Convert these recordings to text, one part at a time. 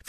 If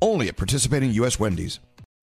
only at participating U.S. Wendy's.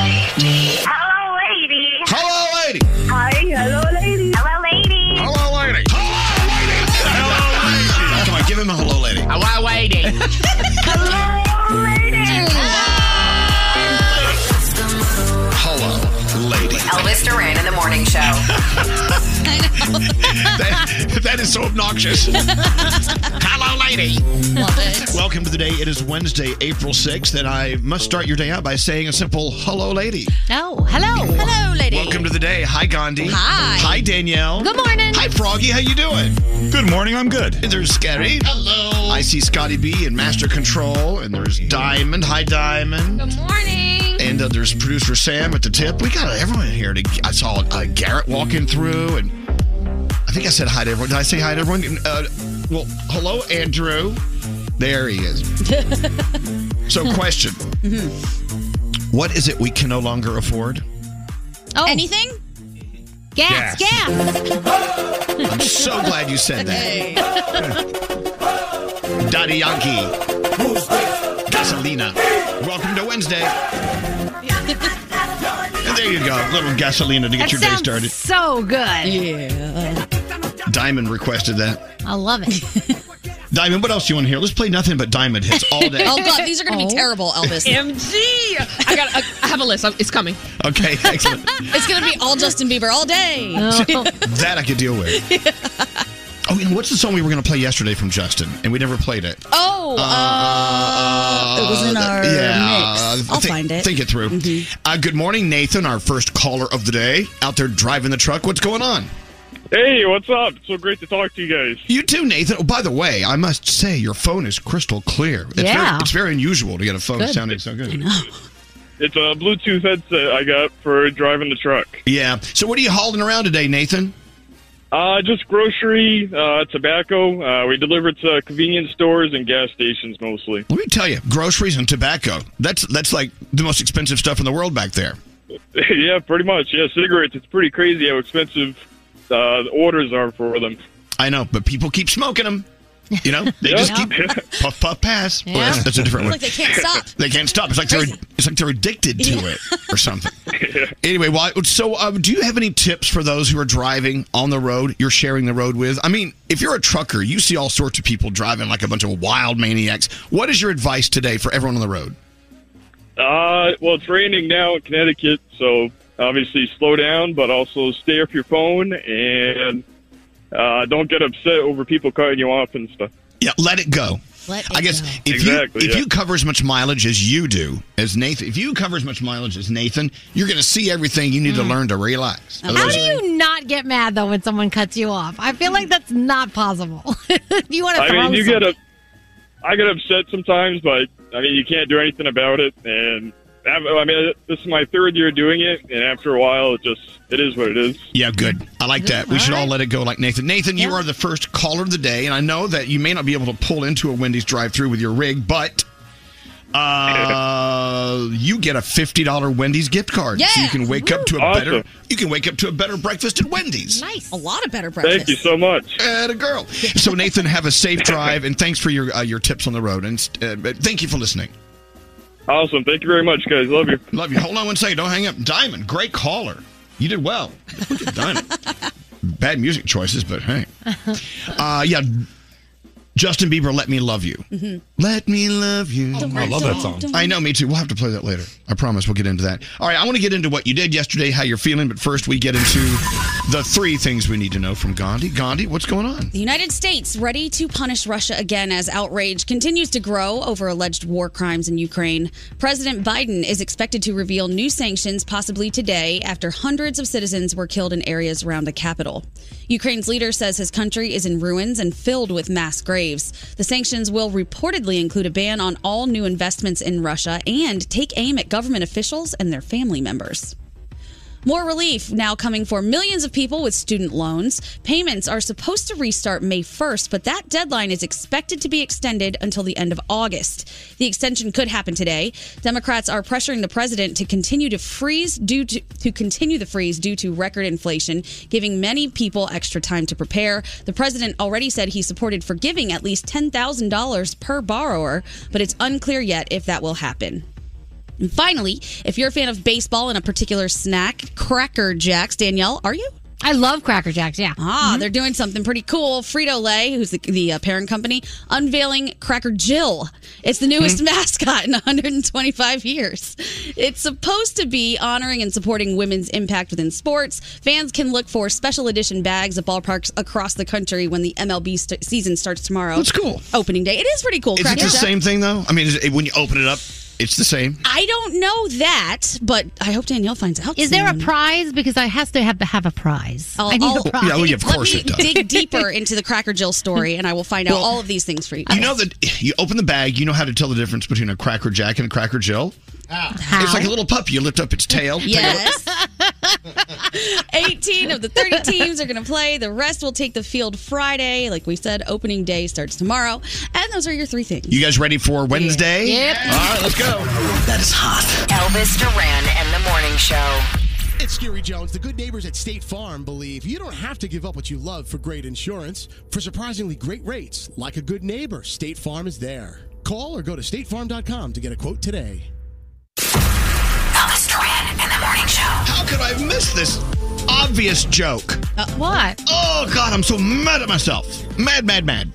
Hello, lady. Hello, lady. Hi, hello, lady. Hello, lady. Hello, lady. Hello, Come on, give him a hello, lady. lady. Hello, lady. Hello, lady. Hello, lady. Elvis Duran in the morning show. that, that is so obnoxious. Hello, lady. Welcome to the day. It is Wednesday, April 6th, and I must start your day out by saying a simple hello, lady. Oh, hello. Hello, lady. Welcome to the day. Hi, Gandhi. Hi. Hi, Danielle. Good morning. Hi, Froggy. How you doing? Good morning, I'm good. There's Scary. Hello. I see Scotty B in Master Control, and there's Diamond. Hi, Diamond. Good morning. And uh, there's producer Sam at the tip. We got everyone here. To, I saw uh, Garrett walking through, and I think I said hi to everyone. Did I say hi to everyone? Uh, well, hello, Andrew. There he is. so, question. What is it we can no longer afford? Oh. Anything? Gas, gas. I'm so glad you said that. Daddy Yankee. Gasolina. Welcome to Wednesday. And there you go. A little gasolina to get your day Sounds started. so good. Diamond requested that. I love it. Diamond, what else do you want to hear? Let's play nothing but diamond hits all day. Oh, God, these are going to be terrible, Elvis. MG. I got. I, I have a list. I'm- It's coming. Okay, excellent. It's going to be all Justin Bieber all day. Oh. that I could deal with. Oh, and what's the song we were going to play yesterday from Justin? And we never played it. Oh, uh, it was in our yeah, mix. I'll thi- find it. Mm-hmm. Think it through. Uh, good morning, Nathan, our first caller of the day. Out there driving the truck. What's going on? Hey, what's up? So great to talk to you guys. You too, Nathan. Oh, by the way, I must say your phone is crystal clear. It's Yeah. Very, it's very unusual to get a phone sounding so good. It's a Bluetooth headset I got for driving the truck. Yeah. So what are you hauling around today, Nathan? Uh, just grocery, uh, tobacco. Uh, we deliver to convenience stores and gas stations mostly. Let me tell you, groceries and tobacco. That's that's like the most expensive stuff in the world back there. yeah, pretty much. Yeah, cigarettes. It's pretty crazy how expensive uh, the orders are for them. I know, but people keep smoking them. You know, they just Yeah. keep puff puff pass. Well, that's, that's a different It's one. like they can't stop. They can't stop. It's like they're it's like they're addicted to Yeah. it or something. Anyway, well, I- so um, do you have any tips for those who are driving on the road? You're sharing the road with. I mean, if you're a trucker, you see all sorts of people driving like a bunch of wild maniacs. What is your advice today for everyone on the road? Uh, well, it's raining now in Connecticut, so obviously slow down, but also stay off your phone and uh, don't get upset over people cutting you off and stuff. Yeah, let it go. I guess if Exactly, you if yeah. you cover as much mileage as you do as Nathan, if you cover as much mileage as Nathan, you're going to see everything you need to Mm. learn to relax. How do you not get mad though when someone cuts you off? I feel like that's not possible. you want to I throw mean, you some- get up. I get upset sometimes, but I mean, you can't do anything about it. And I've- I mean, this is my third year doing it, and after a while, it just it is what it is. Yeah, good. I like that. We should all let it go like Nathan. Nathan, you are the first caller of the day, and I know that you may not be able to pull into a Wendy's drive-through with your rig, but uh, you get a fifty dollar Wendy's gift card, so you Yeah. can wake up to a Awesome. better you can wake up to a better breakfast at Wendy's. Nice. A lot of better breakfast. Thank you so much. And a girl. So Nathan, have a safe drive, and thanks for your uh, your tips on the road, and uh, thank you for listening. Awesome. Thank you very much, guys. Love you. Love you. Hold on one second. Don't hang up. Diamond, great caller. You did well. Look at Diamond. Bad music choices, but hey. Uh, yeah. Justin Bieber, Let Me Love You. Mm-hmm. Let Me Love You. I love that song. I know, me too. We'll have to play that later. I promise we'll get into that. All right, I want to get into what you did yesterday, how you're feeling, but first we get into the three things we need to know from Gandhi. Gandhi, what's going on? The United States ready to punish Russia again as outrage continues to grow over alleged war crimes in Ukraine. President Biden is expected to reveal new sanctions possibly today after hundreds of citizens were killed in areas around the capital. Ukraine's leader says his country is in ruins and filled with mass graves. The sanctions will reportedly include a ban on all new investments in Russia and take aim at government officials and their family members. More relief now coming for millions of people with student loans. Payments are supposed to restart May 1st, but that deadline is expected to be extended until the end of August. The extension could happen today. Democrats are pressuring the president to continue to freeze due to, to continue the freeze due to record inflation, giving many people extra time to prepare. The president already said he supported forgiving at least $10,000 per borrower, but it's unclear yet if that will happen. And finally, if you're a fan of baseball and a particular snack, Cracker Jacks, Danielle, are you? I love Cracker Jacks. Yeah. Mm-hmm. Ah, they're doing something pretty cool. Frito Lay, who's the, the uh, parent company, unveiling Cracker Jill. It's the Mm-hmm. newest mascot in 125 years. It's supposed to be honoring and supporting women's impact within sports. Fans can look for special edition bags at ballparks across the country when the MLB st- season starts tomorrow. That's cool. Opening day. It is pretty cool. Is it Cracker the Jack. same thing, though? I mean, is it, when you open it up, it's the same? I don't know that, but I hope Danielle finds out. Is there a soon. Oh, prize? Because I has to have have a prize. I'll- I need I'll- a prize. Oh, Yeah, well, yeah, of Let course me it does. dig deeper into the Cracker Jill story, and I will find out Well, all of these things for you. You know that you open the bag, you know how to tell the difference between a Cracker Jack and a Cracker Jill? It's like a little puppy. You lift up its tail. take a look. Yes. 18 of the 30 teams are going to play. The rest will take the field Friday. Like we said, opening day starts tomorrow. And those are your three things. You guys ready for Wednesday? Yep. All right, let's go. That is hot. Elvis Duran and the Morning Show. It's Scary Jones. The good neighbors at State Farm believe you don't have to give up what you love for great insurance. For surprisingly great rates, like a good neighbor, State Farm is there. Call or go to statefarm.com to get a quote today. Elvis Duran and the Morning Show. How could I miss this obvious joke? what? Oh, God, I'm so mad at myself. Mad, mad, mad.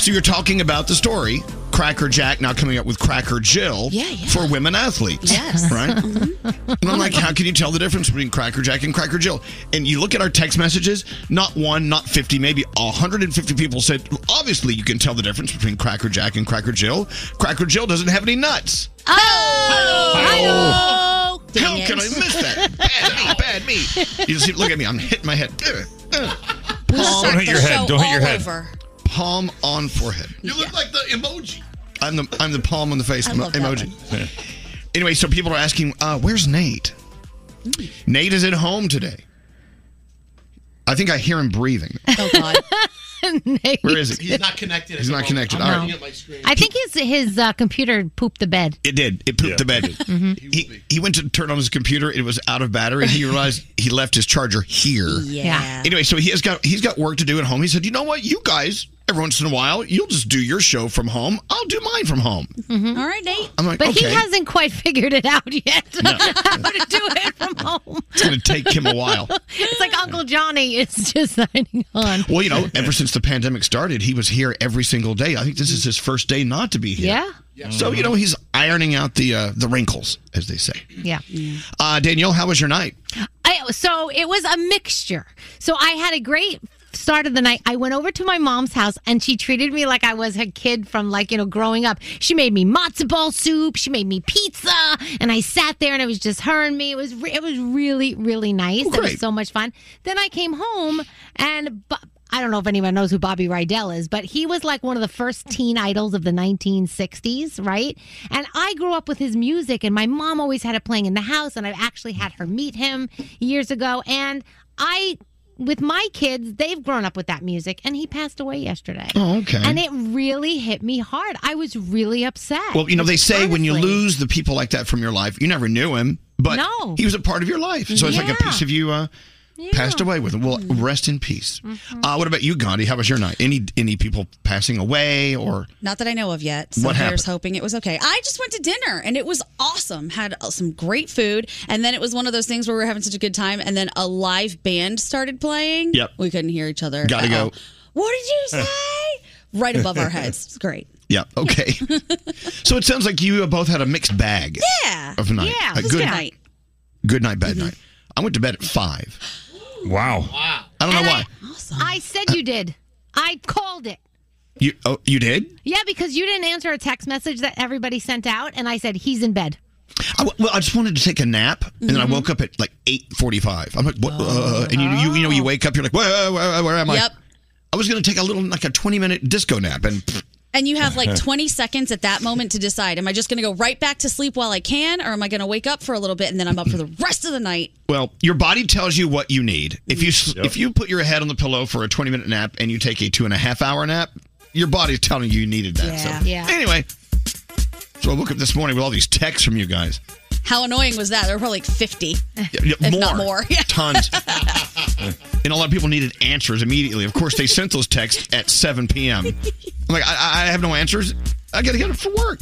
So you're talking about the story, Cracker Jack now coming up with Cracker Jill Yeah, yeah. for women athletes. Yes. Mm-hmm. Right? And I'm like, how can you tell the difference between Cracker Jack and Cracker Jill? And you look at our text messages, not one, not 50, maybe 150 people said, obviously you can tell the difference between Cracker Jack and Cracker Jill. Cracker Jill doesn't have any nuts. Oh! How Dang can I it. miss that? Bad me, bad me. You uh, see, look at me. I'm hitting my head. Ugh, ugh. We'll start hit the your head. show Don't hit your all head. Over. Palm on forehead. You look like the emoji. I'm the I'm the palm on the face I emo- love that emoji. Anyway, so people are Mm. asking, uh, where's Nate? Nate is at home today. I think I hear him breathing. Oh God. Where is it? He's not connected. He's not connected. All right. I think his his uh, computer pooped the bed. It did. It pooped the bed. Mm-hmm. Mhm. He, he went to turn on his computer. It was out of battery. He realized he left his charger here. Yeah. Anyway, so he has got he's got work to do at home. He said, "You know what? You guys, every once in a while, you'll just do your show from home. I'll do mine from home." Mhm. All right, Nate. I'm like, but he okay. hasn't quite figured it out yet. No. How to do it from home. It's going to take him a while. It's like Uncle Johnny is just signing on. Well, you know, ever since the pandemic started, he was here every single day. I think this is his first day not to be here. Yeah. So you know he's ironing out the uh, the wrinkles, as they say. Yeah. Uh, Danielle, how was your night? I, so it was a mixture. So I had a great start of the night. I went over to my mom's house and she treated me like I was her kid from like, you know, growing up. She made me matzo ball soup, she made me pizza, and I sat there and it was just her and me. It was re- it was really really nice. it was great. so much fun. Then I came home and Bo- I don't know if anyone knows who Bobby Rydell is, but he was like one of the first teen idols of the 1960s, right? And I grew up with his music, and my mom always had it playing in the house, and I actually had her meet him years ago. And I, with my kids, they've grown up with that music, and he passed away yesterday. Oh, okay. And it really hit me hard. I was really upset. Well, you know, they say when you Honestly. lose the people like that from your life, you never knew him, but No. he was a part of your life. So it's like a Yeah. Mm-hmm. piece of you uh, passed away with him. Well, rest in peace. Uh, what about you, Gandhi? How was your night? Any any people passing away or? Not that I know of yet. So What happened? here's hoping it was okay. I just went to dinner and it was awesome. Had uh, some great food. And then it was one of those things where we were having such a good time. And then a live band started playing. Yep. We couldn't hear each other. Gotta Uh-oh. go. What did you say? right above our heads. It's great. Yeah. Okay. so it sounds like you both had a mixed bag. Yeah. Of night. Yeah. A It was a good good night. Mm-hmm. Good night, bad night. I went to bed at five. Wow. Wow. I don't know why. I said you did. I called it. You oh, you did? Yeah, because you didn't answer a text message that everybody sent out, and I said he's in bed. I, w- well, I just wanted to take a nap, and then I Mm-hmm. Mhm. woke up at like eight forty-five. I'm like, what? Uh, and you, you you know you wake up, you're like, where where, where am I? Oh. Yep. I was gonna take a little like a twenty-minute disco nap, and pfft, And you have like 20 seconds at that moment to decide am I just going to go right back to sleep while I can, or am I going to wake up for a little bit and then I'm up for the rest of the night? well, your body tells you what you need. If you s if you put your head on the pillow for a twenty-minute nap and you take a two and a half hour nap, your body's telling you you needed that. So Yeah. anyway, so I woke up this morning with all these texts from you guys. How annoying was that? There were probably like 50, yeah, if not more. more. Yeah. Tons. and a lot of people needed answers immediately. Of course, they sent those texts at 7 p.m. I'm like, I, I have no answers. I got to get up for work.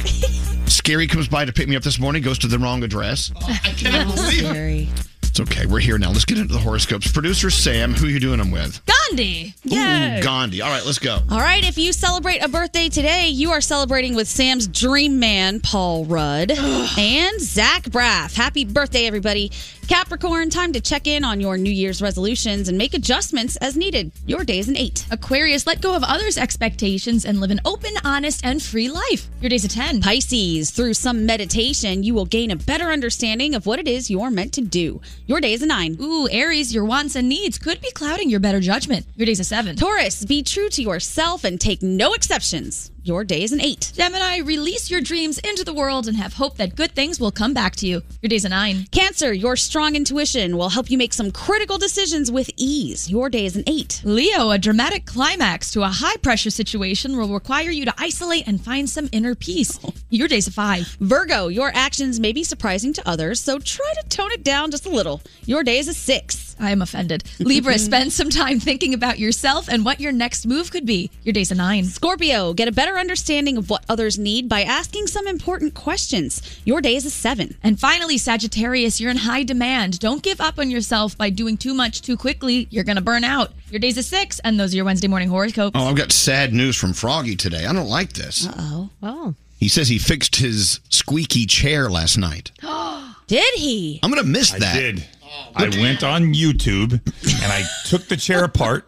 Scary comes by to pick me up this morning, goes to the wrong address. I cannot believe it. It's okay. We're here now. Let's get into the horoscopes. Producer Sam, who are you doing them with? Gandhi. Yeah. Ooh, Gandhi. All right, let's go. All right, if you celebrate a birthday today, you are celebrating with Sam's dream man, Paul Rudd, and Zach Braff. Happy birthday, everybody. Capricorn, time to check in on your New Year's resolutions and make adjustments as needed. Your day is an eight. Aquarius, let go of others' expectations and live an open, honest, and free life. Your day's a 10. Pisces, through some meditation, you will gain a better understanding of what it is you're meant to do. Your day is a nine. Ooh, Aries, your wants and needs could be clouding your better judgment. Your day's a 7. Taurus, be true to yourself and take no exceptions. Your day is an eight. Gemini, release your dreams into the world and have hope that good things will come back to you. Your day's a 9. Cancer, your strong intuition will help you make some critical decisions with ease. Your day is an eight. Leo, a dramatic climax to a high pressure situation will require you to isolate and find some inner peace. Oh. Your day's a 5. Virgo, your actions may be surprising to others, so try to tone it down just a little. Your day is a six. I am offended. Libra, spend some time thinking about yourself and what your next move could be. Your day's a 9. Scorpio, get a better understanding of what others need by asking some important questions. Your day is a seven. And finally, Sagittarius, you're in high demand. Don't give up on yourself by doing too much too quickly. You're going to burn out. Your day's a six, and those are your Wednesday morning horoscopes. Oh, I've got sad news from Froggy today. I don't like this. oh. Oh. He says he fixed his squeaky chair last night. Did he? I'm going to miss that. I did. I went on YouTube and I took the chair apart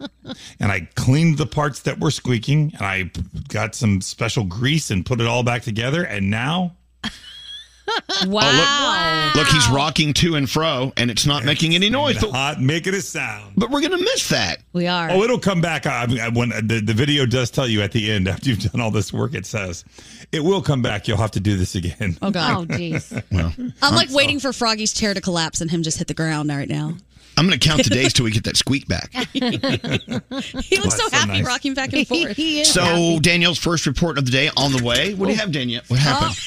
and I cleaned the parts that were squeaking and I got some special grease and put it all back together. And now Oh, Wow. Look, he's rocking to and fro, and it's not making any noise. But not making a sound. But we're gonna miss that. We are. Oh, it'll come back. I, I, when uh, the, the video does tell you at the end after you've done all this work, it says it will come back. You'll have to do this again. Oh, God. Oh, jeez. I'm like waiting for Froggy's chair to collapse and him just hit the ground right now. I'm going to count the days till we get that squeak back. he looks so, That's so happy nice. rocking back and forth. So Danielle's first report of the day on the way. What do you have, Danielle? What happened?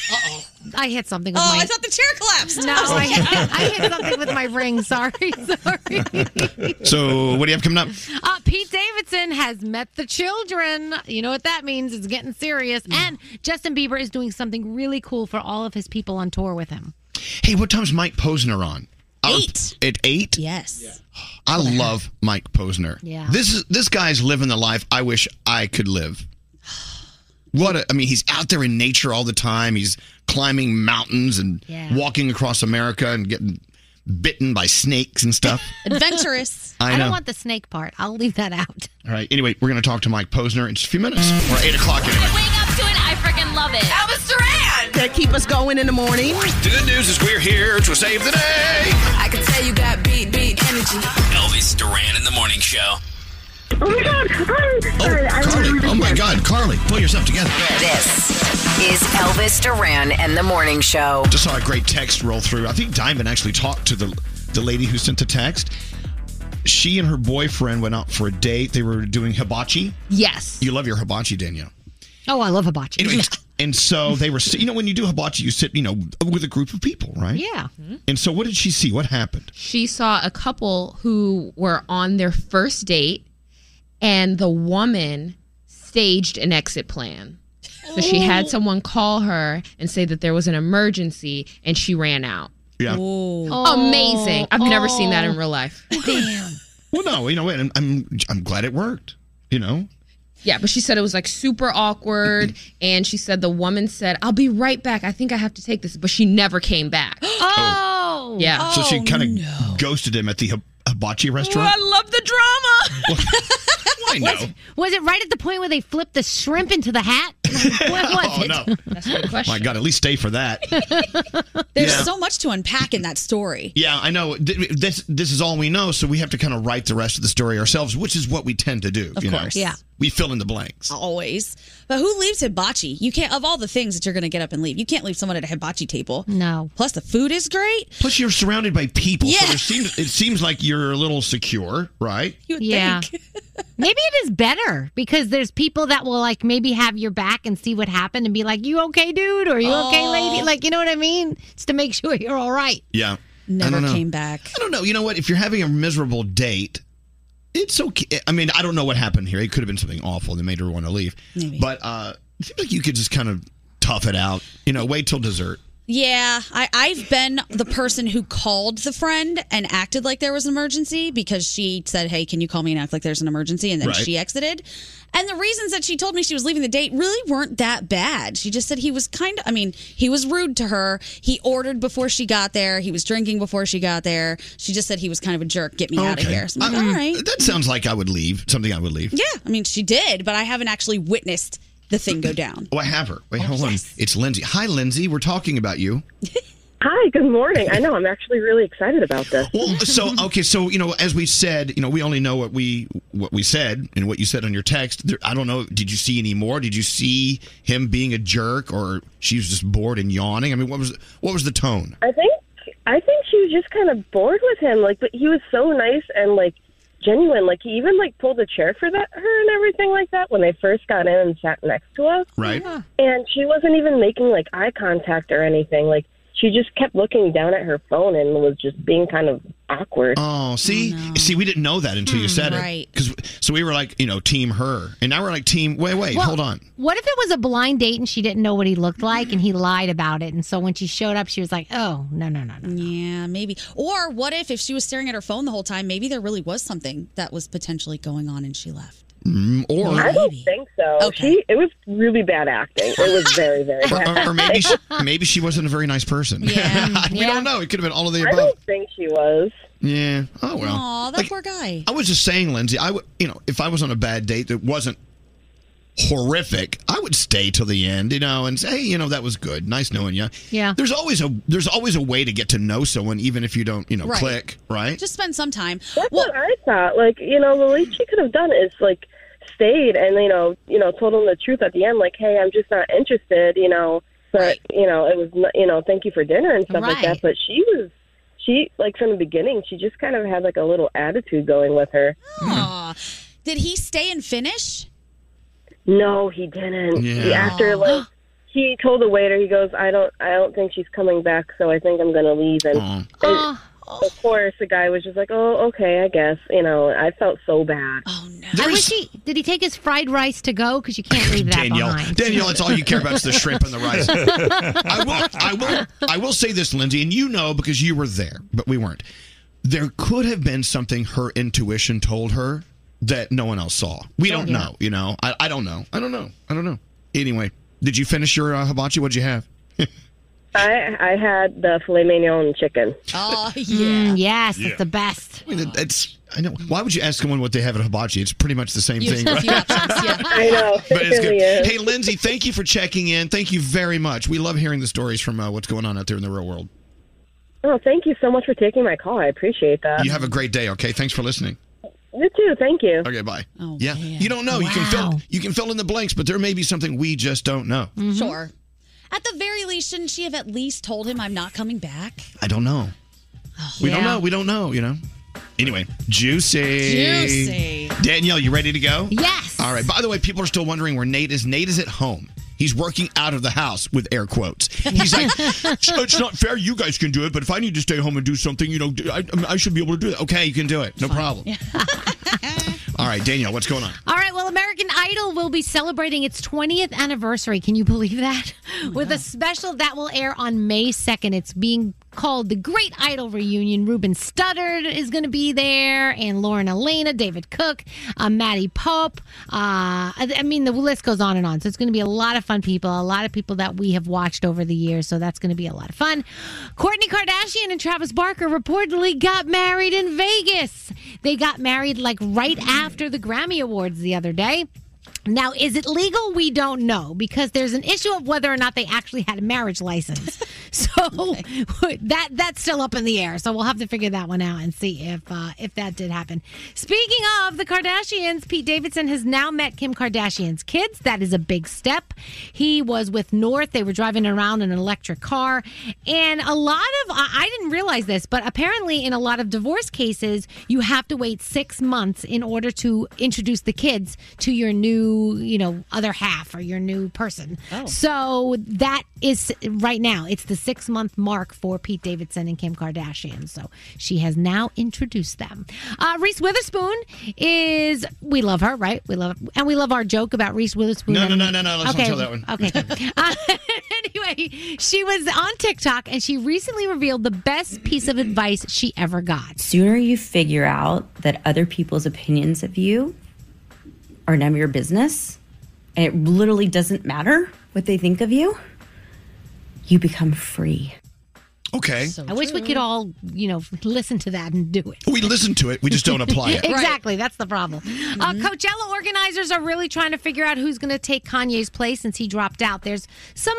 I hit something. With Oh, my... I thought the chair collapsed. No, I hit, I hit something with my ring. Sorry, sorry. So what do you have coming up? Uh, Pete Davidson has met the children. You know what that means? It's getting serious. And Justin Bieber is doing something really cool for all of his people on tour with him. Hey, what time's Mike Posner on? Eight. at eight? Yes. I love Mike Posner. Yeah. This is this guy's living the life I wish I could live. What a, I mean, he's out there in nature all the time. He's climbing mountains and Yeah. walking across America and getting bitten by snakes and stuff. Adventurous. I I don't know. want the snake part. I'll leave that out. all right. Anyway, we're going to talk to Mike Posner in just a few minutes. We're at eight o'clock. Anyway. Wake up to it. I freaking love it. Elvis Duran. That keep us going in the morning. The good news is we're here to save the day. I can tell you got beat, beat energy. Elvis Duran in the morning show. Oh my god! Oh, Carly. Oh my God, Carly, pull yourself together. This is Elvis Duran and the Morning Show. Just saw a great text roll through. I think Diamond actually talked to the the lady who sent the text. She and her boyfriend went out for a date. They were doing hibachi. Yes. You love your hibachi, Danielle. Oh, I love hibachi. Anyways, and so they were, si- you know, when you do hibachi, you sit, you know, with a group of people, right? Yeah. Mm-hmm. And so what did she see? What happened? She saw a couple who were on their first date, and the woman staged an exit plan. So she Oh. had someone call her and say that there was an emergency, and she ran out. Yeah. Oh. Amazing. I've never seen that in Oh. real life. Well, no, you know, and I'm, I'm glad it worked, you know? Yeah, but she said it was like super awkward. and she said the woman said, I'll be right back. I think I have to take this. But she never came back. oh. Yeah. So she kind of ghosted him at the hib- hibachi restaurant. love the drama. I know. Was it right at the point where they flipped the shrimp into the hat? what was Oh, it? no. That's my My God, at least stay for that. There's Yeah. so much to unpack in that story. Yeah, I know. Th- This this is all we know, so we have to kind of write the rest of the story ourselves, which is what we tend to do. Of you know? course. Yeah. we fill in the blanks. Always. But who leaves hibachi? You can't, of all the things that you're going to get up and leave, you can't leave someone at a hibachi table. No. Plus, the food is great. Plus, you're surrounded by people, so there seems it seems like you're a little secure, right? yeah. maybe it is better because there's people that will like maybe have your back and see what happened and be like, "You okay, dude? Or you okay, Oh. lady?" Like, you know what I mean? It's to make sure you're all right. Yeah, Never I don't know. came back. I don't know. You know what? If you're having a miserable date, it's okay. I mean, I don't know what happened here. It could have been something awful that made her want to leave. Maybe. But uh, it seems like you could just kind of tough it out. You know, wait till dessert. Yeah, I, I've been the person who called the friend and acted like there was an emergency because she said, Hey, can you call me and act like there's an emergency? And then Right. she exited. And the reasons that she told me she was leaving the date really weren't that bad. She just said he was kind of, I mean, he was rude to her. He ordered before she got there, he was drinking before she got there. She just said he was kind of a jerk. Get me out of Okay. here. So I'm like, Um, All right. That sounds like I would leave. Something I would leave. Yeah, I mean, she did, but I haven't actually witnessed the thing go down. Oh, I have her. Wait, hold on. It's Lindsay. Hi, Lindsay. We're talking about you. Hi, good morning. I know I'm actually really excited about this. Well, so uh, okay, so you know, as we said, you know, we only know what we what we said and what you said on your text. There, I don't know. Did you see any more? Did you see him being a jerk, or she was just bored and yawning? I mean, what was what was the tone? I think I think she was just kind of bored with him. Like, but he was so nice and like genuine. Like he even like pulled a chair for that her and everything like that when they first got in and sat next to us. Right. And she wasn't even making like eye contact or anything. Like she just kept looking down at her phone and was just being kind of awkward. Oh, see, see, we didn't know that until you said right. it. Because so we were like, you know, team her, and now we're like, team. Wait, wait, Well, hold on. What if it was a blind date and she didn't know what he looked like and he lied about it? And so when she showed up, she was like, "Oh, no, no, no, no." Yeah, maybe. Or what if if she was staring at her phone the whole time, maybe there really was something that was potentially going on and she left. Mm, Or I don't think so. She it was really bad acting. It was very very bad. or, or maybe she, maybe she wasn't a very nice person. Yeah, we don't know. It could have been all of the I above. don't think she was. Yeah. Oh well. Aw, that Like, poor guy. I was just saying, Lindsay. I would, you know, if I was on a bad date that wasn't horrific, I would stay till the end, you know, and say, hey, you know, that was good, nice knowing you. Yeah. There's always a there's always a way to get to know someone, even if you don't, you know, Right. click, right? Just spend some time. That's what I thought. Like, you know, the least she could have done is like stayed and you know, you know, told him the truth at the end. Like, hey, I'm just not interested. You know, but you know, it was n- you know, thank you for dinner and stuff like that. Right. But she was she like from the beginning, she just kind of had like a little attitude going with her. Hmm. Aw. Did he stay and finish? No, he didn't. Yeah. He, after like he told the waiter, he goes, "I don't, I don't think she's coming back, so I think I'm gonna leave." And, and of course, the guy was just like, "Oh, okay, I guess." You know, I felt so bad. Oh no! I wish he did. He take his fried rice to go because you can't leave that behind. Danielle, it's all you care about is the shrimp and the rice. I will, I will, I will say this, Lindsay, and you know because you were there, but we weren't. There could have been something her intuition told her that no one else saw. We don't Oh, Yeah. know, you know. I, I don't know. I don't know. I don't know. Anyway, did you finish your uh, hibachi? What'd you have? I I had the filet mignon chicken. Oh Uh, yeah, Mm, yes, Yeah. it's the best. I mean, it- it's. I know. Why would you ask someone what they have at hibachi? It's pretty much the same You thing. have a few I know. But it's really good. is. Hey, Lindsay, thank you for checking in. Thank you very much. We love hearing the stories from uh, what's going on out there in the real world. Oh, thank you so much for taking my call. I appreciate that. You have a great day. Okay, thanks for listening. You too. Thank you. Okay, bye. yeah, you don't know. You can Oh, Wow. fill you can fill in the blanks, but there may be something we just don't know. Mm-hmm. Sure. At the very least, shouldn't she have at least told him I'm not coming back? I don't know. We don't Oh, Yeah. know. We don't know. You know. Anyway, juicy. Juicy. Danielle, you ready to go? Yes. All right. By the way, people are still wondering where Nate is. Nate is at home. He's working out of the house with air quotes. He's like, "It's- it's not fair. You guys can do it, but if I need to stay home and do something, you know, I, I should be able to do that. Okay, you can do it. No problem. All right, Danielle, what's going on? All right, well, American Idol will be celebrating its 20th anniversary. Can you believe that? With a special that will air on May 2nd. It's being called the Great Idol Reunion. Ruben Studdard is going to be there, and Lauren Elena, David Cook, uh, Maddie Pope. Uh, I, I mean, the list goes on and on. So it's going to be a lot of fun people, a lot of people that we have watched over the years. So that's going to be a lot of fun. Courtney Kardashian and Travis Barker reportedly got married in Vegas. They got married like right after the Grammy Awards the other day. Now, is it legal? We don't know because there's an issue of whether or not they actually had a marriage license. so that that's still up in the air. So we'll have to figure that one out and see if uh, if that did happen. Speaking of the Kardashians, Pete Davidson has now met Kim Kardashian's kids. That is a big step. He was with North. They were driving around in an electric car, and a lot of I I didn't realize this, but apparently in a lot of divorce cases, you have to wait six months in order to introduce the kids to your new, you know, other half or your new person. So that is right now. It's the six month mark for Pete Davidson and Kim Kardashian. So she has now introduced them. Uh, Reese Witherspoon is we love her, right? We love and we love our joke about Reese Witherspoon. No, no, and- no, no, no. Let's okay, not tell that one. Okay. Uh, anyway, she was on TikTok and she recently revealed the best piece of advice she ever got. sooner you figure out that other people's opinions of you are none of your business, and it literally doesn't matter what they think of you, you become free. Okay. I wish we could all, you know, listen to that and do it. We listen to it, we just don't apply it. exactly. That's the problem. Uh, Coachella organizers are really trying to figure out who's going to take Kanye's place since he dropped out. There's some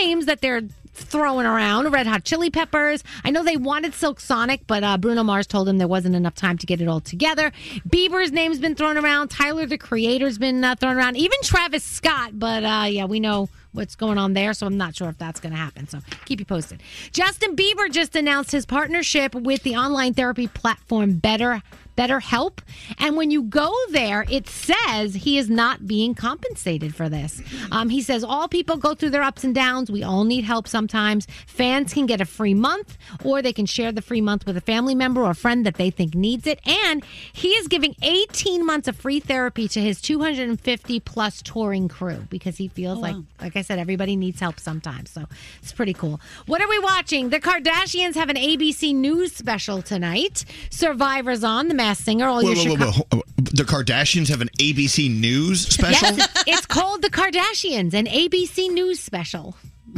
names that they're throwing around Red Hot Chili Peppers. I know they wanted Silk Sonic, but uh, Bruno Mars told them there wasn't enough time to get it all together. Bieber's name's been thrown around. Tyler, the creator's been uh, thrown around. Even Travis Scott, but uh, yeah, we know what's going on there, so I'm not sure if that's going to happen. So keep you posted. Justin Bieber just announced his partnership with the online therapy platform Better BetterHelp, and when you go there, it says he is not being compensated for this. Um, he says all people go through their ups and downs. We all need help sometimes. Fans can get a free month, or they can share the free month with a family member or a friend that they think needs it. And he is giving 18 months of free therapy to his 250 plus touring crew because he feels Oh, like wow. like I said, everybody needs help sometimes. So it's pretty cool. What are we watching? The Kardashians have an ABC News special tonight. Survivor's on, The Masked Singer. All Whoa, your whoa, whoa, Chicago- whoa. The Kardashians have an ABC News special? Yes, it's- it's called The Kardashians, an ABC News special.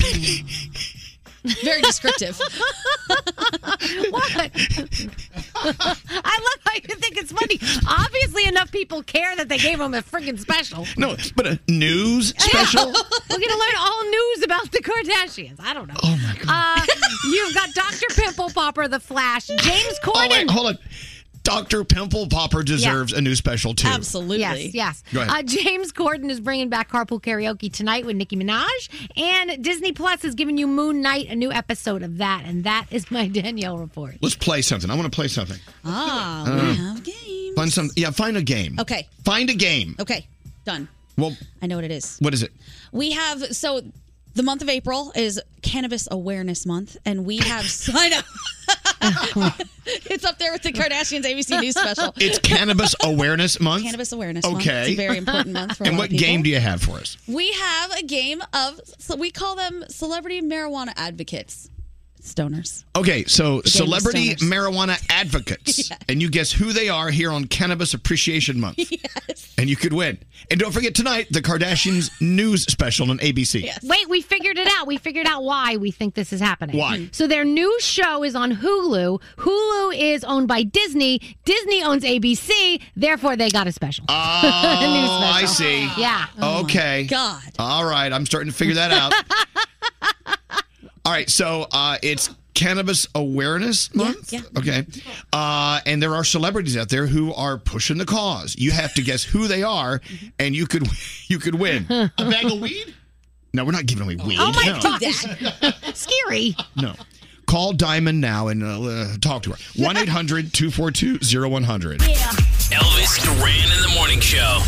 Very descriptive. what? I love how you think it's funny. Obviously, enough people care that they gave them a freaking special. No, but a news special? Yeah. We're going to learn all news about the Kardashians. I don't know. Oh, my God. Uh, you've got Dr. Pimple Popper, The Flash, James Oh, Corden. wait, hold on. Dr. Pimple Popper deserves a new special too. Yes, yes. Go ahead. Uh, James Corden is bringing back Carpool Karaoke tonight with Nicki Minaj, and Disney Plus is giving you Moon Knight, a new episode of that, and that is my Danielle report. Let's play something. I want to play something. Ah, I don't we know. have games. Find some. Yeah, find a game. Okay. Find a game. Okay. Done. Well, I know what it is. what is it? We have so the month of April is Cannabis Awareness Month, and we have I know it's up there with the Kardashians ABC News special. It's Cannabis Awareness Month. Oh. Cannabis Awareness okay. Month. It's a very important month for a and lot what of people. game do you have for us? We have a game of so we call them celebrity marijuana advocates. Stoners. Okay, so The game of celebrity stoners. marijuana advocates. Yeah. And you guess who they are here on Cannabis Appreciation Month. Yes. And you could win. And don't forget tonight, the Kardashians news special on ABC. Wait, we figured it out. We figured out why we think this is happening. Why? So their new show is on Hulu. Hulu is owned by Disney. Disney owns ABC. Therefore, they got a special. Oh, Oh, I see. Yeah. okay. God. All right, I'm starting to figure that out. All right, so uh, it's Cannabis Awareness Month. yeah. Okay. Uh, and there are celebrities out there who are pushing the cause. You have to guess who they are, and you could you could win. A bag of weed? No, we're not giving away weed. Oh no. my God. Scary. No. Call Diamond now and uh, uh, talk to her. 1 800 242 0100. Elvis Duran in the morning show.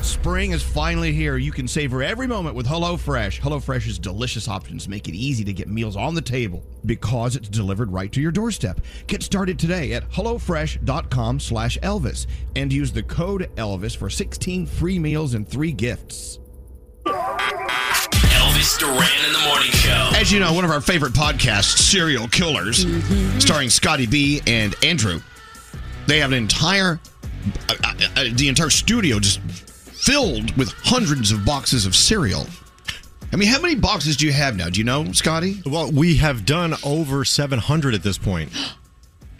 Spring is finally here. You can savor every moment with HelloFresh. HelloFresh's delicious options make it easy to get meals on the table because it's delivered right to your doorstep. Get started today at HelloFresh.com slash Elvis and use the code Elvis for 16 free meals and three gifts. Elvis Duran in the morning show. As you know, one of our favorite podcasts, Serial Killers, starring Scotty B and Andrew, they have an entire, uh, uh, uh, the entire studio just filled with hundreds of boxes of cereal. I mean, how many boxes do you have now? Do you know, Scotty? Well, we have done over 700 at this point.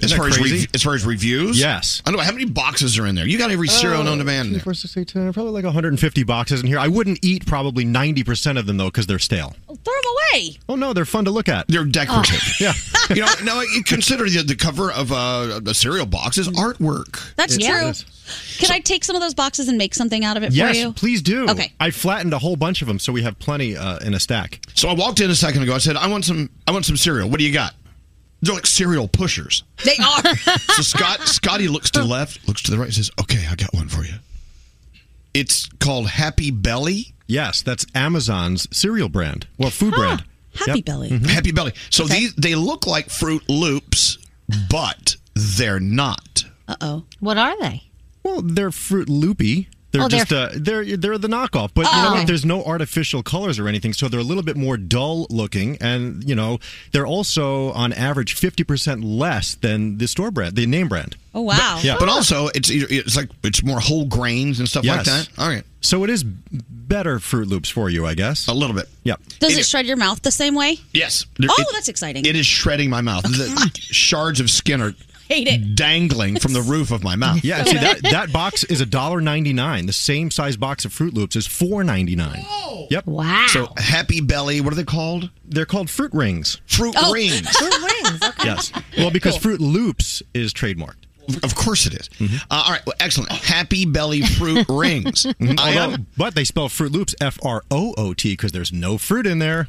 As Isn't that far as, crazy? rev- as far as reviews, yes. I don't know how many boxes are in there. You got every cereal known to man. in there. Uh, Four, six, eight, ten, probably like 150 boxes in here. I wouldn't eat probably 90% of them, though, because they're stale. Throw them away. Oh, no, they're fun to look at. They're decorative. Yeah. you know, now you consider the, the cover of uh, a cereal box is artwork. That's true. Can I take some of those boxes and make something out of it Yes, for you? please do. Okay. I flattened a whole bunch of them, so we have plenty uh, in a stack. So I walked in a second ago. I said, "I want some. I want some cereal. What do you got?" They're like cereal pushers. They are. so Scott Scotty looks to the left, looks to the right, and says, "Okay, I got one for you." It's called Happy Belly. Yes, that's Amazon's cereal brand. Well, food brand. Mm-hmm. Happy Belly. Happy Belly. So these they look like Fruit Loops, but they're not. Uh oh. What are they? Well, they're Fruit Loopy. They're Oh, they're- just uh, they're they're the knockoff, but you Oh. know what? There's no artificial colors or anything, so they're a little bit more dull looking, and you know they're also on average fifty percent less than the store brand, the name brand. Oh wow. Yeah. But also, it's it's like it's more whole grains and stuff like that. All right. So it is better Fruit Loops for you, I guess. A little bit. Yep. Does it, shred your mouth the same way? Yes. Oh, It- that's exciting. It is shredding my mouth. The shards of skin are Hate it. dangling from the roof of my mouth. Yeah, see that that box is a dollar ninety nine. The same size box of Fruit Loops is four ninety nine. Yep. Wow. So Happy Belly, what are they called? They're called Fruit Rings. Fruit Oh. rings. Fruit rings. Okay. Yes. Well, because Cool. Fruit Loops is trademarked. Mm-hmm. Of course it is. Uh, all right, well, excellent. Happy Belly Fruit Rings. Mhm. I Although, am- but they spell Fruit Loops F R O O T because there's no fruit in there.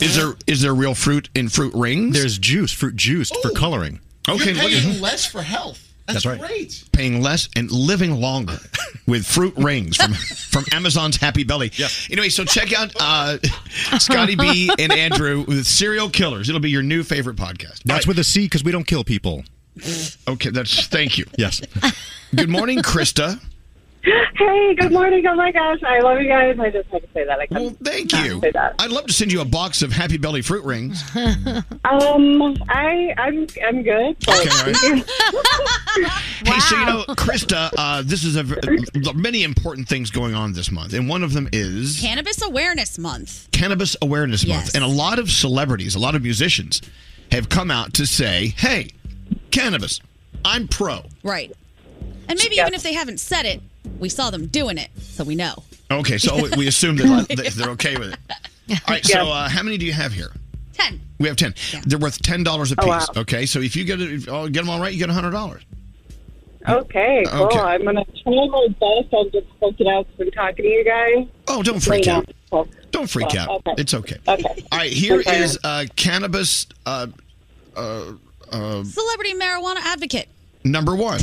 Is there is there real fruit in Fruit Rings? There's juice, fruit juice for coloring. Okay, You're look paying at- less for health. That's That's, right. great. paying less and living longer with fruit rings from, from Amazon's Happy Belly. Anyway, so check out uh, Scotty B and Andrew with Serial Killers. It'll be your new favorite podcast. That's with a C because we don't kill people. Mm. Okay, that's thank you. Yes. Good morning, Krista. Hey, good morning. Oh my gosh, I love you guys. I just had to say that. I well, thank you. I'd love to send you a box of Happy Belly fruit rings. Um, I I'm I'm good. Okay, all right. Hey, so you know, Krista, uh, this is a v- there are many important things going on this month, and one of them is Cannabis Awareness Month. Cannabis Awareness Month, Yes. and a lot of celebrities, a lot of musicians, have come out to say, "Hey, cannabis, I'm pro." Right. And maybe even if they haven't said it, we saw them doing it, so we know. Okay, so we- we assume that that they're okay with it. All right, Yeah. so uh, how many do you have here? Ten. We have ten. They're worth ten dollars a piece. Oh, wow. oh, Okay, so if you get it, if you all- get them all right, you get hundred dollars. Okay, cool. Okay. I'm gonna try my best. I'm just freaking out from talking to you guys. Oh, don't freak Later. out. Don't freak out. It's okay. Oh, Okay. All right, here Okay. is uh, cannabis uh, uh, uh, Celebrity marijuana advocate. number one.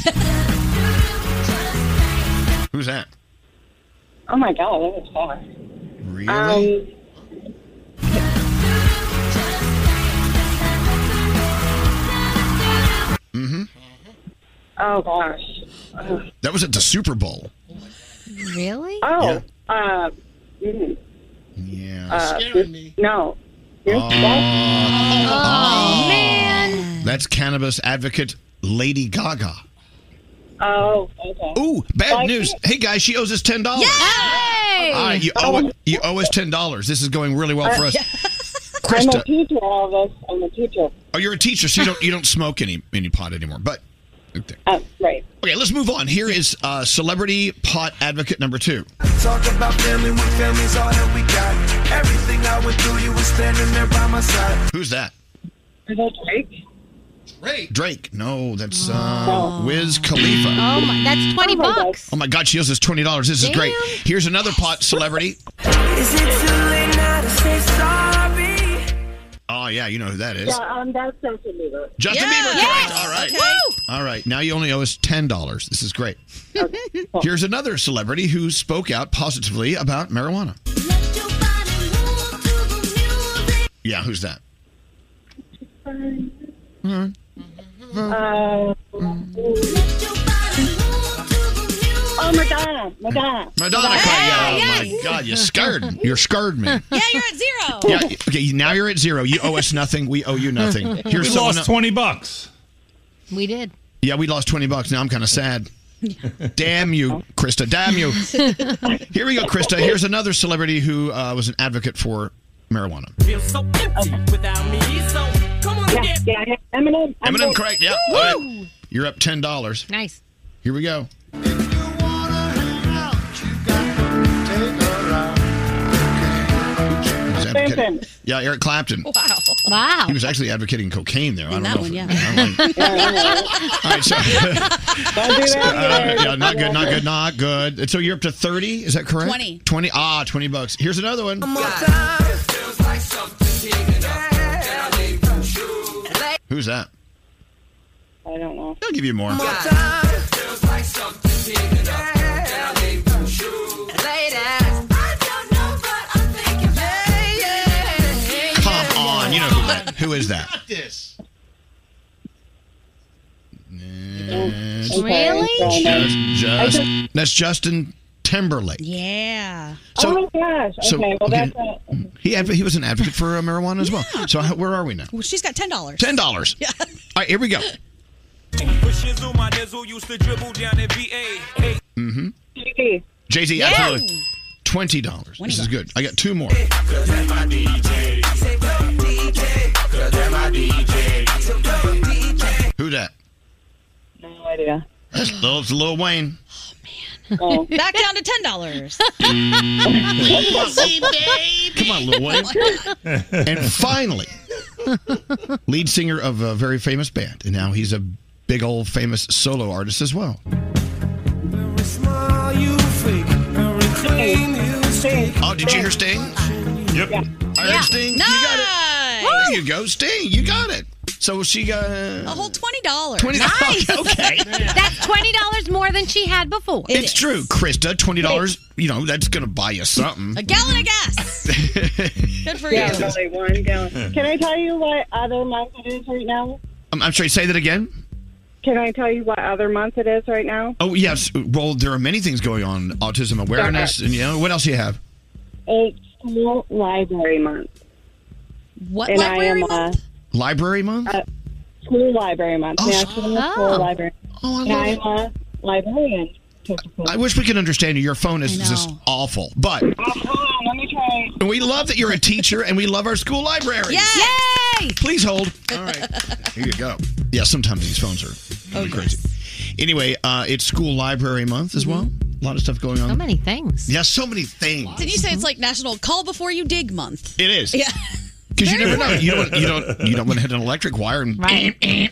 Who's that? Oh my god, that was fun. Really? Um, hmm Um, oh gosh. Ugh. That was at the Super Bowl. Really? Oh. Uh, mm, Yeah. uh, No. You're Oh. Oh, man. That's cannabis advocate Lady Gaga. Oh, okay. Ooh, Bad news. Hey, guys, she owes us $10. Yay! All right, you owe, you owe us $10. This is going really Uh, well for us. I'm a Krista. teacher, Elvis. I'm a teacher. Oh, you're a teacher, so you don't, you don't smoke any, any pot anymore. But, okay. Oh, right. Okay, let's move on. Here is uh, celebrity pot advocate number two. Talk about family when family's all that we got. Everything I went through, you was standing there by my side. Who's that? Is that Drake? Drake. Drake. No, that's uh, Wiz Khalifa. Oh my, that's twenty bucks. Oh my God, she owes us twenty dollars. This is great. Here's another pot celebrity. Is it too late now to say sorry? Oh yeah, you know who that is. Yeah, um, that's Justin Bieber. Justin yeah. Bieber, Yes. correct. All right. Woo! All right, now you only owe us ten dollars. This is great. Oh. Here's another celebrity who spoke out positively about marijuana. Yeah, who's that? Uh, oh, Madonna. Madonna. Madonna. yeah, oh my God, you scared. You're scared me. Yeah, you're at zero. Yeah. Okay. Now you're at zero. You owe us nothing. We owe you nothing. Here's We someone lost el- 20 bucks. We did. Yeah, we lost 20 bucks. Now I'm kind of sad. Damn you, Krista. Damn you. Here we go, Krista. Here's another celebrity who uh, was an advocate for marijuana. Feel so empty without me, so come on yeah, yeah, Eminem. Eminem, correct. Yeah. All right. You're up $10. Nice. Here we go. He was advocating- Clinton. Yeah, Eric Clapton. Oh, Wow. He was actually advocating cocaine there. I don't know. if- All right, so. do Uh, yeah, not good, not good, not good. And so you're up to 30, is that correct? 20. 20. Ah, 20 bucks. Here's another one. Who's that? I don't know. I'll give you more. Come on, you know who that. Who is that? this. That's Just, just- that's Justin Timberlake. Yeah. So- oh my gosh. so- okay. Well, okay. that's a, He adv- he was an advocate for uh, marijuana as well. So how, where are we now? Well, she's got ten dollars. Ten dollars. All right, here we go. Mm-hmm. Jay Z, Yeah. absolutely. Twenty dollars. This is good. I got two more. Who that? no idea. That's Lil, it's Lil Wayne. Back down to ten dollars. Easy, Come on, Lil Wayne. and finally, lead singer of a very famous band, and now he's a big old famous solo artist as well. Oh, did you hear Sting? Yep. I heard Sting. You got it. There you go, Sting. You got it. So she uh, got a whole twenty dollars. Twenty dollars. Okay. That's twenty dollars more than she had before. it's true, Krista. Twenty dollars. You know that's gonna buy you something. gallon of gas. Good for yeah, you. Really, one gallon. Can I tell you what other month it is right now? Um, I'm, I'm sorry. Say that again. Can I tell you what other month it is right now? Oh yes. Well, there are many things going on. Autism awareness, and you know what else do you have? It's School Library Month. What and library I am, month? Library month. Uh, school Library Month. Oh, National oh. School Library. Oh, I and love I uh, it. am a librarian. I wish we could understand you. Your phone is I know. just awful. But Oh, let me try. and we love that you're a teacher, and we love our school library. Yay! Please hold. All right. Here you go. Yeah, sometimes these phones are really crazy. Anyway, uh, it's School Library Month as well. A lot of stuff going on. So many things. Yeah, so many things. Did you say it's like National Call Before You Dig Month? It is. Yeah. Because Because you never know. You don't. You don't. You don't want to hit an electric wire and. Right. You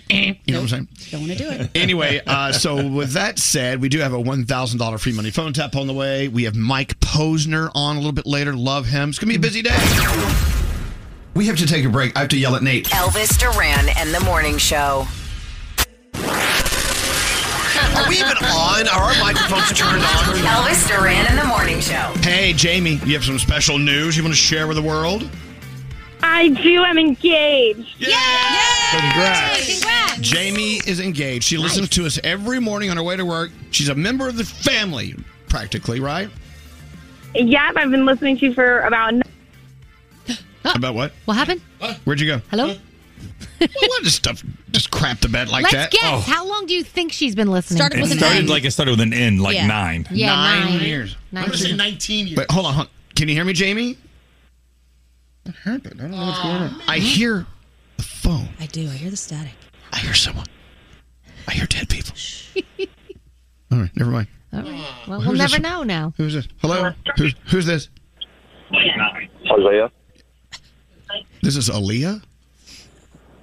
know what I'm saying? Don't want to do it. Anyway, uh, so with that said, we do have a one thousand dollar free money phone tap on the way. We have Mike Posner on a little bit later. Love him. It's gonna be a busy day. We have to take a break. I have to yell at Nate. Elvis Duran and the Morning Show. Are we even on? Are our microphones turned on? Elvis Duran and the Morning Show. Hey, Jamie, you have some special news you want to share with the world? I do. I'm engaged. Congrats. Jamie is engaged. She listens to us every morning on her way to work. She's a member of the family, practically, right? Yep, I've been listening to you for about. About what? What happened? Where'd you go? Hello? well, what is stuff just crap the bed like Let's that? Oh. guess. How long do you think she's been listening? Oh. it started like it started with an N, like Yeah. nine. Yeah, Nine nine. years. Nine I'm gonna say years. 19 years. But hold on, hold on. Can you hear me, Jamie? What happened? I don't know what's going on. I hear the phone. I do. I hear the static. I hear someone. I hear dead people. All right, never mind. All right. Well, we'll Who's never this? know now. Who's this? Hello? Who's, who's this? Isaiah. This is Aaliyah?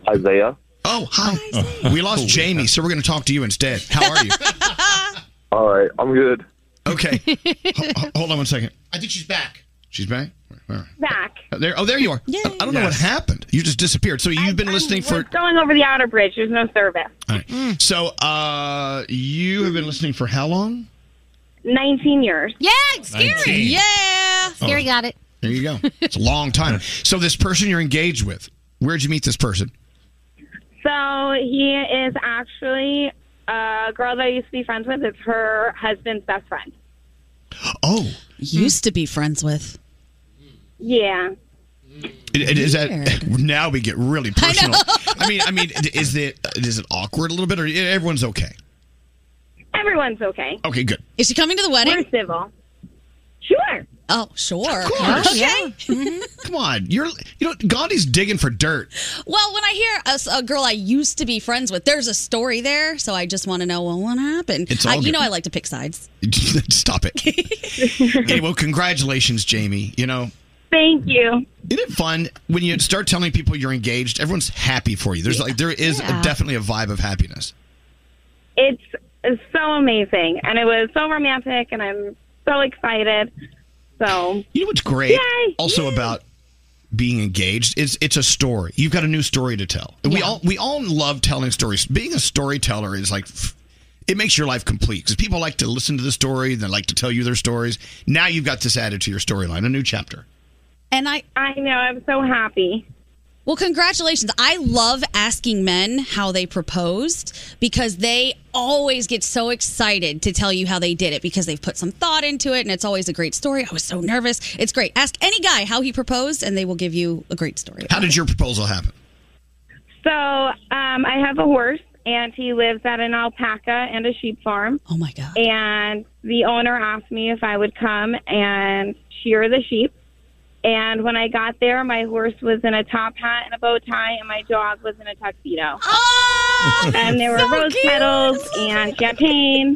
Isaiah. Oh, hi. We lost Jamie, so we're going to talk to you instead. How are you? All right, I'm good. Okay. Ho- ho- hold on one second. I think she's back. She's back? Where- where- Back. Uh, There, oh, there you are. I, I don't know what happened. You just disappeared. So you've been listening for. Going over the outer bridge. There's no service. All right. Mm. So uh, you have been listening for how long? 19 years. Yeah, scary. 19. Yeah. Scary Oh. got it. There you go. It's a long time. So this person you're engaged with, where'd you meet this person? So he is actually a girl that I used to be friends with. It's her husband's best friend. Oh. Used to be friends with. Yeah. It, it, is that now we get really personal? know. I, mean, I mean, is it is it awkward a little bit, or everyone's okay? Everyone's okay. Okay, good. Is she coming to the wedding? We're civil. Sure. Oh, sure. course. Okay. Come on, you're you know Gandhi's digging for dirt. Well, when I hear a s- a, girl I used to be friends with, there's a story there, so I just want to know well, what happened. It's all I- you good. know, I like to pick sides. Stop it. hey, well, congratulations, Jamie. You know, Thank you. Isn't it fun when you start telling people you're engaged? Everyone's happy for you. There's like there is a- Yeah. definitely a vibe of happiness. It's, it's so amazing. And it was so romantic, and I'm so excited. So, You know what's great? Also about being engaged is it's a story. You've got a new story to tell. And We all we all love telling stories. Being a storyteller is like f- it makes your life complete because people like to listen to the story. They like to tell you their stories. Now you've got this added to your storyline, a new chapter. And I, I know, I'm so happy. Well, congratulations. I love asking men how they proposed because they always get so excited to tell you how they did it because they've put some thought into it and it's always a great story. I was so nervous. It's great. Ask any guy how he proposed and they will give you a great story. How did your proposal happen? So um, I have a horse, and he lives at an alpaca and a sheep farm. Oh my god! And the owner asked me if I would come and shear the sheep. And when I got there, my horse was in a top hat and a bow tie, and my dog was in a tuxedo. Oh! and there were so rose cute. petals and champagne.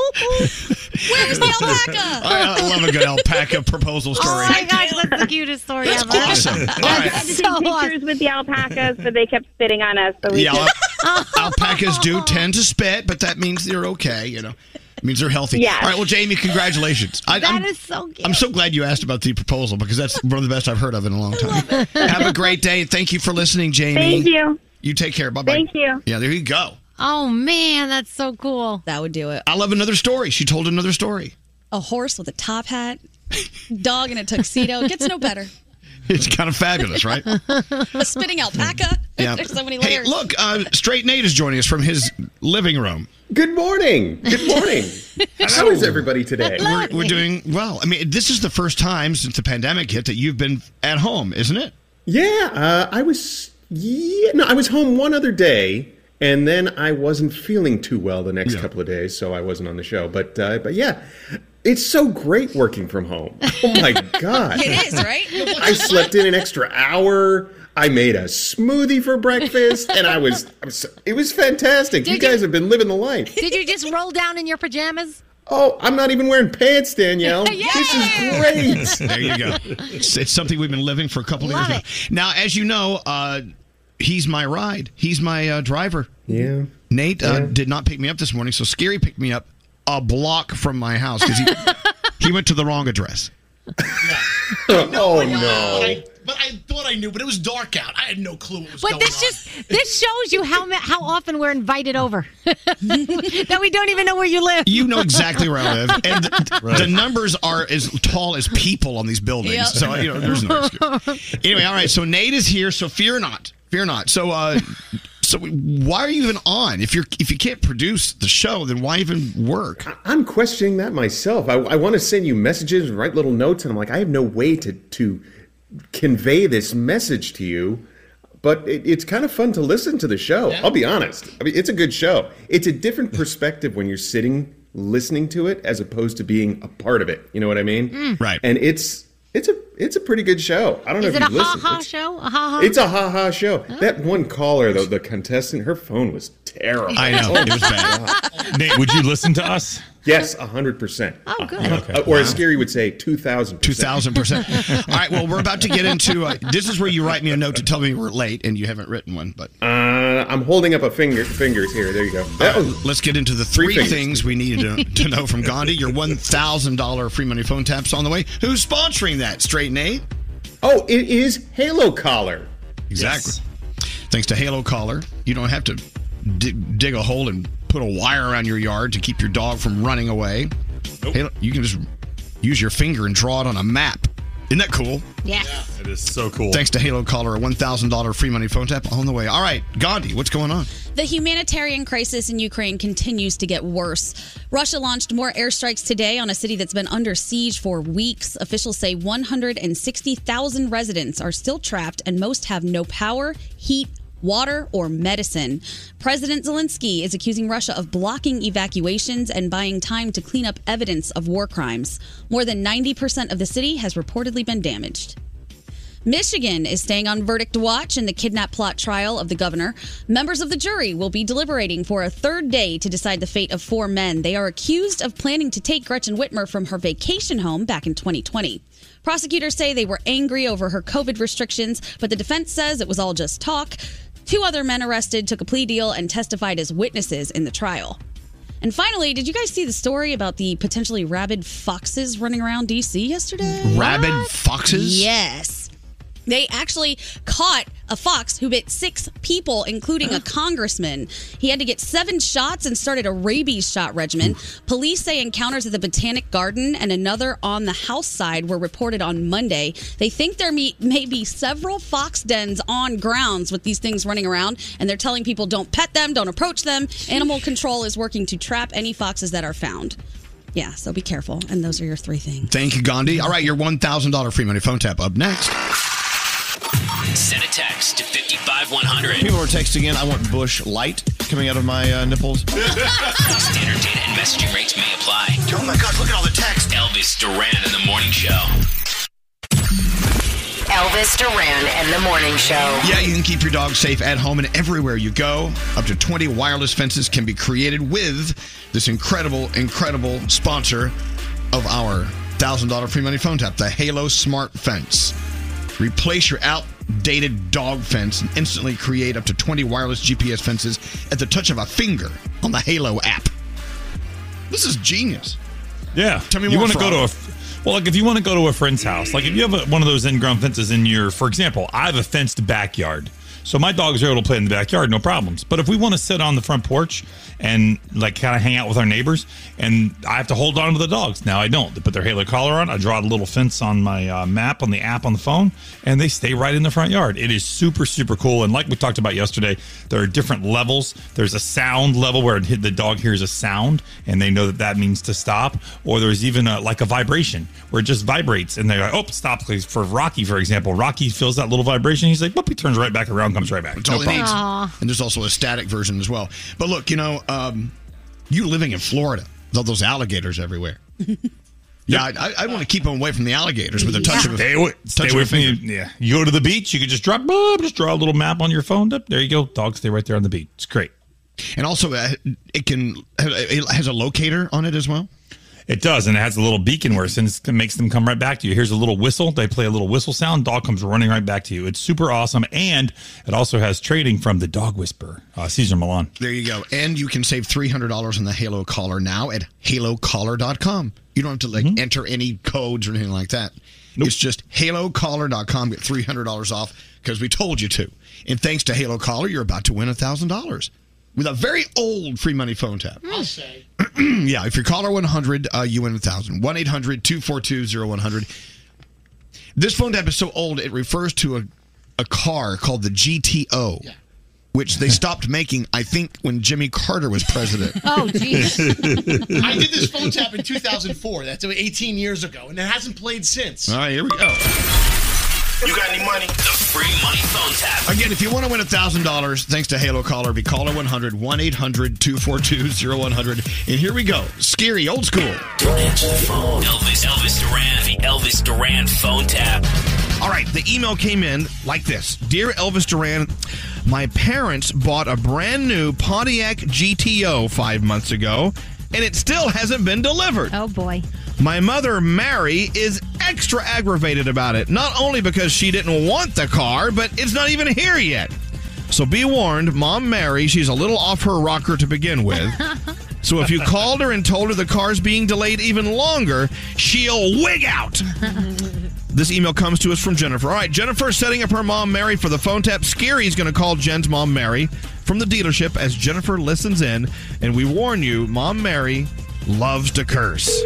Where was the alpaca? I, I love a good alpaca proposal story. my gosh, that's the cutest story Oh, That's ever. awesome. All I right. had to take pictures with the alpacas, but they kept spitting on us. So we Yeah, just- al- alpacas do tend to spit, but that means they're okay. You know, it means they're healthy. Yes. All right. Well, Jamie, congratulations. I, That I'm, is so cute. I'm so glad you asked about the proposal because that's one of the best I've heard of in a long time. Have a great day. Thank you for listening, Jamie. Thank you. You take care. Bye bye. Thank you. Yeah, there you go. Oh man, that's so cool. That would do it. I love another story. She told another story. A horse with a top hat, dog in a tuxedo. It Gets no better. It's kind of fabulous, right? A spitting alpaca. Yeah. There's so many Hey, layers. look, uh, Straight Nate is joining us from his living room. Good morning. Good morning. How is everybody today? We're, we're doing well. I mean, this is the first time since the pandemic hit that you've been at home, isn't it? Yeah, uh, I was. Yeah, no, I was home one other day, and then I wasn't feeling too well the next couple of days, so I wasn't on the show. But uh, but yeah, it's so great working from home. Oh my god, It is, right? I slept in an extra hour. I made a smoothie for breakfast, and I was. I'm so, it was fantastic. Did you guys have been living the life. Did you just roll down in your pajamas? Oh, I'm not even wearing pants, Danielle. This is great. there you go. It's, it's something we've been living for a couple of years now. Now, as you know, uh, he's my ride. He's my uh, driver. Yeah. Nate Yeah. Uh, did not pick me up this morning, so Scary picked me up a block from my house because he, he went to the wrong address. oh no! But I thought I knew, but it was dark out. I had no clue what was But going this on. just this shows you how ma- how often we're invited over that we don't even know where you live. You know exactly where I live, and th- the numbers are as tall as people on these buildings. Yep. So you know, there's no excuse. Anyway, all right. So Nate is here. So fear not, fear not. So, uh, so why are you even on? If you're if you can't produce the show, then why even work? I'm questioning that myself. I, I want to send you messages and write little notes, and I'm like, I have no way to to convey this message to you. But it, it's kind of fun to listen to the show. I'll be honest. I mean, it's a good show. It's a different perspective when you're sitting listening to it as opposed to being a part of it. You know what I mean? Mm. Right. And it's it's a it's a pretty good show. I don't Is know it a if you ha listen. ha show? A ha ha. It's a ha ha show. That one caller, though, the contestant, her phone was terrible. I know. Oh, It was my God. Nate, would you listen to us? Yes, hundred percent. Oh, good. Uh, or as Scary would say, two thousand. Two thousand percent. All right. Well, we're about to get into. Uh, this is where you write me a note to tell me we're late, and you haven't written one. But Uh, I'm holding up a finger. Fingers here. There you go. That was let's get into the three, fingers. things we needed to, to know from Gandhi. Your one thousand dollar free money phone taps on the way. Who's sponsoring that? Straight Nate. Oh, it is Halo Collar. Exactly. Thanks to Halo Collar, you don't have to dig, dig a hole and put a wire around your yard to keep your dog from running away. Halo, you can just use your finger and draw it on a map. Isn't that cool? Yeah. It is so cool. Thanks to Halo Caller, a $1,000 free money phone tap on the way. All right, Gandhi, what's going on? The humanitarian crisis in Ukraine continues to get worse. Russia launched more airstrikes today on a city that's been under siege for weeks. Officials say 160,000 residents are still trapped and most have no power, heat, water, or medicine. President Zelensky is accusing Russia of blocking evacuations and buying time to clean up evidence of war crimes. More than 90% of the city has reportedly been damaged. Michigan is staying on verdict watch in the kidnap plot trial of the governor. Members of the jury will be deliberating for a third day to decide the fate of four men. They are accused of planning to take Gretchen Whitmer from her vacation home back in 2020. Prosecutors say they were angry over her COVID restrictions, but the defense says it was all just talk. Two other men arrested took a plea deal and testified as witnesses in the trial. And finally, did you guys see the story about the potentially rabid foxes running around DC yesterday? Rabid foxes? Yes. They actually caught a fox who bit six people, including a congressman. He had to get seven shots and started a rabies shot regimen. Police say encounters at the Botanic Garden and another on the house side were reported on Monday. They think there may, may be several fox dens on grounds with these things running around, and they're telling people don't pet them, don't approach them. Animal control is working to trap any foxes that are found. Yeah, so be careful. And those are your three things. Thank you, Gandhi. All right, your $1,000 free money phone tap up next. Send a text to 55100. People are texting in, I want bush light coming out of my uh, nipples. Standard data and messaging rates may apply. Oh my gosh, look at all the text. Elvis Duran in the morning show. Elvis Duran and the Morning Show. Yeah, you can keep your dog safe at home and everywhere you go. Up to 20 wireless fences can be created with this incredible, incredible sponsor of our $1,000 free money phone tap, the Halo Smart Fence. Replace your outdated dog fence and instantly create up to 20 wireless GPS fences at the touch of a finger on the Halo app. This is genius. Yeah. Tell me you more, want to go Frog. to a f- well, like if you want to go to a friend's house, like if you have a, one of those in-ground fences in your, for example, I have a fenced backyard, so my dogs are able to play in the backyard, no problems. But if we want to sit on the front porch and like kind of hang out with our neighbors, and I have to hold on to the dogs. Now I don't. They put their halo collar on. I draw a little fence on my uh, map on the app on the phone, and they stay right in the front yard. It is super super cool. And like we talked about yesterday, there are different levels. There's a sound level where it hit- the dog hears a sound and they know that that means to stop. Or there's even a, like a vibration where it just vibrates and they're like, oh, stop. Like for Rocky, for example, Rocky feels that little vibration. He's like, whoop, he turns right back around, comes right back. It's all it needs. And there's also a static version as well. But look, you know, um, you living in Florida, with all those alligators everywhere. yeah, I, I want to keep them away from the alligators with a touch Yeah. of a Stay away, touch stay of away a from you. finger. Yeah. You go to the beach, you can just drop, boop, just draw a little map on your phone. Dip, There you go. Dogs stay right there on the beach. It's great. And also, uh, it can it has a locator on it as well. It does, and it has a little beacon where it sends, it makes them come right back to you. Here's a little whistle. They play a little whistle sound. Dog comes running right back to you. It's super awesome, and it also has trading from the Dog Whisperer, uh, Caesar Milan. There you go. And you can save $300 on the Halo Collar now at halocollar.com. You don't have to like enter any codes or anything like that. It's just halocollar.com. Get $300 off because we told you to. And thanks to Halo Collar, you're about to win $1,000 with a very old free money phone tap. I'll say. yeah, if you call our 100, uh, you win 1,000. 1 800 242 0100. This phone tap is so old, it refers to a, a car called the GTO, which they stopped making, I think, when Jimmy Carter was president. Oh, geez. I did this phone tap in 2004. That's 18 years ago, and it hasn't played since. All right, here we go. You got any money? The free money phone tap. Again, if you want to win $1,000, thanks to Halo Caller, be caller 100 1 800 242 0100. And here we go. Scary, old school. Don't answer the phone. Elvis, Elvis Duran, the Elvis Duran phone tap. All right, the email came in like this Dear Elvis Duran, my parents bought a brand new Pontiac GTO five months ago, and it still hasn't been delivered. Oh, boy. My mother, Mary, is extra aggravated about it, not only because she didn't want the car, but it's not even here yet. So be warned, Mom Mary, she's a little off her rocker to begin with. So if you called her and told her the car's being delayed even longer, she'll wig out. This email comes to us from Jennifer. All right, Jennifer is setting up her mom, Mary, for the phone tap. Scary's going to call Jen's mom, Mary, from the dealership as Jennifer listens in. And we warn you, Mom Mary loves to curse.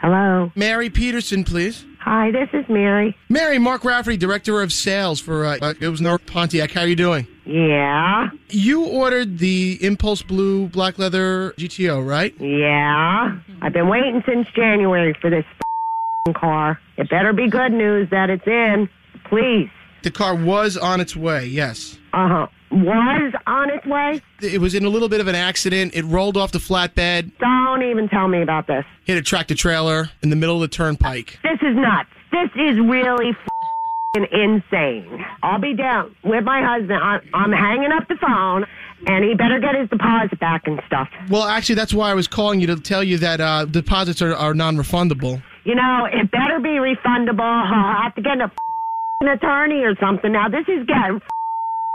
Hello. Mary Peterson, please. Hi, this is Mary. Mary, Mark Rafferty, Director of Sales for uh, uh, it was North Pontiac. How are you doing? Yeah. You ordered the Impulse Blue Black Leather GTO, right? Yeah. I've been waiting since January for this f***ing car. It better be good news that it's in, please. The car was on its way, yes. Uh huh. Was on its way? It was in a little bit of an accident. It rolled off the flatbed. Don't even tell me about this. Hit a tractor trailer in the middle of the turnpike. This is nuts. This is really f***ing insane. I'll be down with my husband. I'm, I'm hanging up the phone, and he better get his deposit back and stuff. Well, actually, that's why I was calling you to tell you that uh, deposits are, are non refundable. You know, it better be refundable. I'll have to get a f***ing attorney or something. Now, this is getting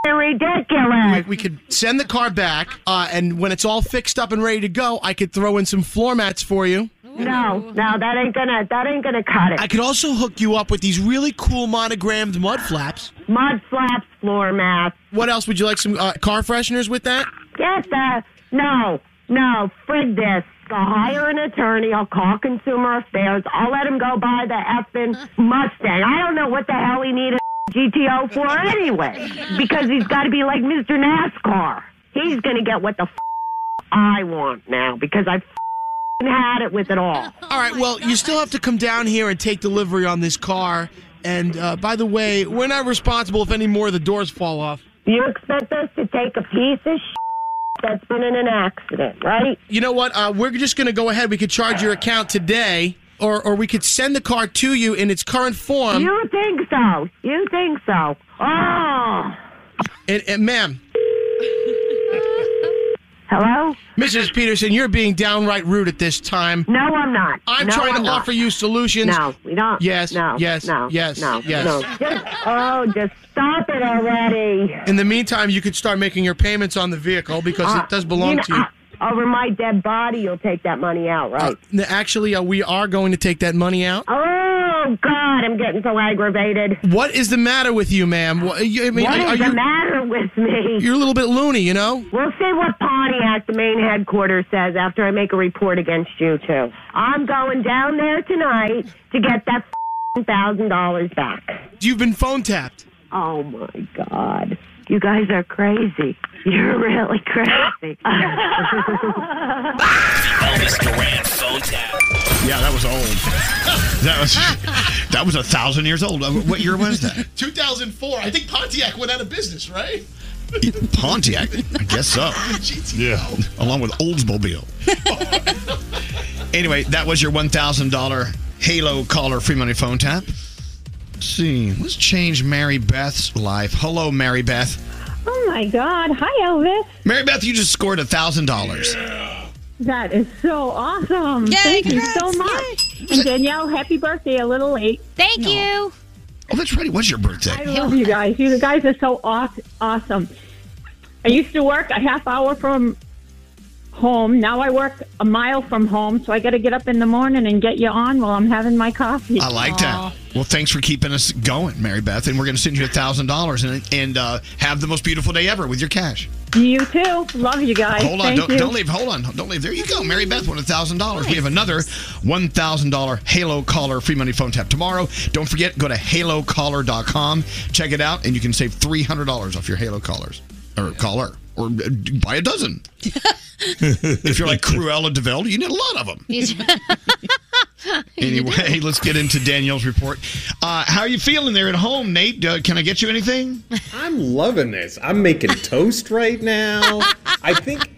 f***ing ridiculous. We, we could send the car back, uh, and when it's all fixed up and ready to go, I could throw in some floor mats for you. No, no, that ain't gonna, that ain't gonna cut it. I could also hook you up with these really cool monogrammed mud flaps. Mud flaps, floor mats. What else would you like? Some uh, car fresheners with that? Yes, uh, no, no, frig this. I'll hire an attorney. I'll call Consumer Affairs. I'll let him go buy the effing Mustang. I don't know what the hell he needed a GTO for anyway, because he's got to be like Mr. NASCAR. He's gonna get what the f- I want now because I f***ing had it with it all. All right. well, you still have to come down here and take delivery on this car. And uh, by the way, we're not responsible if any more of the doors fall off. You expect us to take a piece of shit that's been in an accident, right? You know what? Uh, we're just going to go ahead. We could charge your account today, or or we could send the car to you in its current form. You think so? You think so? Oh, And, and ma'am, hello, Mrs. Peterson, you're being downright rude at this time. No, I'm not. I'm No, trying I'm to not. offer you solutions. No, we don't. Yes. No. Yes. No. yes. No. Yes. No. Just, oh, just stop it already. In the meantime, you could start making your payments on the vehicle because Uh, it does belong know, to you. uh, over my dead body, you'll take that money out, right? N- Actually, uh, we are going to take that money out. oh God, I'm getting so aggravated. What is the matter with you, ma'am? What, you, I mean, What are, is are the you, matter with me? You're a little bit loony, you know? We'll see what Pontiac, the main headquarters, says after I make a report against you two. I'm going down there tonight to get that thousand dollars back. You've been phone tapped. Oh my God. You guys are crazy. You're really crazy. Elvis Duran phone tap. Yeah, that was old. that was that was a thousand years old. Uh, What year was that? 2004. I think Pontiac went out of business, right? Pontiac, I guess so. Yeah, along with Oldsmobile. anyway, that was your one thousand dollar Halo caller free money phone tap. Let's see, let's change Mary Beth's life. Hello, Mary Beth. Oh my God. Hi, Elvis. Mary Beth, you just scored a thousand dollars. That is so awesome. Yay, Thank congrats. you so much. And Danielle, happy birthday. A little late. Thank you. Oh, that's right. It was your birthday. I love you guys. You guys are so aw- awesome. I used to work a half hour from home. Now I work a mile from home, so I got to get up in the morning and get you on while I'm having my coffee. I like that. Well, thanks for keeping us going, Mary Beth, and we're going to send you a thousand dollars and and uh, have the most beautiful day ever with your cash. You too. Love you guys. Hold on, Thank don't, you. don't leave. Hold on, don't leave. There you go, Mary Beth won a thousand dollars. We have another one thousand dollar Halo Caller free money phone tap tomorrow. Don't forget, go to halocaller.com, check it out, and you can save three hundred dollars off your Halo callers or caller or uh, buy a dozen. if you're like Cruella Deville, you need a lot of them. Anyway, let's get into Danielle's report. Uh, how are you feeling there at home, Nate? Uh, can I get you anything? I'm loving this. I'm making toast right now. I think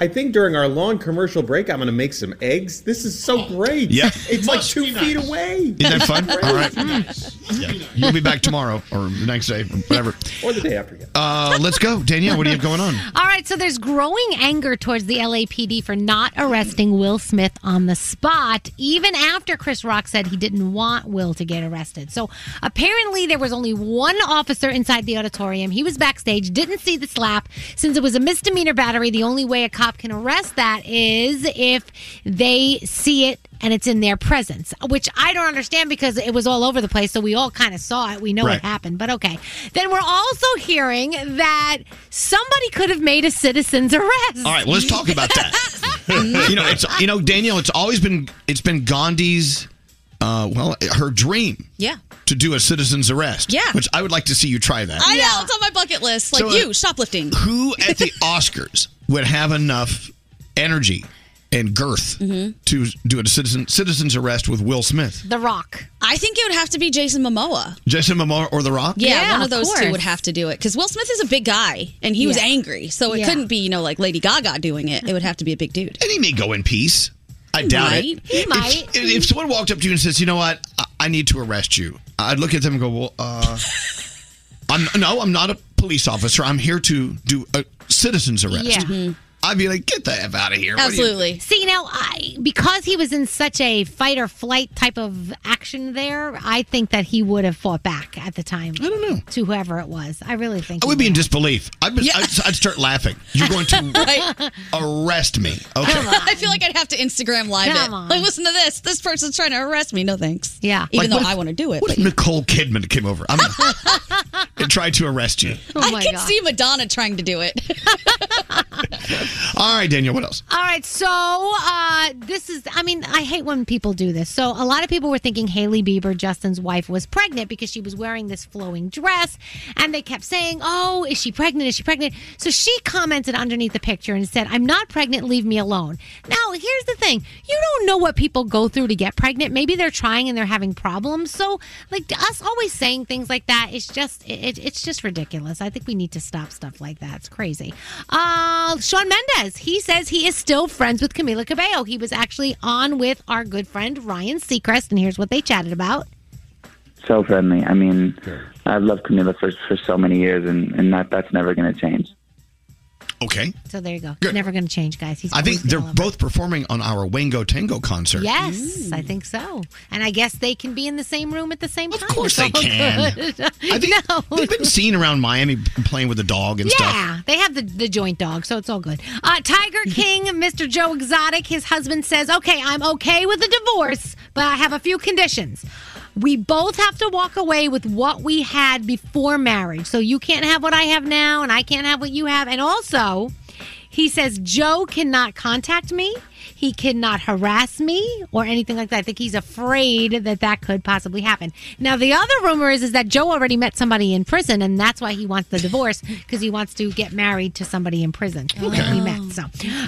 I think during our long commercial break I'm gonna make some eggs. This is so great. Oh, Yeah. It's like two feet away. Isn't that fun? Great. All right. Mm. You'll be back tomorrow or the next day, or whatever. Or the day after. Uh, let's go, Danielle. What do you have going on? All right, so there's growing anger towards the LAPD for not arresting Will Smith on the spot, even after Chris Rock said he didn't want Will to get arrested. So apparently, there was only one officer inside the auditorium. He was backstage, didn't see the slap. Since it was a misdemeanor battery, the only way a cop can arrest that is if they see it and it's in their presence, which I don't understand because it was all over the place. So we all kind of saw it. We know Right. it happened, but okay. Then we're also hearing that somebody could have made a citizen's arrest. All right, let's talk about that. you know, it's you know, Danielle. It's always been it's been Gandhi's, uh, well, her dream Yeah. to do a citizen's arrest. Yeah. which I would like to see you try that. I know. It's on my bucket list. Like So, uh, you, shoplifting. Who at the Oscars would have enough energy and girth Mm-hmm. Mhm. to do a citizen citizen's arrest with Will Smith, The Rock. I think it would have to be Jason Momoa. Jason Momoa, or The Rock? Yeah, one of those two course. would have to do it because Will Smith is a big guy and he was Yeah. angry, so it Yeah. couldn't be you know like Lady Gaga doing it. It would have to be a big dude. And he may go in peace. I He doubt might. it. He If- might. If, if someone walked up to you and says, "You know what? I, I need to arrest you," I'd look at them and go, "Well, uh, I'm no, I'm not a police officer. I'm here to do a citizen's arrest." Yeah. Mm-hmm. I'd be like, "Get the f out of here!" What are you- See, now, I, because he was in such a fight or flight type of action there, I think that he would have fought back at the time. I don't know. To whoever it was. I really think. I he would be in disbelief. I'd, be, Yeah. I'd, I'd start laughing. You're going to arrest me. Okay. I feel like I'd have to Instagram live Come it. on. Like, listen to this. This person's trying to arrest me. No thanks. Yeah. Like, Even what though if- I want to do it. What But if Nicole Kidman came over? I'm and tried to arrest you. Oh I can see Madonna trying to do it. All right, Daniel. What else? All right, so uh, this is, I mean, I hate when people do this. So, a lot of people were thinking Haley Bieber, Justin's wife, was pregnant because she was wearing this flowing dress. And they kept saying, Oh, is she pregnant? Is she pregnant? So, she commented underneath the picture and said, I'm not pregnant. Leave me alone. Now, here's the thing you don't know what people go through to get pregnant. Maybe they're trying and they're having problems. So, like, us always saying things like that is just, it, it's just ridiculous. I think we need to stop stuff like that. It's crazy. Uh, Sean Mendez, he says he is still friends with Camila Cabello. He was actually on with our good friend Ryan Seacrest, and here's what they chatted about. so friendly. I mean, I've loved Camila for, for so many years, and, and that that's never going to change. Okay. So there you go. It's never going to change, guys. He's I think always they're gonna love both performing on our Wango Tango concert. Yes, I Mm. think so. And I guess they can be in the same room at the same time. Of course they can. I think They've been seen around Miami playing with a dog and stuff. Yeah, they have the, the joint dog, so it's all good. Uh, Tiger King, Mr. Joe Exotic, his husband says, okay, I'm okay with a divorce, but I have a few conditions. We both have to walk away with what we had before marriage. So you can't have what I have now, and I can't have what you have. And also, he says Joe cannot contact me. He cannot harass me or anything like that. I think he's afraid that that could possibly happen. Now, the other rumor is, is that Joe already met somebody in prison, and that's why he wants the divorce because he wants to get married to somebody in prison. Okay. He met. So,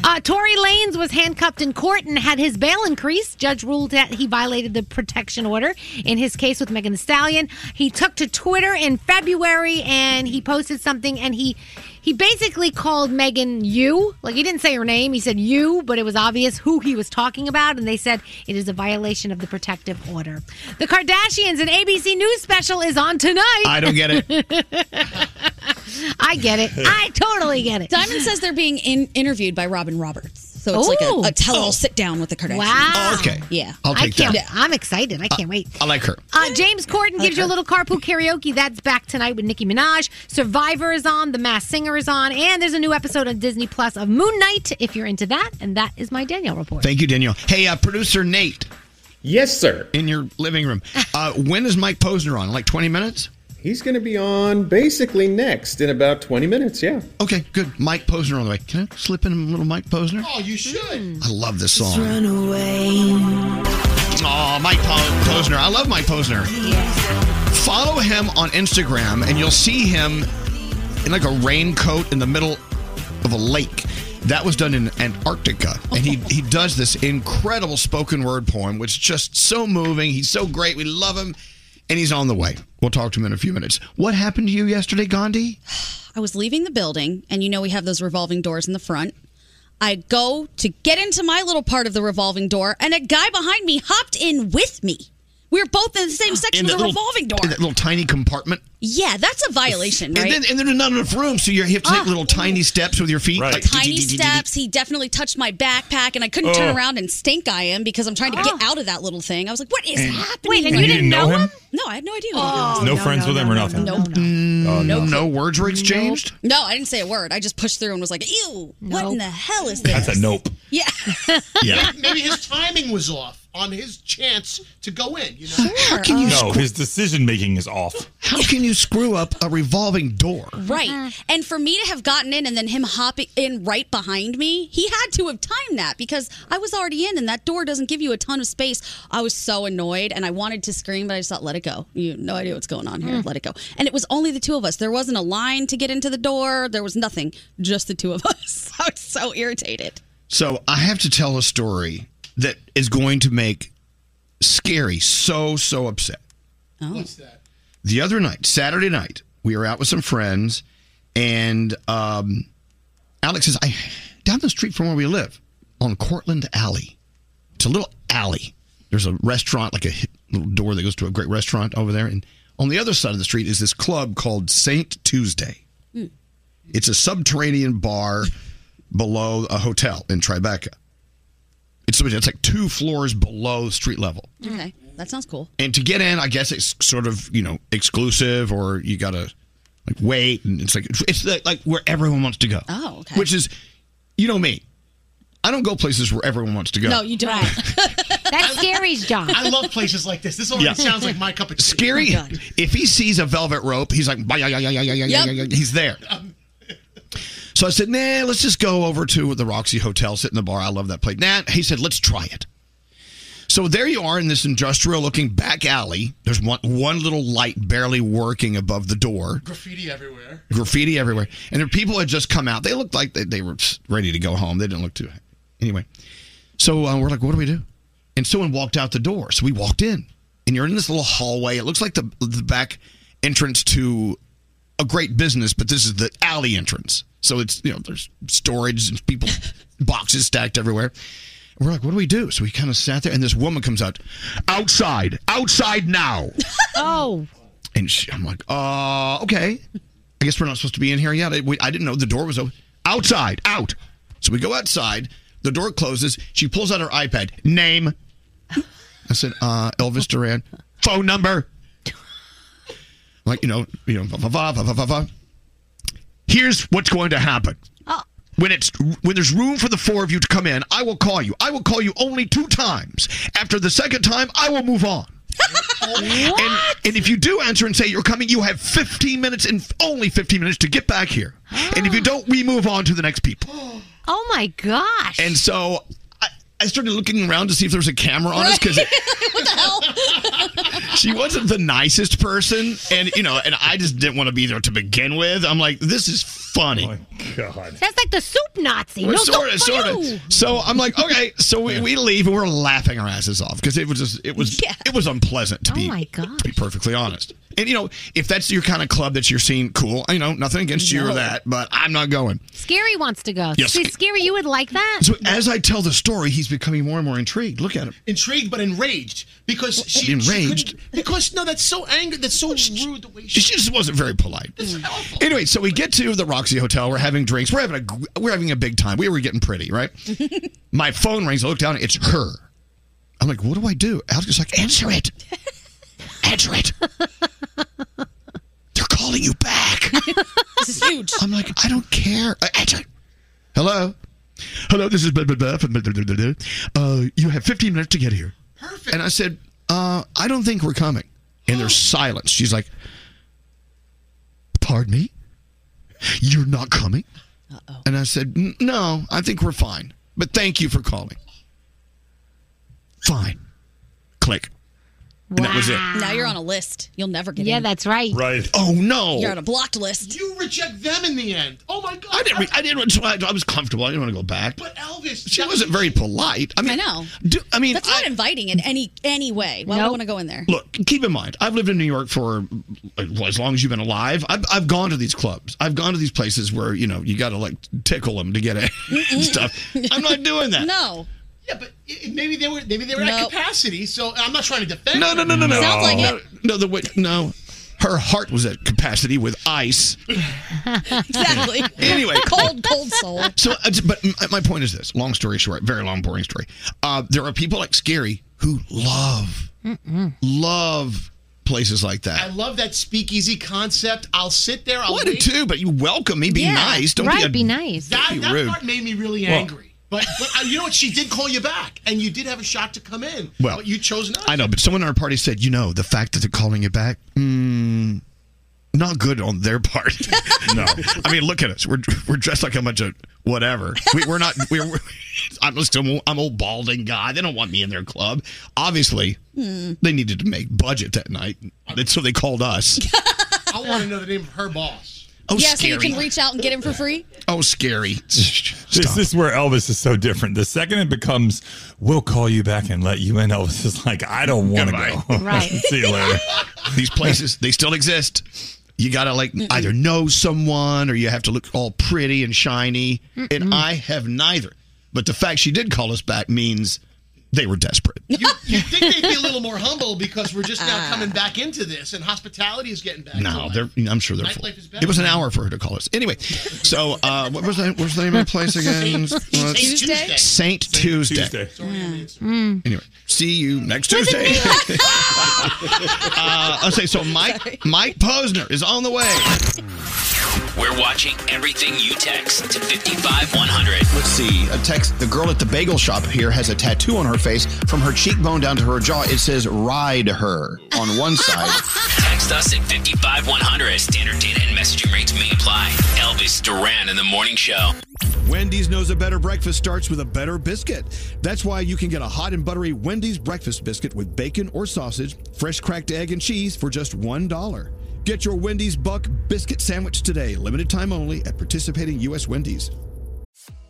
uh, Tory Lanes was handcuffed in court and had his bail increased. Judge ruled that he violated the protection order in his case with Megan Thee Stallion. He took to Twitter in February and he posted something and he he basically called Megan you. Like he didn't say her name, he said you, but it was obvious who he was talking about and they said it is a violation of the protective order. The Kardashians an ABC News special is on tonight. I don't get it. I get it. I totally get it. Diamond says they're being in- interviewed by Robin Roberts. So it's like Ooh. a, a tell all sit down with the Kardashians. Wow. Oh, okay. Yeah. I'll I take can't. that. I'm excited. I can't wait. I like her. Uh, James Corden gives you a little carpool karaoke. That's back tonight with Nicki Minaj. Survivor is on. The Mass Singer is on. And there's a new episode on Disney Plus of Moon Knight if you're into that. And that is my Danielle report. Thank you, Danielle. Hey, uh, producer Nate. Yes, sir. In your living room. Uh, when is Mike Posner on? Like 20 minutes? He's going to be on basically next in about 20 minutes. Yeah. Okay, good. Mike Posner on the way. Can I slip in a little Mike Posner? Oh, you should. I love this song. Oh, Mike Po- Posner. I love Mike Posner. Follow him on Instagram and you'll see him in like a raincoat in the middle of a lake. That was done in Antarctica. And he, he does this incredible spoken word poem, which is just so moving. He's so great. We love him. And he's on the way. We'll talk to him in a few minutes. What happened to you yesterday, Gandhi? I was leaving the building, and you know we have those revolving doors in the front. I go to get into my little part of the revolving door, and a guy behind me hopped in with me. We were both in the same section In of that the little- revolving door. In that little tiny compartment. Yeah, that's a violation, right? Ah. And then, and then there's not enough room, so you have to take little tiny steps with your feet. Right. Tiny steps. He definitely touched my backpack, and I couldn't Oh. turn around and stink eye him because I'm trying to get out of that little thing. I was like, "What is And- happening?" Wait, and you You didn't didn't know know him? him? No, I had no idea. No, friends with him or nothing. Oh, No, Mm, No, no. no words were exchanged. No, I didn't say a word. I just pushed through and was like, "Ew, what in the hell is this?" That's a nope. Yeah. Yeah. Maybe his timing was off on his chance to go in. You know? How can you Oh. no, his decision making is off. How can you screw up a revolving door? Right. And for me to have gotten in and then him hopping in right behind me, he had to have timed that because I was already in and that door doesn't give you a ton of space. I was so annoyed and I wanted to scream, but I just thought, let it go. You have no idea what's going on here. Mm. Let it go. And it was only the two of us. There wasn't a line to get into the door, there was nothing, just the two of us. I was so irritated. So I have to tell a story that is going to make Scary so, so upset. What's that? The other night, Saturday night, we were out with some friends, and um, Alex says, I down the street from where we live on Cortland Alley. It's a little alley. There's a restaurant, like a hi- little door that goes to a great restaurant over there. And on the other side of the street is this club called St. Tuesday. Hmm. It's a subterranean bar below a hotel in Tribeca. It's, it's like two floors below street level. Okay. That sounds cool. And to get in, I guess it's sort of you know exclusive, or you gotta like wait, and it's like it's like, like where everyone wants to go. Oh, okay. Which is, you know me, I don't go places where everyone wants to go. No, you don't. That's Scary's job. I love places like this. This already Yeah. sounds like my cup of tea. Scary. Oh if he sees a velvet rope, he's like, "Bah, yeah, yeah, yeah, yeah, yeah, yeah, Yep. yeah, yeah." he's there. Uh, So I said, nah, let's just go over to the Roxy Hotel, sit in the bar. I love that place. Nah, he said, let's try it. So there you are in this industrial looking back alley. There's one, one little light barely working above the door Graffiti everywhere. graffiti everywhere. And the people had just come out. They looked like they, they were ready to go home. They didn't look too. Anyway, so uh, we're like, what do we do? And someone walked out the door. So we walked in, and you're in this little hallway. It looks like the the back entrance to a great business, but this is the alley entrance. So it's you know there's storage and people boxes stacked everywhere. And We're like, what do we do? So we kind of sat there, and this woman comes out, outside, outside now. Oh. And she, I'm like, uh, okay. I guess we're not supposed to be in here yet. I, we, I didn't know the door was open. Outside, out. So we go outside. The door closes. She pulls out her iPad. Name. I said, uh, Elvis Duran. Phone number. Like you know, you know, va va va va va va. va. Here's what's going to happen. When it's when there's room for the four of you to come in, I will call you. I will call you only two times. After the second time, I will move on. And, and if you do answer and say you're coming, you have 15 minutes and only 15 minutes to get back here. And if you don't, we move on to the next people. Oh my gosh. And so I, I started looking around to see if there was a camera Oh, on us because what the hell? she wasn't the nicest person, and you know, and I just didn't want to be there to begin with. I'm like, this is funny. God. That's like the soup Nazi. no sort of, soup for sort you. of. So I'm like, okay. So we, we leave and we're laughing our asses off because it was just, it was, it was unpleasant to Oh be, my gosh. to be perfectly honest. And you know, if that's your kind of club that you're seeing, cool. You know, nothing against you or that, but I'm not going. Scary wants to go. Yes. See, Scary, you would like that? So as I tell the story, he's becoming more and more intrigued. Look at him. Intrigued but enraged because she she Enraged? couldn't- because no, that's so angry. That's so rude the way she. She just wasn't very polite. Mm. Anyway, so we get to the Roxy Hotel. We're having drinks. We're having a gr- we're having a big time. We were getting pretty, right? My phone rings. I look down. It's her. I'm like, what do I do? Alex is like, answer it. Answer it. They're calling you back. this is huge. I'm like, I don't care. Uh, Answer it. Hello. Hello, this is blah, blah, blah, blah, blah, blah, blah, blah. Uh, you have 15 minutes to get here. Perfect. And I said, uh, I don't think we're coming. And there's silence. She's like, Pardon me? You're not coming? Uh-oh. And I said, "N- No, I think we're fine. But thank you for calling. Fine. Click. And that was it. Now you're on a list. You'll never get in. right. Right. Oh, no. You're on a blocked list. You reject them in the end. Oh my god! I didn't. re- I didn't. want to- I was comfortable. I didn't want to go back. But Elvis, she wasn't very polite. I mean, I know. Do, I mean, that's not inviting in any any way. Why would I want to go in there? Look, keep in mind, I've lived in New York for well, as long as you've been alive. I've, I've gone to these clubs. I've gone to these places where you know you got to like tickle them to get it and stuff. I'm not doing that. No. Yeah, but it, it- maybe they were maybe they were No. at capacity. So I'm not trying to defend. No, no, them. no, no, no. no, No, the way, no. Her heart was at capacity with ice. exactly. Anyway. cold, cold soul. So, uh, but m- my point is this: long story short, very long, boring story. Uh, there are people like Scary who love, love places like that. I love that speakeasy concept. I'll sit there. I'll I do wait. too, but you welcome me. Be nice. Don't be, a, nice. That, Don't be that rude. part made me really Well- angry. But, but uh, you know what? She did call you back, and you did have a shot to come in. Well, but you chose not. I know, but someone in our party said, you know, the fact that they're calling you back, mm, not good on their part. no, I mean, look at us. We're we're dressed like a bunch of whatever. We, we're not. We're, we're- I'm just some I'm old balding guy. They don't want me in their club. Obviously, Hmm. they needed to make budget that night, and so they called us. I want to know the name of her boss. Oh, yeah, so scary. you can reach out and get him for free. Oh, scary. This is where Elvis is so different. The second it becomes, we'll call you back and let you in, Elvis is like, I don't want to go. Right. See you later. These places, they still exist. You gotta like either know someone or you have to look all pretty and shiny. And I have neither. But the fact she did call us back means they were desperate. You, you think they'd be a little more humble because we're just Ah. now coming back into this, and hospitality is getting back. No, they're. I'm sure they're. Full. Nightlife is better. It was an hour for her to call us. Anyway, so uh, what was the, what was the name of the place again? Saint Let's- Tuesday. Saint Tuesday. Hmm. Anyway, see you next Tuesday. uh, okay, so Mike Mike Posner is on the way. We're watching everything you text to 55100. Let's see. A text. The girl at the bagel shop here has a tattoo on her face from her cheekbone down to her jaw. It says "Ride her" on one side. Text us at 55100. Standard data and messaging rates may apply. Elvis Duran in the Morning Show. Wendy's knows a better breakfast starts with a better biscuit. That's why you can get a hot and buttery Wendy's breakfast biscuit with bacon or sausage, fresh cracked egg and cheese for just $1. Get your Wendy's Buck biscuit sandwich today, limited time only at participating U.S. Wendy's.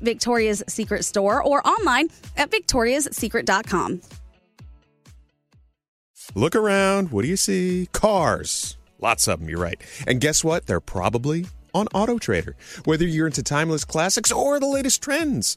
Victoria's Secret store or online at victoriassecret.com. Look around. What do you see? Cars. Lots of them, you're right. And guess what? They're probably on Auto Trader. Whether you're into timeless classics or the latest trends,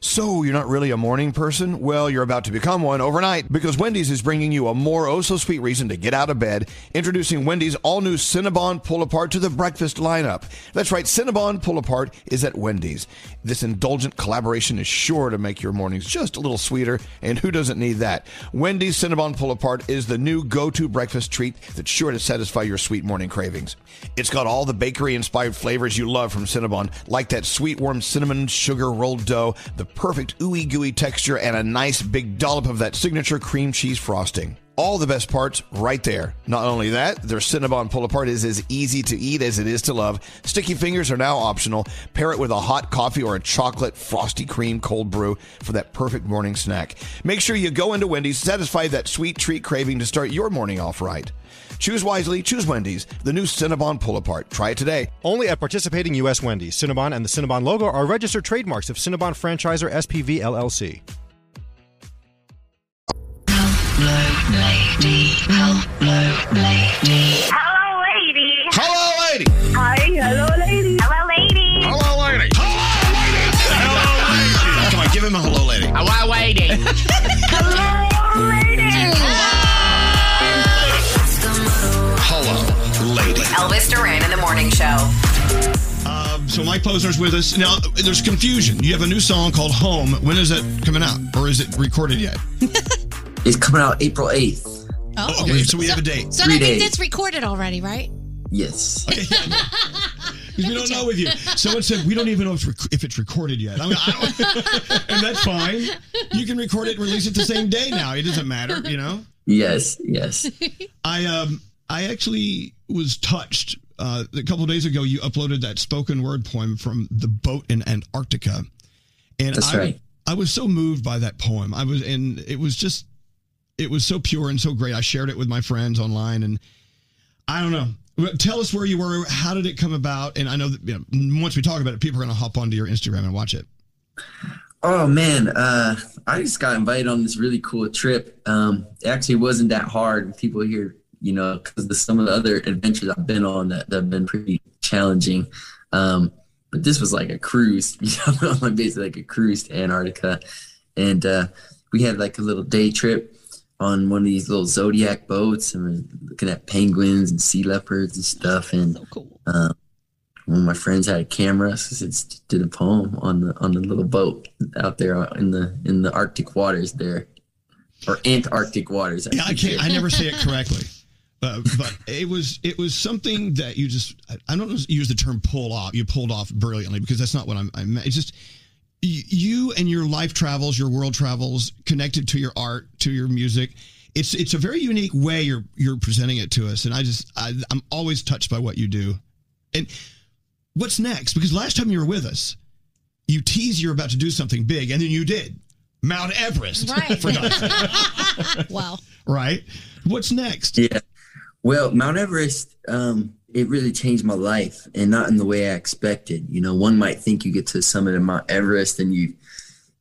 So, you're not really a morning person? Well, you're about to become one overnight because Wendy's is bringing you a more oh so sweet reason to get out of bed, introducing Wendy's all new Cinnabon Pull Apart to the breakfast lineup. That's right, Cinnabon Pull Apart is at Wendy's. This indulgent collaboration is sure to make your mornings just a little sweeter, and who doesn't need that? Wendy's Cinnabon Pull Apart is the new go to breakfast treat that's sure to satisfy your sweet morning cravings. It's got all the bakery inspired flavors you love from Cinnabon, like that sweet warm cinnamon sugar rolled dough, the perfect ooey gooey texture, and a nice big dollop of that signature cream cheese frosting. All the best parts right there. Not only that, their Cinnabon pull apart is as easy to eat as it is to love. Sticky fingers are now optional. Pair it with a hot coffee or a chocolate frosty cream cold brew for that perfect morning snack. Make sure you go into Wendy's, satisfy that sweet treat craving to start your morning off right. Choose wisely, choose Wendy's, the new Cinnabon pull apart. Try it today. Only at participating U.S. Wendy's. Cinnabon and the Cinnabon logo are registered trademarks of Cinnabon Franchisor SPV LLC. Hello, lady. Hello, lady. Hi, hello, lady. Hello, lady. Hello, lady. Come on, give him a hello, lady. Hello, lady. hello, lady. Hello, lady. Elvis Duran in the morning show. Um, so Mike Posner's with us now. There's confusion. You have a new song called "Home." When is it coming out, or is it recorded yet? It's coming out April 8th. Oh, okay. So we have a date. So that means it's recorded already, right? Yes. Okay, yeah, I know. 'Cause we don't know with you. Someone said we don't even know if, rec- if it's recorded yet. I mean, I don't, and that's fine. You can record it and release it the same day now. It doesn't matter, you know. Yes, yes. I um I actually was touched uh, a couple days ago. You uploaded that spoken word poem from the boat in Antarctica, and That's I right. I was so moved by that poem. I was and it was just it was so pure and so great. I shared it with my friends online, and I don't know. Well, Tell us where you were. How did it come about? And I know that you know, once we talk about it, people are going to hop onto your Instagram and watch it. Oh man, uh, I just got invited on this really cool trip. Um, it actually wasn't that hard. with People here, you know, because some of the other adventures I've been on that, that have been pretty challenging. Um, but this was like a cruise, you know, like basically like a cruise to Antarctica, and uh, we had like a little day trip on one of these little zodiac boats, and we're looking at penguins and sea leopards and stuff. And um, one of my friends had a camera, so I said, did a poem on the on the little boat out there in the in the Arctic waters there, or Antarctic waters. Yeah, I can't. I never say it correctly. Uh, but it was it was something that you just I- I don't use the term pull off. You pulled off brilliantly because that's not what I'm. I'm it's just y- you and your life travels, your world travels, connected to your art, to your music. It's it's a very unique way you're you're presenting it to us, and I just I, I'm always touched by what you do. And what's next? Because last time you were with us, you tease you're about to do something big, and then you did Mount Everest. Right. For God's sake. wow. right? What's next? Yeah. Well, Mount Everest, um, it really changed my life and not in the way I expected. You know, one might think you get to the summit of Mount Everest and you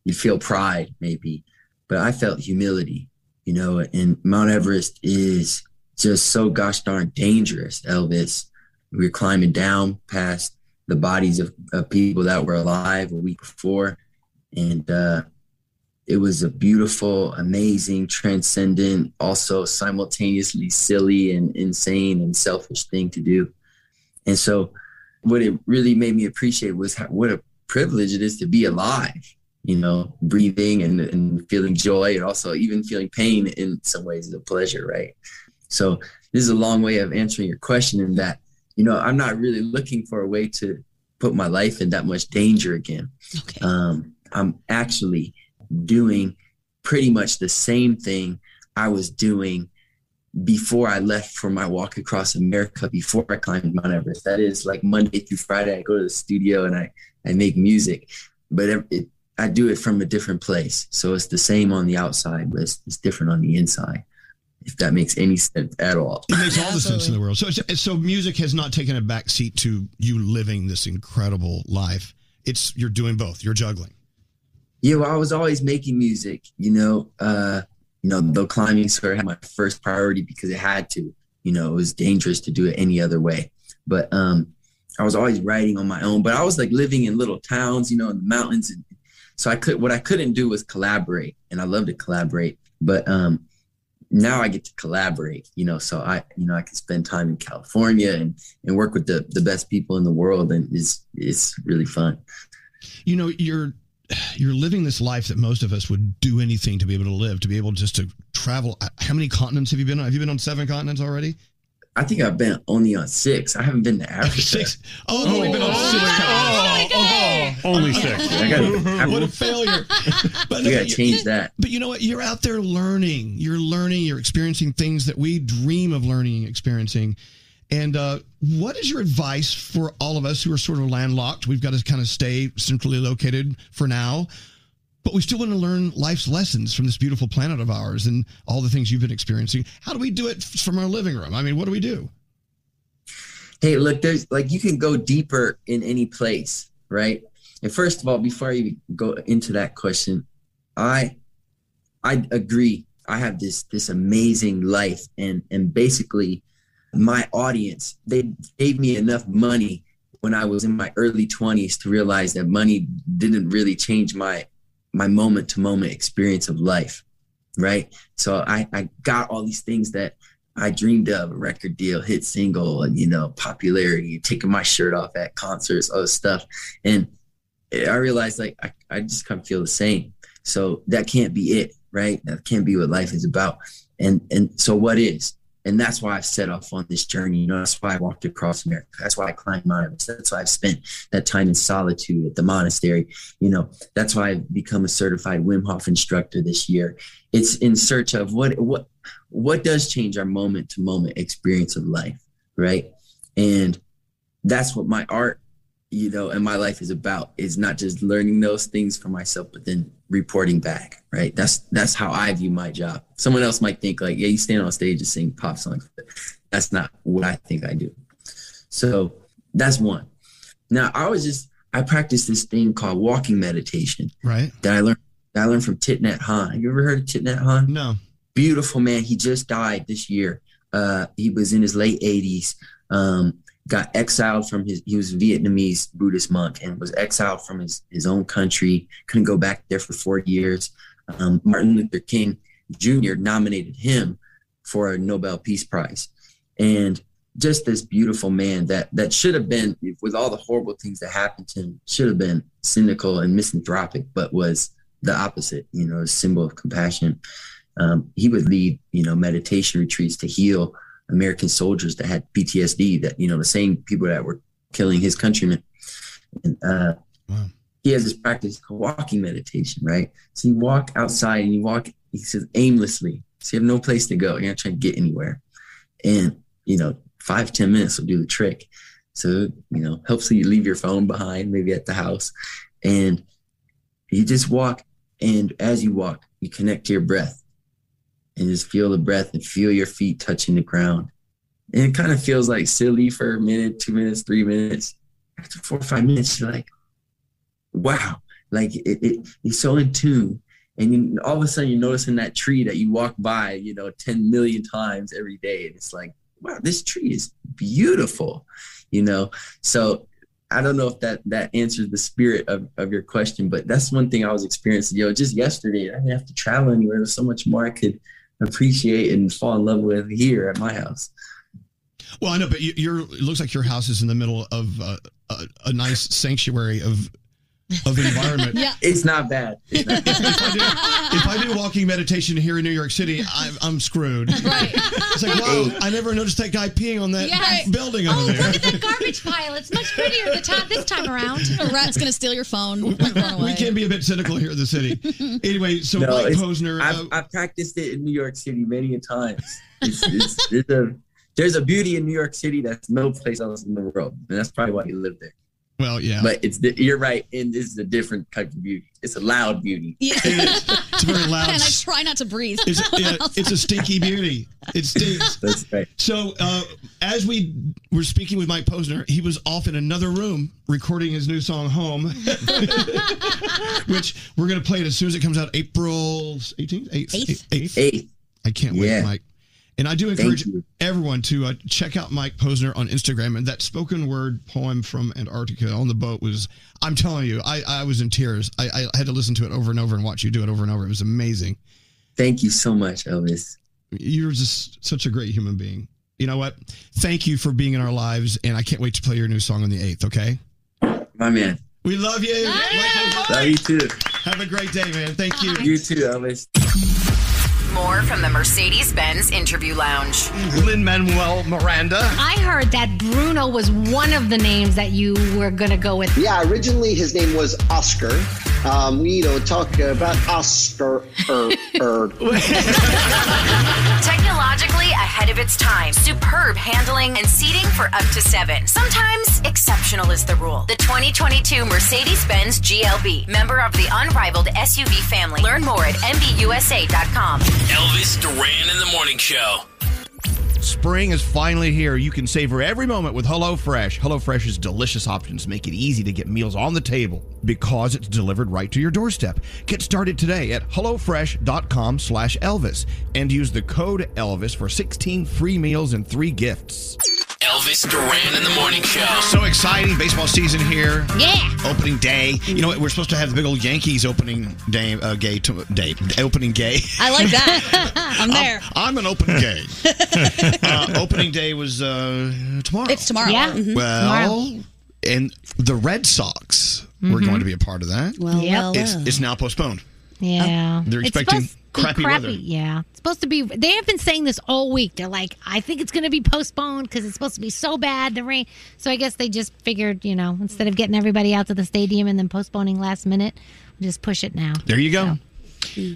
you feel pride maybe, but I felt humility, you know, and Mount Everest is just so gosh darn dangerous, Elvis. We were climbing down past the bodies of, of people that were alive a week before. And uh, it was a beautiful, amazing, transcendent, also simultaneously silly and insane and selfish thing to do. And so, what it really made me appreciate was how, what a privilege it is to be alive, you know, breathing and, and feeling joy and also even feeling pain in some ways is a pleasure, right? So, this is a long way of answering your question in that, you know, I'm not really looking for a way to put my life in that much danger again. Okay. Um, I'm actually doing pretty much the same thing I was doing before I left for my walk across America, before I climbed Mount Everest. That is like Monday through Friday, I go to the studio and I, I make music, but it, it- I do it from a different place. So it's the same on the outside, but it's, it's different on the inside, if that makes any sense at all. It makes all the sense in the world. So, so music has not taken a back seat to you living this incredible life. It's you're doing both. You're juggling. Yeah, well, I was always making music, you know. Uh, you know, the climbing sport had my first priority because it had to. You know, it was dangerous to do it any other way. But um, I was always writing on my own. But I was like living in little towns, you know, in the mountains, and so I could. What I couldn't do was collaborate, and I love to collaborate. But um, now I get to collaborate, you know. So I, you know, I can spend time in California and and work with the the best people in the world, and it's it's really fun. You know, you're you're living this life that most of us would do anything to be able to live, to be able just to travel. How many continents have you been on? Have you been on seven continents already? I think I've been only on six. I haven't been to Africa. Six. Oh, we've been on six continents. Only six. I gotta, what a failure. we gotta change that. But you know what? You're out there learning. You're learning. You're experiencing things that we dream of learning and experiencing. And uh, what is your advice for all of us who are sort of landlocked? We've got to kind of stay centrally located for now, but we still want to learn life's lessons from this beautiful planet of ours and all the things you've been experiencing. How do we do it from our living room? I mean, what do we do? Hey, look, there's like you can go deeper in any place, right? And first of all, before I even go into that question, I I agree. I have this this amazing life and and basically my audience, they gave me enough money when I was in my early 20s to realize that money didn't really change my my moment to moment experience of life right so I, I got all these things that i dreamed of a record deal hit single and you know popularity taking my shirt off at concerts all this stuff and i realized like i, I just kind of feel the same so that can't be it right that can't be what life is about and and so what is and that's why i've set off on this journey you know that's why i walked across america that's why i climbed mount everest that's why i've spent that time in solitude at the monastery you know that's why i've become a certified wim hof instructor this year it's in search of what what what does change our moment to moment experience of life right and that's what my art you know and my life is about is not just learning those things for myself but then reporting back right that's that's how i view my job someone else might think like yeah you stand on stage and sing pop songs but that's not what i think i do so that's one now i was just i practiced this thing called walking meditation Right? that I learned that I learned from Titnat Han. You ever heard of Titnat Han? No. Beautiful man. He just died this year. Uh, he was in his late 80s. Um, got exiled from his. He was a Vietnamese Buddhist monk and was exiled from his his own country. Couldn't go back there for four years. Um, Martin Luther King Jr. nominated him for a Nobel Peace Prize, and just this beautiful man that that should have been with all the horrible things that happened to him should have been cynical and misanthropic but was the opposite you know a symbol of compassion um, he would lead you know meditation retreats to heal american soldiers that had ptsd that you know the same people that were killing his countrymen and uh, he has this practice called walking meditation, right? So you walk outside and you walk, he says, aimlessly. So you have no place to go. You're not trying to get anywhere. And, you know, five ten minutes will do the trick. So, you know, helps that you leave your phone behind, maybe at the house. And you just walk. And as you walk, you connect to your breath and just feel the breath and feel your feet touching the ground. And it kind of feels like silly for a minute, two minutes, three minutes. After four or five minutes, you're like, wow like it, it you're so in tune and you, all of a sudden you're noticing that tree that you walk by you know 10 million times every day and it's like wow this tree is beautiful you know so I don't know if that that answers the spirit of, of your question, but that's one thing I was experiencing. Yo, just yesterday, I didn't have to travel anywhere. There's so much more I could appreciate and fall in love with here at my house. Well, I know, but you, your it looks like your house is in the middle of uh, a, a nice sanctuary of of environment. Yeah. It's not bad. It's not bad. If I do walking meditation here in New York City, I'm, I'm screwed. It's like, wow, I never noticed that guy peeing on that Yeah. building over Oh, there. look at that garbage pile. It's much prettier at the top this time around. A rat's gonna steal your phone. We can be a bit cynical here in the city. Anyway, so Mike it's- Posner. I've, I've practiced it in New York City many a times. It's, it's, there's, a, there's a beauty in New York City that's no place else in the world, and that's probably why you live there. Well, yeah. But it's the, you're right, and this is a different type of beauty. It's a loud beauty. It's very loud. And I try not to breathe. It's, yeah, it's a stinky beauty. It stinks. That's right. So, uh, as we were speaking with Mike Posner, he was off in another room recording his new song "Home," which we're going to play it as soon as it comes out, April eighteenth, Eighth. eighth, Eighth. I can't wait, Yeah. Mike. And I do Thank encourage you. everyone to uh, check out Mike Posner on Instagram. And that spoken word poem from Antarctica on the boat was, I'm telling you, I, I was in tears. I, I had to listen to it over and over and watch you do it over and over. It was amazing. Thank you so much, Elvis. You're just such a great human being. You know what? Thank you for being in our lives. And I can't wait to play your new song on the 8th, okay? My man. We love you. Mike Posner. Love you too. Have a great day, man. Thank you. You too, Elvis. More from the Mercedes Benz Interview Lounge. Lynn Manuel Miranda. I heard that Bruno was one of the names that you were going to go with. Yeah, originally his name was Oscar. Um, we don't talk about Oscar. Er, er. Technologically ahead of its time, superb handling and seating for up to seven. Sometimes exceptional is the rule. The 2022 Mercedes Benz GLB, member of the unrivaled SUV family. Learn more at MBUSA.com. Elvis Duran in the Morning Show. Spring is finally here. You can savor every moment with HelloFresh. HelloFresh's delicious options make it easy to get meals on the table because it's delivered right to your doorstep. Get started today at HelloFresh.com slash Elvis and use the code Elvis for 16 free meals and three gifts. Elvis Duran in the Morning Show. So exciting. Baseball season here. Yeah. Opening day. You know, what? we're supposed to have the big old Yankees opening day, uh, gay, to, day, opening gay. I like that. I'm there. I'm an open gay. uh, opening day was uh, tomorrow. It's tomorrow. Yeah. Mm-hmm. Mhm. Well, Tomorrow. and the Red Sox were Mhm. going to be a part of that. Well, Yep. well, it's, well. it's now postponed. Yeah. They're It's expecting supposed to be crappy, weather. Yeah. It's supposed to be, they have been saying this all week. They're like, I think it's going to be postponed because it's supposed to be so bad, the rain. So I guess they just figured, you know, instead of getting everybody out to the stadium and then postponing last minute, we'll just push it now. There you go. Mm.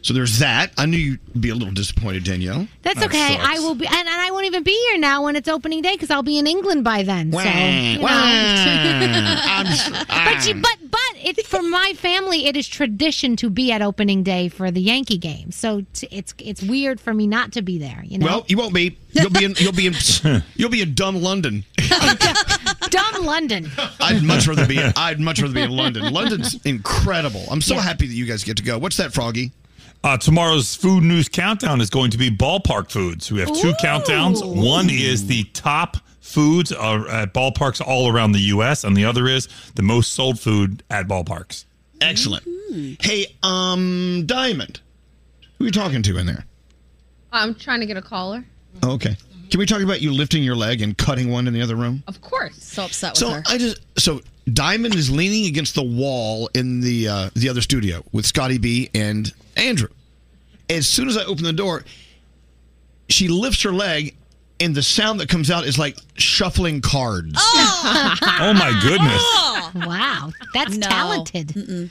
So there's that. I knew you'd be a little disappointed, Danielle. That's That okay. sucks. I will be, and, and I won't even be here now when it's opening day because I'll be in England by then. So, you know. Wah, I'm s- but you, I'm- but but it for my family, it is tradition to be at opening day for the Yankee game. So t- it's it's weird for me not to be there. You know, Well, you won't be. You'll be in. You'll be in. You'll be in dumb London. dumb London. I'd much rather be. I'd much rather be in London. London's incredible. I'm so happy that you guys get to go. What's that, Froggy? Uh, tomorrow's food news countdown is going to be ballpark foods. We have two countdowns. One is the top foods uh, at ballparks all around the U.S., and the other is the most sold food at ballparks. Excellent. Hey, um, Diamond, who are you talking to in there? I'm trying to get a caller. Oh, okay. Can we talk about you lifting your leg and cutting one in the other room? Of course. So upset so I just so Diamond is leaning against the wall in the uh, the other studio with Scotty B and Andrew. As soon as I open the door, she lifts her leg, and the sound that comes out is like shuffling cards. Oh my goodness. Oh. wow, that's talented.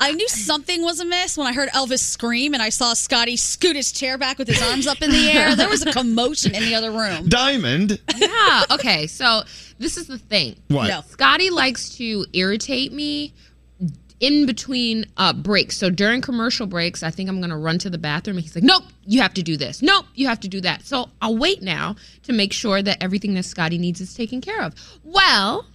I knew something was amiss when I heard Elvis scream and I saw Scotty scoot his chair back with his arms up in the air. There was a commotion in the other room. Diamond. yeah. Okay. So this is the thing. What? No. Scotty likes to irritate me in between uh, breaks. So during commercial breaks, I think I'm going to run to the bathroom. And he's like, nope, you have to do this. Nope, you have to do that. So I'll wait now to make sure that everything that Scotty needs is taken care of. Well,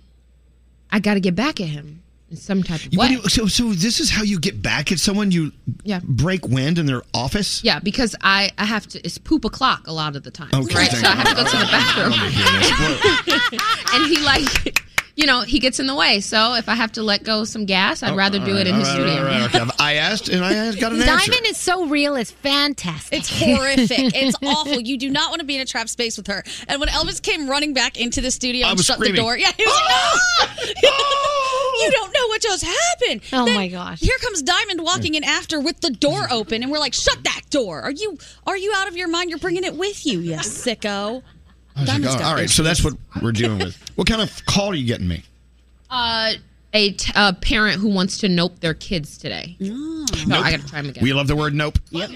I got to get back at him in some type of You- way. what do you- so, so this is how you get back at someone. You Yeah. break wind in their office. Yeah, because I, I have to, it's poop o'clock a lot of the time. Okay, Ah, right? thank So I you. have to go to the bathroom. and he like you know, he gets in the way. So if I have to let go some gas, I'd rather do it in Oh, All his right, all studio. right, all right, okay. I asked and I got an answer. Diamond is so real. It's fantastic. It's horrific. it's awful. You do not want to be in a trap space with her. And when Elvis came running back into the studio I and was shut screaming. the door, yeah, he was like, "No!" you don't know what just happened. Oh, Then my gosh. Here comes Diamond walking in after with the door open, and we're like, "Shut that door! Are you are you out of your mind? You're bringing it with you, you sicko." I was like, Diamond's all- got all right, issues. so that's what we're dealing with. What kind of call are you getting me? Uh, a, t- a parent who wants to nope their kids today. So I got to try him again. We love the word nope. Yep.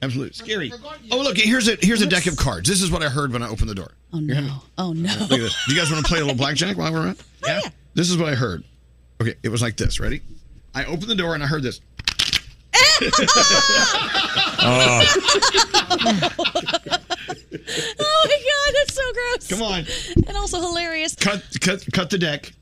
Absolutely. Scary. Oh, look, here's a here's a deck of cards. This is what I heard when I opened the door. Oh, no. Oh, no. Oh, Look at this. Do you guys want to play a little blackjack while we're at it? Yeah. This is what I heard. Okay, it was like this. Ready? I opened the door and I heard this. Oh. oh my god, that's so gross. Come on. And also hilarious. Cut cut cut the deck.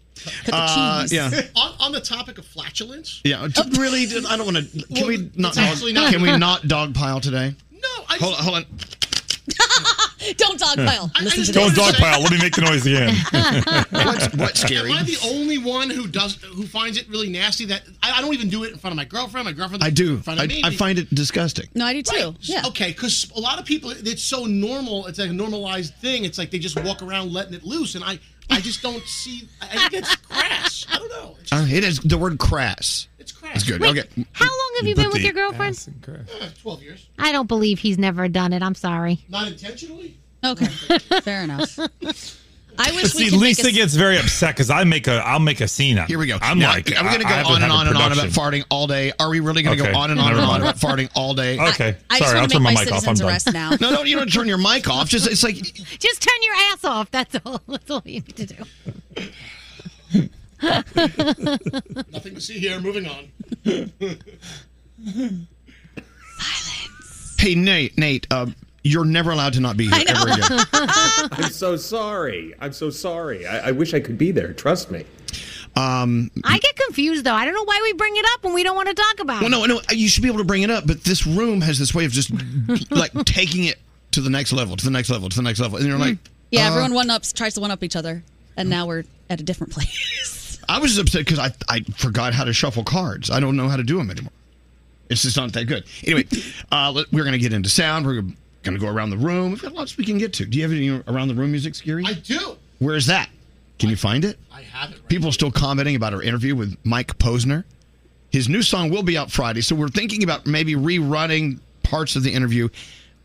the Uh, yeah. On, on the topic of flatulence, Yeah, t- really. d- I don't want to. Can we not? it's dog- actually not- Can we not dogpile today? no, I Hold on, hold on. Don't dogpile. I- I Listen just to Don't this. dogpile. Let me make the noise again. What's, what's scary? Am I the only one who does who finds it really nasty? That I, I don't even do it in front of my girlfriend. My girlfriend. I do. In front of I, me. I find it disgusting. No, I do too. Yeah. Okay, because a lot of people, it's so normal. It's like a normalized thing. It's like they just walk around letting it loose, and I, I just don't see. I think that's crass. I don't know. Uh, it is the word crass. It's crass. It's good. Wait, okay. How long have you been with your girlfriend? Uh, Twelve years. I don't believe he's never done it. I'm sorry. Not intentionally. Okay, fair enough. I wish we See, could make Lisa a- gets very upset because I make a I'll make a scene out. Here we go. I'm Now, like, are we going to I- go I have on and have a on and on about production. farting all day? Are we really going to Okay, go on and on and never on mind. about farting all day? Okay, I- I just sorry, wanna I'll turn make my my mic off, I'm citizens done. arrest now. no, no, you don't turn your mic off. Just it's like Just turn your ass off. That's all. That's all you need to do. Nothing to see here. Moving on. Hey, Nate, Nate, uh, you're never allowed to not be here ever again. I'm so sorry. I'm so sorry. I, I wish I could be there. Trust me. Um, I get confused though. I don't know why we bring it up when we don't want to talk about well, it. no, no, you should be able to bring it up, but this room has this way of just like taking it to the next level, to the next level, to the next level, and you're like, Yeah, uh, everyone one ups tries to one up each other, and now we're at a different place. I was just upset because I I forgot how to shuffle cards. I don't know how to do them anymore. It's just not that good. Anyway, uh, let- we're gonna get into sound. We're gonna go around the room. We've got lots we can get to. Do you have any around the room music, Scary? I do. Where is that? Can you find it? I have it. People are still commenting about our interview with Mike Posner. His new song will be out Friday, so we're thinking about maybe rerunning parts of the interview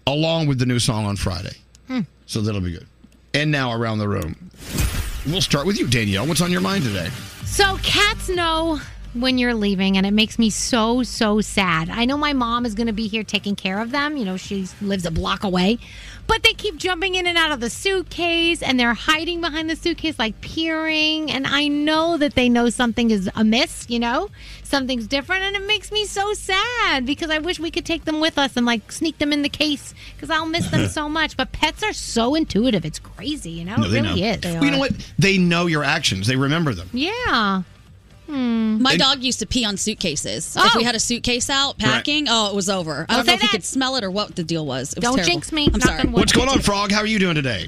along with the new song on Friday. Hmm. So that'll be good. And now around the room. We'll start with you, Danielle. What's on your mind today? So cats know when you're leaving, and it makes me so, so sad. I know my mom is going to be here taking care of them. You know, she lives a block away, but they keep jumping in and out of the suitcase, and they're hiding behind the suitcase, like peering. And I know that they know something is amiss, you know, something's different. And it makes me so sad because I wish we could take them with us and like sneak them in the case because I'll miss them so much. But pets are so intuitive. It's crazy, you know? it they really know. is. They Well, you know are. what? They know your actions. They remember them. Yeah. Hmm. My dog used to pee on suitcases. If Oh. we had a suitcase out Right. packing, oh, it was over. Don't I don't know say if he could smell it or what the deal was. It was Don't terrible. jinx me. I'm Knock sorry. on wood. Frog? How are you doing today?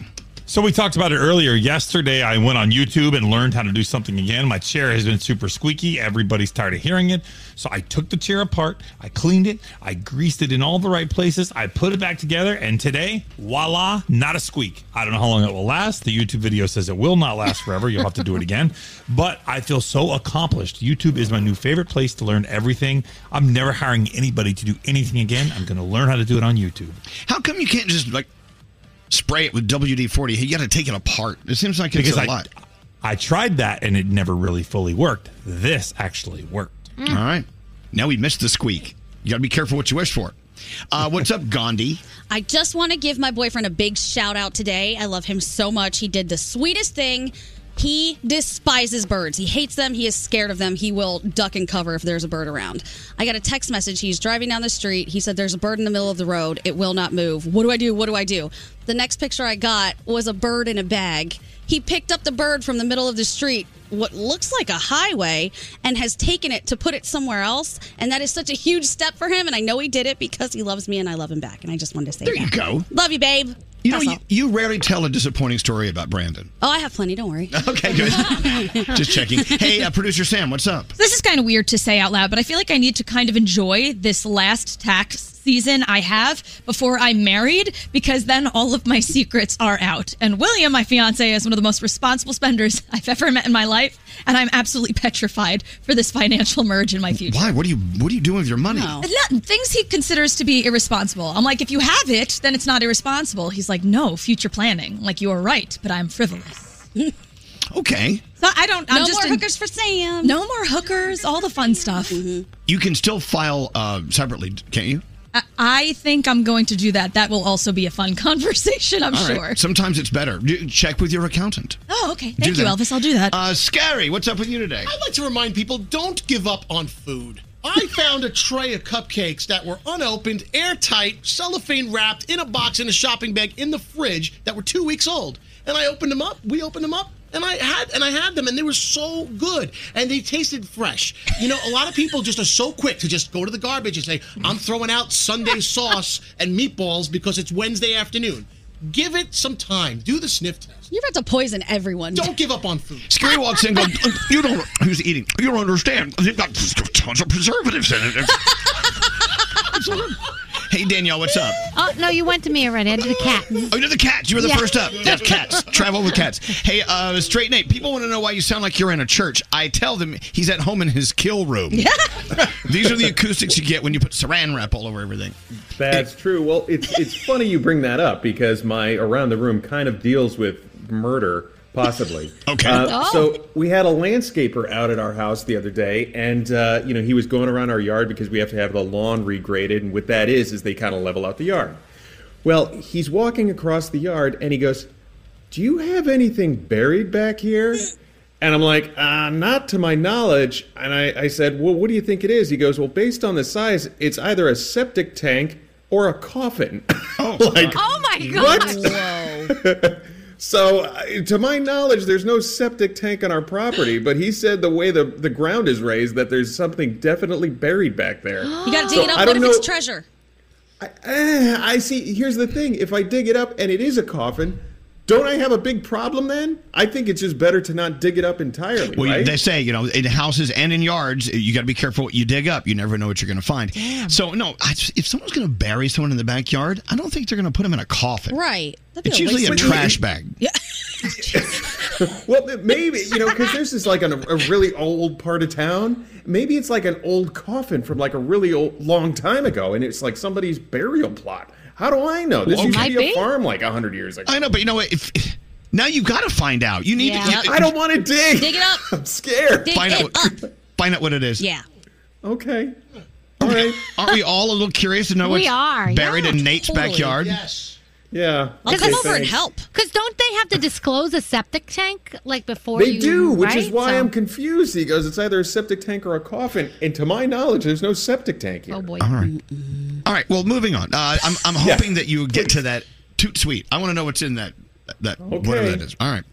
So we talked about it earlier. Yesterday, I went on YouTube and learned how to do something again. My chair has been super squeaky. Everybody's tired of hearing it. So I took the chair apart. I cleaned it. I greased it in all the right places. I put it back together. And today, voila, not a squeak. I don't know how long it will last. The YouTube video says it will not last forever. You'll have to do it again. But I feel so accomplished. YouTube is my new favorite place to learn everything. I'm never hiring anybody to do anything again. I'm going to learn how to do it on YouTube. How come you can't just like spray it with WD forty? You got to take it apart. It seems like it's Because a I- lot. I tried that and it never really fully worked. This actually worked. Mm. All right. Now we missed the squeak. You got to be careful what you wish for. Uh, what's up, Gandhi? I just want to give my boyfriend a big shout out today. I love him so much. He did the sweetest thing. He despises birds. He hates them. He is scared of them. He will duck and cover if there's a bird around. I got a text message. He's driving down the street. He said, There's a bird in the middle of the road. It will not move. What do I do? What do I do? The next picture I got was a bird in a bag. He picked up the bird from the middle of the street, what looks like a highway, and has taken it to put it somewhere else. And that is such a huge step for him. And I know he did it because he loves me and I love him back. And I just wanted to say There that. you go. Love you, babe. You know, That's you, you rarely tell a disappointing story about Brandon. Oh, I have plenty. Don't worry. Okay, good. Just checking. Hey, uh, producer Sam, what's up? This is kind of weird to say out loud, but I feel like I need to kind of enjoy this last tax season I have before I'm married because then all of my secrets are out. And William, my fiance, is one of the most responsible spenders I've ever met in my life, and I'm absolutely petrified for this financial merge in my future. Why? What are you What are you doing with your money? No, things he considers to be irresponsible. I'm like, if you have it, then it's not irresponsible. He's like, no, future planning. I'm like, you are right, but I'm frivolous. Okay, So I don't. I'm No just more in- hookers for Sam. No more hookers. All the fun stuff. you can still file uh, separately, can't you? I, I think I'm going to do that. That will also be a fun conversation. I'm All right. sure. Sometimes it's better. You- Check with your accountant. Oh, okay. Do Thank you, that. Elvis. I'll do that. Uh, Scary, what's up with you today? I'd like to remind people don't give up on food. I found a tray of cupcakes that were unopened, airtight, cellophane wrapped in a box in a shopping bag in the fridge that were two weeks old. And I opened them up. We opened them up. And I had and I had them, and they were so good, and they tasted fresh. You know, a lot of people just are so quick to just go to the garbage and say, "I'm throwing out Sunday sauce and meatballs because it's Wednesday afternoon." Give it some time. Do the sniff test. You're about to poison everyone. Don't give up on food. Scary walks in and goes, You don't, who's eating? You don't understand. They've got tons of preservatives in it. hey, Danielle, what's up? Oh no, you went to me already. I did a cat. Oh, you're the cats. You were the Yeah. first up. Yes, cats. Travel with cats. Hey, uh, Straight Nate, people want to know why you sound like you're in a church. I tell them he's at home in his kill room. These are the acoustics you get when you put saran wrap all over everything. That's true. Well, it's it's funny you bring that up because my around the room kind of deals with murder, possibly. okay. Uh, So we had a landscaper out at our house the other day, and uh, you know he was going around our yard because we have to have the lawn regraded, and what that is is they kind of level out the yard. Well, he's walking across the yard, and he goes, "Do you have anything buried back here?" And I'm like, uh, not to my knowledge. And I, I said, well, what do you think it is? He goes, well, based on the size, it's either a septic tank or a coffin. Oh, like, Oh my What? God. so, uh, to my knowledge, there's no septic tank on our property. But he said the way the, the ground is raised, that there's something definitely buried back there. You got to dig So it up. I What if don't it's know- treasure? Eh, I see. Here's the thing: if I dig it up and it is a coffin, don't I have a big problem then? I think it's just better to not dig it up entirely. Well, right? they say, you know, in houses and in yards, you got to be careful what you dig up. You never know what you're going to find. So, no, I, if someone's going to bury someone in the backyard, I don't think they're going to put them in a coffin. Right. That'd be It's a usually waste a of trash money. bag. well, th- maybe you know because this is like an, a really old part of town. Maybe it's like an old coffin from like a really old, long time ago, and it's like somebody's burial plot. How do I know? This Well, used to might be, be. a farm like hundred years ago. I know, but you know what? If, now you got to find out. You need Yeah. to. I don't want to dig. Dig it up. I'm scared. Dig find, it out, what- find out what it is. Yeah. Okay. All right. Aren't we all a little curious to know We what's are, buried yeah. in Nate's Totally. backyard? Yes. Yeah. Because don't they have to disclose a septic tank like before? They you, do, which is right? why So- I'm confused. He goes, it's either a septic tank or a coffin, and to my knowledge, there's no septic tank here. Oh boy. All right. All right. Well, moving on. Uh, I'm, I'm hoping that you get to that toot sweet. I want to know what's in that that whatever that is. All right.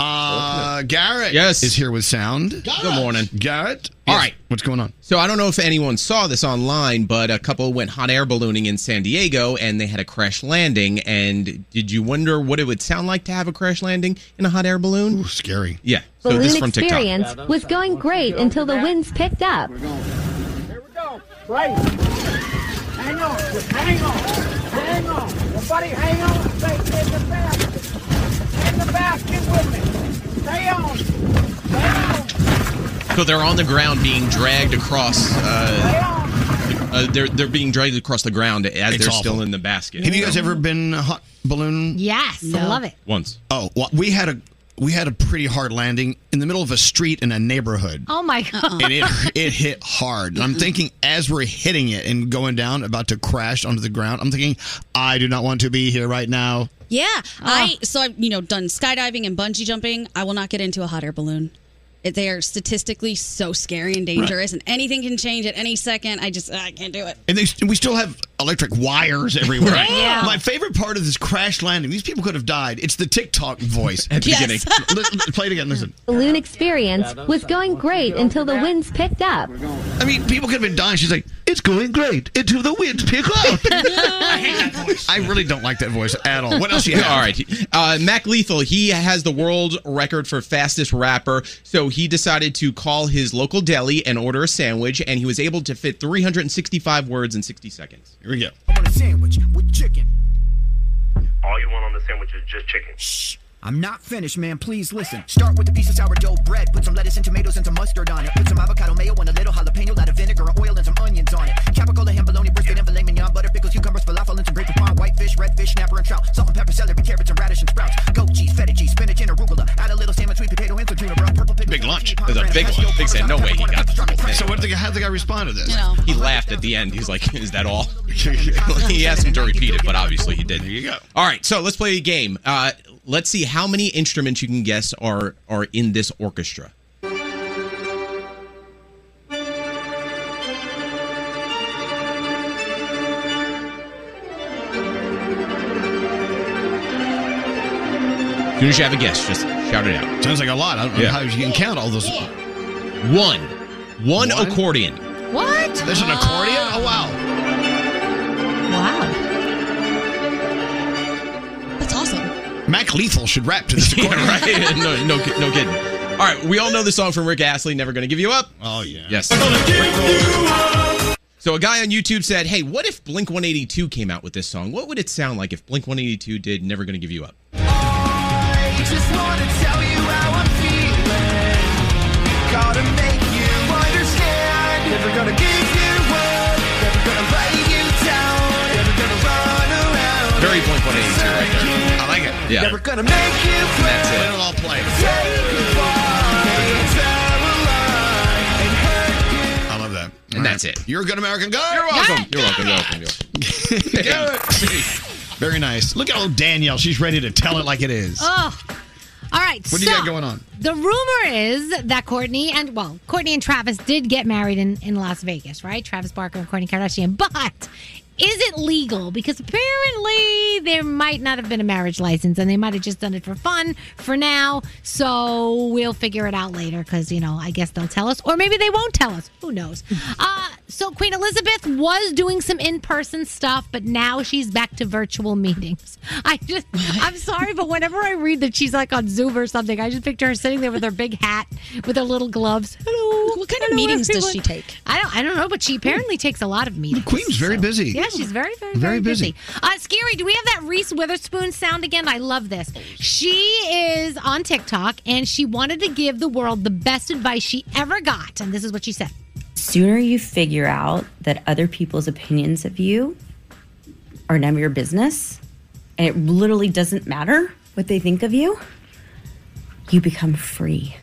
Uh, Garrett yes. is here with sound. Good morning, Garrett. All right, what's going on? So I don't know if anyone saw this online, but a couple went hot air ballooning in San Diego, and they had a crash landing. And did you wonder what it would sound like to have a crash landing in a hot air balloon? scary. Yeah. So balloon this is from experience TikTok. was going great until the winds picked up. Right. Hang on. Just hang on. Hang on. Everybody hang on. Stay in the basket. In the basket with me. Stay on. So they're on the ground being dragged across. Uh, uh, they're they're being dragged across the ground as It's they're awful. still in the basket. Have you guys So- ever been a hot balloon? Yes, I love it. once? Oh, well, we had a we had a pretty hard landing in the middle of a street in a neighborhood. Oh my god. and it it hit hard. And I'm thinking as we're hitting it and going down, about to crash onto the ground, I'm thinking, I do not want to be here right now. Yeah. I so I've you know done skydiving and bungee jumping. I will not get into a hot air balloon. It- They are statistically so scary and dangerous, and anything can change at any second. I just I can't do it. And they, we still have electric wires everywhere. Right. Yeah. My favorite part of this crash landing, these people could have died. It's the TikTok voice at the Yes. beginning. Listen, play it again. Listen. Balloon experience was going great until the winds picked up. I mean, people could have been dying. She's like, It's going great until the winds pick up. I hate that voice. I really don't like that voice at all. What else you have? All right. Uh, Mac Lethal, he has the world record for fastest rapper. So he decided to call his local deli and order a sandwich, and he was able to fit 365 words in 60 seconds. Here we go. I want a sandwich with chicken. All you want on the sandwich is just chicken. Shh. I'm not finished, man. Please listen. Start with a piece of sourdough bread. Put some lettuce and tomatoes and some mustard on it. Put some avocado mayo and a little jalapeno, lot of vinegar, oil, and some onions on it. Capicola, ham, bologna, brisket, and filet mignon, butter, pickles, cucumbers, falafel, and some grape poupon, whitefish, redfish, snapper, and trout. Salt and pepper, celery, carrots, and radish, and sprouts. Goat cheese, feta cheese, spinach, and arugula. Add a little salmon, sweet potato, and some tuna, bro. Purple pickle. Big lunch. It was a big one. Big said, no way he got the whole thing. So what the, how did the guy respond to this? He laughed at the end. He's like, is that all? he asked him to repeat it, but obviously he didn't. There you go. All right, so let's play a game. Uh, let's see how many instruments you can guess are are in this orchestra. As soon as you have a guess, just shout it out. Sounds like a lot. I don't know Yeah. how you can count all those. One. One, accordion. What? There's an accordion? Oh, wow. Wow. That's awesome. Mac Lethal should rap to this. right? No, no, ki- no kidding. All right, we all know the song from Rick Astley, "Never Gonna Give You Up." Oh yeah. Yes. So a guy on YouTube said, "Hey, what if Blink 182 came out with this song? What would it sound like if Blink 182 did "Never Gonna Give You Up"? I just want to tell you how I'm feeling. Gotta make you understand. Never gonna give you up. Never gonna let you down. Never gonna run around. Very Blink 182 right there. I like it. Yeah. Never gonna make you play. That's it. Let it all play. Take a walk. Caroline, and hurt I love that. And that's it. You're a good American guy. You're welcome. You're welcome. You're welcome. You're welcome. Very nice. Look at old Danielle. She's ready to tell it like it is. Oh. All right. What do so, you got going on? The rumor is that Courtney and well, Courtney and Travis did get married in, in Las Vegas, right? Travis Barker and Courtney Kardashian. But is it legal? Because apparently there might not have been a marriage license and they might have just done it for fun for now. So we'll figure it out later because, you know, I guess they'll tell us. Or maybe they won't tell us. Who knows? Uh, so Queen Elizabeth was doing some in person stuff, but now she's back to virtual meetings. I just, I'm sorry, but whenever I read that she's like on Zoom or something, I just picture her sitting there with her big hat, with her little gloves. Hello. What kind of meetings does she take? I don't, I don't know, but she apparently takes a lot of meetings. Queen's very busy. Yeah, she's very, very, very, Very busy. busy. Uh, Scary, do we have that Reese Witherspoon sound again? I love this. She is on TikTok and she wanted to give the world the best advice she ever got. And this is what she said. sooner you figure out that other people's opinions of you are none of your business, and it literally doesn't matter what they think of you, you become free.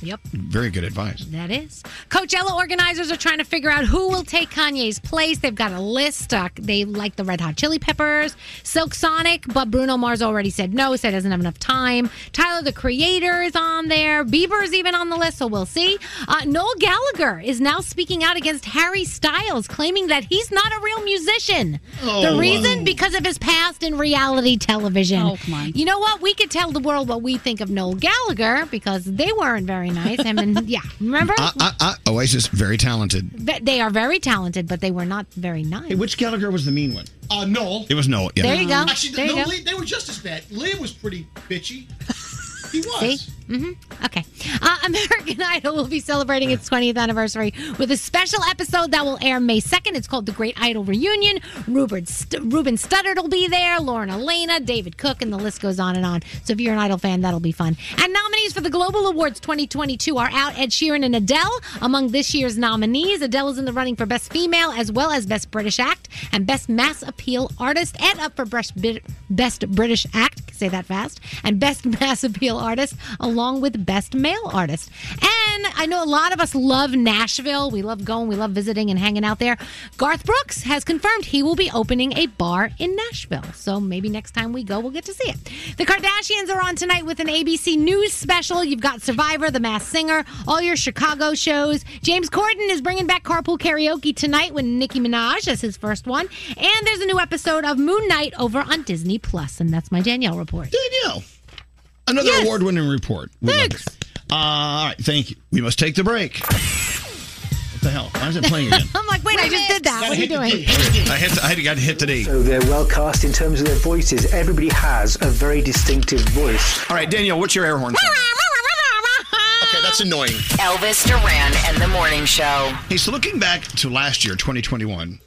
Yep, Hmm. Very good advice. that is. Coachella organizers are trying to figure out who will take Kanye's place. They've got a list. Uh, they like the Red Hot Chili Peppers, Silk Sonic, but Bruno Mars already said no, said doesn't have enough time. Tyler the Creator is on there. Bieber's even on the list, so we'll see. Uh, Noel Gallagher is now speaking out against Harry Styles, claiming that he's not a real musician. Oh, the wow. reason? Because of his past in reality television. Oh, come on. You know what? We could tell the world what we think of Noel Gallagher because they weren't very nice. Him and yeah, remember? Uh, uh, uh, Oasis, very talented. Ve- they are very talented, but they were not very nice. Hey, which Gallagher was the mean one? Uh, Noel. It was Noel. Yeah. There you go. Actually, There you no, go. Lee- they were just as bad. Liam was pretty bitchy. He was. See? hmm Okay. Uh, American Idol will be celebrating its 20th anniversary with a special episode that will air May 2nd. It's called The Great Idol Reunion. Ruben, St- Ruben Studdard will be there, Lauren Elena, David Cook, and the list goes on and on. So if you're an Idol fan, that'll be fun. And nominees for the Global Awards 2022 are out Ed Sheeran and Adele. Among this year's nominees, Adele is in the running for Best Female as well as Best British Act and Best Mass Appeal Artist and up for Best, Brit- Best British Act, say that fast, and Best Mass Appeal Artist along with Best Male Artist. And I know a lot of us love Nashville. We love going, we love visiting and hanging out there. Garth Brooks has confirmed he will be opening a bar in Nashville. So maybe next time we go, we'll get to see it. The Kardashians are on tonight with an ABC News special. You've got Survivor, The Masked Singer, all your Chicago shows. James Corden is bringing back Carpool Karaoke tonight with Nicki Minaj as his first one. And there's a new episode of Moon Knight over on Disney Plus, and that's my Danielle report. Danielle. Another award winning report. Thanks. Uh, all right. Thank you. We must take the break. What the the hell? Why is it playing again? I'm like, wait, I just did that. What are you doing? I hit. I got hit today. So they're well cast in terms of their voices. Everybody has a very distinctive voice. All right, Danielle, what's your air horn? sound? okay, that's annoying. Elvis Duran and the Morning Show. Hey, so looking back to last year, 2021,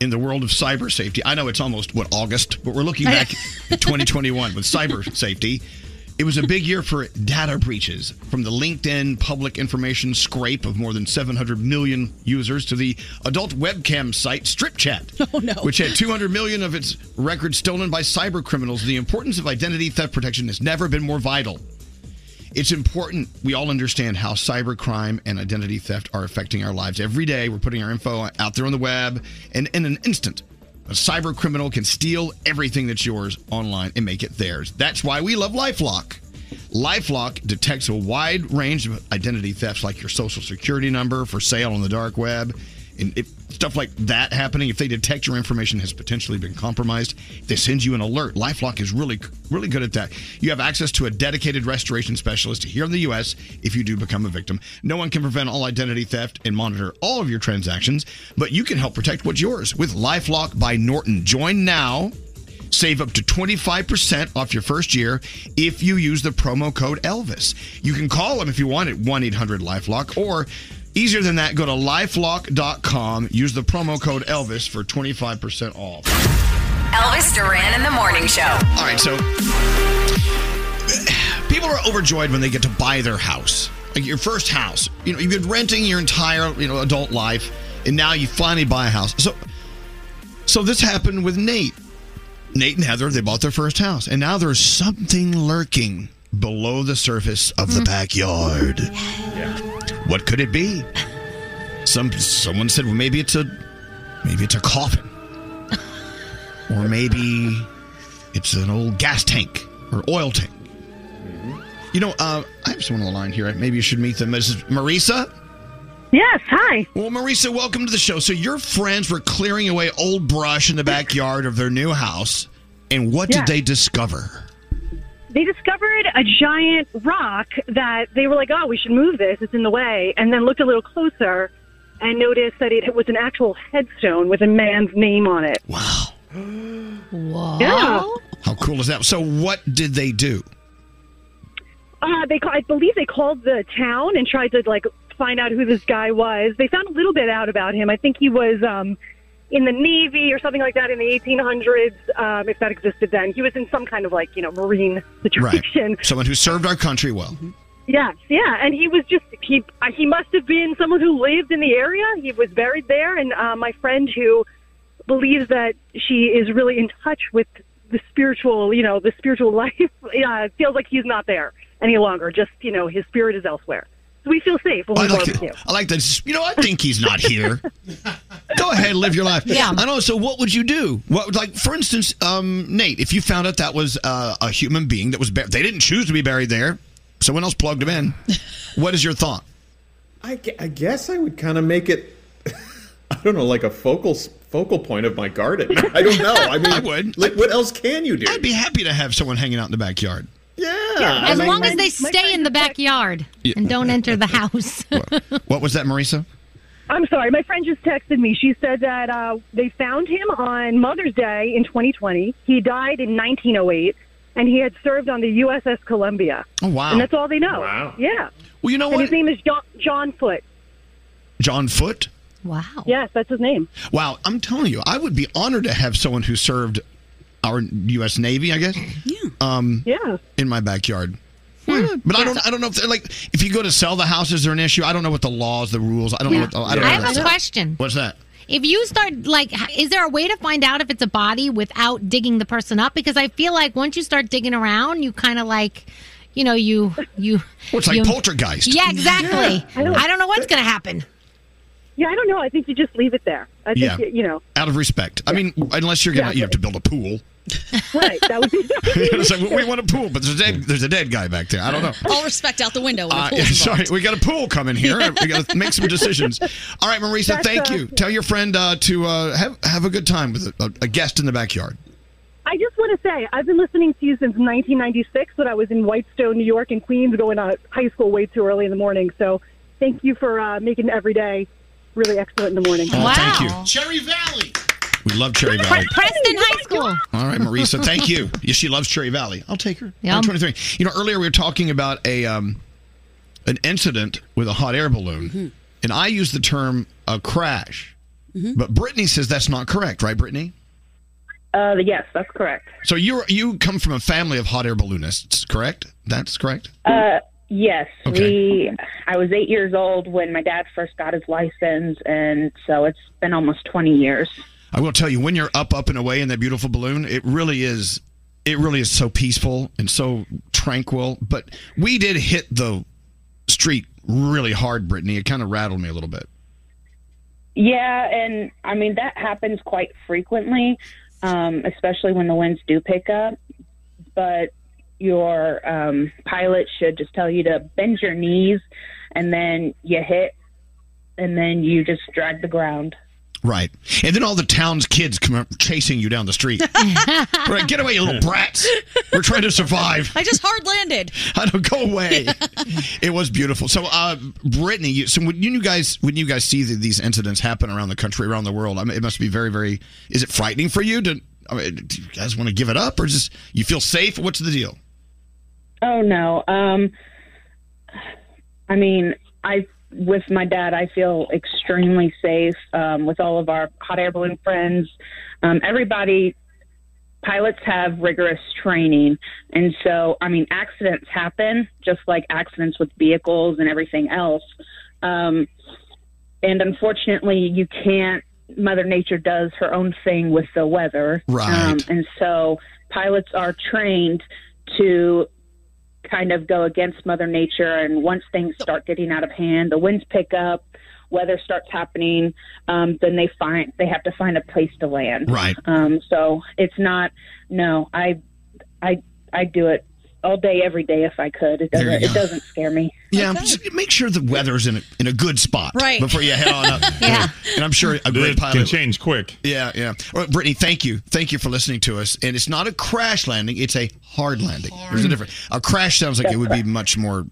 in the world of cyber safety, I know it's almost what August, but we're looking back at 2021 with cyber safety. It was a big year for data breaches, from the LinkedIn public information scrape of more than 700 million users to the adult webcam site StripChat, oh, no. which had 200 million of its records stolen by cyber criminals. The importance of identity theft protection has never been more vital. It's important we all understand how cybercrime and identity theft are affecting our lives every day. We're putting our info out there on the web, and in an instant, a cyber criminal can steal everything that's yours online and make it theirs. That's why we love Lifelock. Lifelock detects a wide range of identity thefts, like your social security number for sale on the dark web, and if stuff like that happening. If they detect your information has potentially been compromised, they send you an alert. LifeLock is really, really good at that. You have access to a dedicated restoration specialist here in the U.S. If you do become a victim, no one can prevent all identity theft and monitor all of your transactions, but you can help protect what's yours with LifeLock by Norton. Join now. Save up to 25% off your first year if you use the promo code Elvis. You can call them if you want at 1 800 Lifelock or easier than that, go to lifelock.com, use the promo code Elvis for 25% off. Elvis Duran and the Morning Show. All right, so people are overjoyed when they get to buy their house, like your first house. You know, you've been renting your entire you know adult life, and now you finally buy a house. So, so this happened with Nate. Nate and Heather, they bought their first house, and now there's something lurking below the surface of the backyard. What could it be? Some someone said, well, maybe it's a maybe it's a coffin, or maybe it's an old gas tank or oil tank. You know, uh, I have someone on the line here. Maybe you should meet them. This is Marisa. Yes, hi. Well, Marisa, welcome to the show. So your friends were clearing away old brush in the backyard of their new house, and what Yeah. did they discover? They discovered a giant rock that they were like, oh, we should move this. It's in the way. And then looked a little closer and noticed that it was an actual headstone with a man's name on it. Wow. Wow. Yeah. How cool is that? So what did they do? Uh, they, ca- I believe they called the town and tried to like find out who this guy was. They found a little bit out about him. I think he was um, in the Navy or something like that in the 1800s, um, if that existed then. He was in some kind of like you know marine situation. Someone who served our country well. Yes, yeah, and he was just he uh, he must have been someone who lived in the area. He was buried there, and uh, my friend who believes that she is really in touch with the spiritual, you know, the spiritual life, uh, feels like he's not there any longer. Just you know, his spirit is elsewhere. So we feel safe when we I go like, with you. that. I like that. You know, I think he's not here. Go ahead, live your life. Yeah. I know. So, what would you do? What, like, for instance, um, Nate, if you found out that was uh, a human being that was buried, they didn't choose to be buried there. Someone else plugged him in. What is your thought? I, gu- I guess I would kind of make it. I don't know, like a focal s- focal point of my garden. I don't know. I mean, I would. Like, what else can you do? I'd be happy to have someone hanging out in the backyard. Yeah. As I mean- long as they stay in the backyard Yeah. and don't enter the house. What was that, Marisa? I'm sorry, my friend just texted me. She said that uh, they found him on Mother's Day in 2020. He died in 1908, and he had served on the USS Columbia. Oh, wow. And that's all they know. Wow. Yeah. Well, you know and what? His name is John, John Foot. John Foot? Wow. Yes, that's his name. Wow, I'm telling you, I would be honored to have someone who served our U.S. Navy. I guess. Yeah. Um, yeah. In my backyard. Hmm. Why not? But I don't. I don't know if they're like if you go to sell the house, is there an issue? I don't know what the laws, the rules. I don't know. What, I don't I know have that. a question. What's that? If you start like, h- is there a way to find out if it's a body without digging the person up? Because I feel like once you start digging around, you kind of like, you know, you you. Well, it's like you- poltergeist. Yeah, exactly. Yeah, I don't- I don't know what's going to happen. Yeah, I don't know. I think you just leave it there. I think, Yeah. you, you know, Out of respect. I mean, unless you're gonna, you have to build a pool. right. That would be. it's like, we want a pool, but there's a dead, there's a dead guy back there. I don't know. All respect out the window. When Uh, the pool's sorry, we got a pool coming here. We got to make some decisions. All right, Marisa, That's, thank uh, you. Tell your friend uh, to uh, have have a good time with a, a guest in the backyard. I just want to say, I've been listening to you since 1996 when I was in Whitestone, New York, and Queens going to high school way too early in the morning. So thank you for uh, making every day really excellent in the morning. Oh, thank you. Cherry Valley. We love Cherry Valley. Preston High School. All right, Marisa, thank you. Yeah, she loves Cherry Valley. I'll take her. Yeah. I'm 23. You know, earlier we were talking about a um, an incident with a hot air balloon, and I used the term a crash, but Brittany says that's not correct, right, Brittany? Uh, yes, that's correct. So you you come from a family of hot air balloonists, correct? That's correct. Uh, yes, Okay. we. I was eight years old when my dad first got his license, and so it's been almost twenty years. I will tell you, when you're up, up and away in that beautiful balloon, it really is. It really is so peaceful and so tranquil. But we did hit the street really hard, Brittany. It kind of rattled me a little bit. Yeah, and I mean that happens quite frequently, um, especially when the winds do pick up. But your um, pilot should just tell you to bend your knees, and then you hit, and then you just drag the ground. Right. And then all the town's kids come up chasing you down the street. right, get away, you little brats. We're trying to survive. I just hard landed. I don't go away. it was beautiful. So, uh, Brittany, you, so when you guys when you guys see the, these incidents happen around the country, around the world, I mean, it must be very, very. Is it frightening for you? To, I mean, do you guys want to give it up, or just you feel safe? What's the deal? Oh no. Um I mean, I with my dad, I feel extremely safe um with all of our hot air balloon friends. Um everybody pilots have rigorous training and so I mean, accidents happen just like accidents with vehicles and everything else. Um and unfortunately, you can't Mother Nature does her own thing with the weather. Right. Um, and so pilots are trained to kind of go against Mother Nature. And once things start getting out of hand, the winds pick up, weather starts happening, um, then they find they have to find a place to land. Right. Um, so it's not. No, I, I, I do it all day, every day if I could. It There you doesn't. It go. doesn't scare me. Yeah, just make sure the weather's in a, in a good spot Oh, Right. before you head on up. Yeah. and I'm sure a great It can pilot change quick. Yeah, yeah. All right, Brittany, thank you, thank you for listening to us. And it's not a crash landing; it's a hard landing. There's a difference. A crash sounds like it would be much more.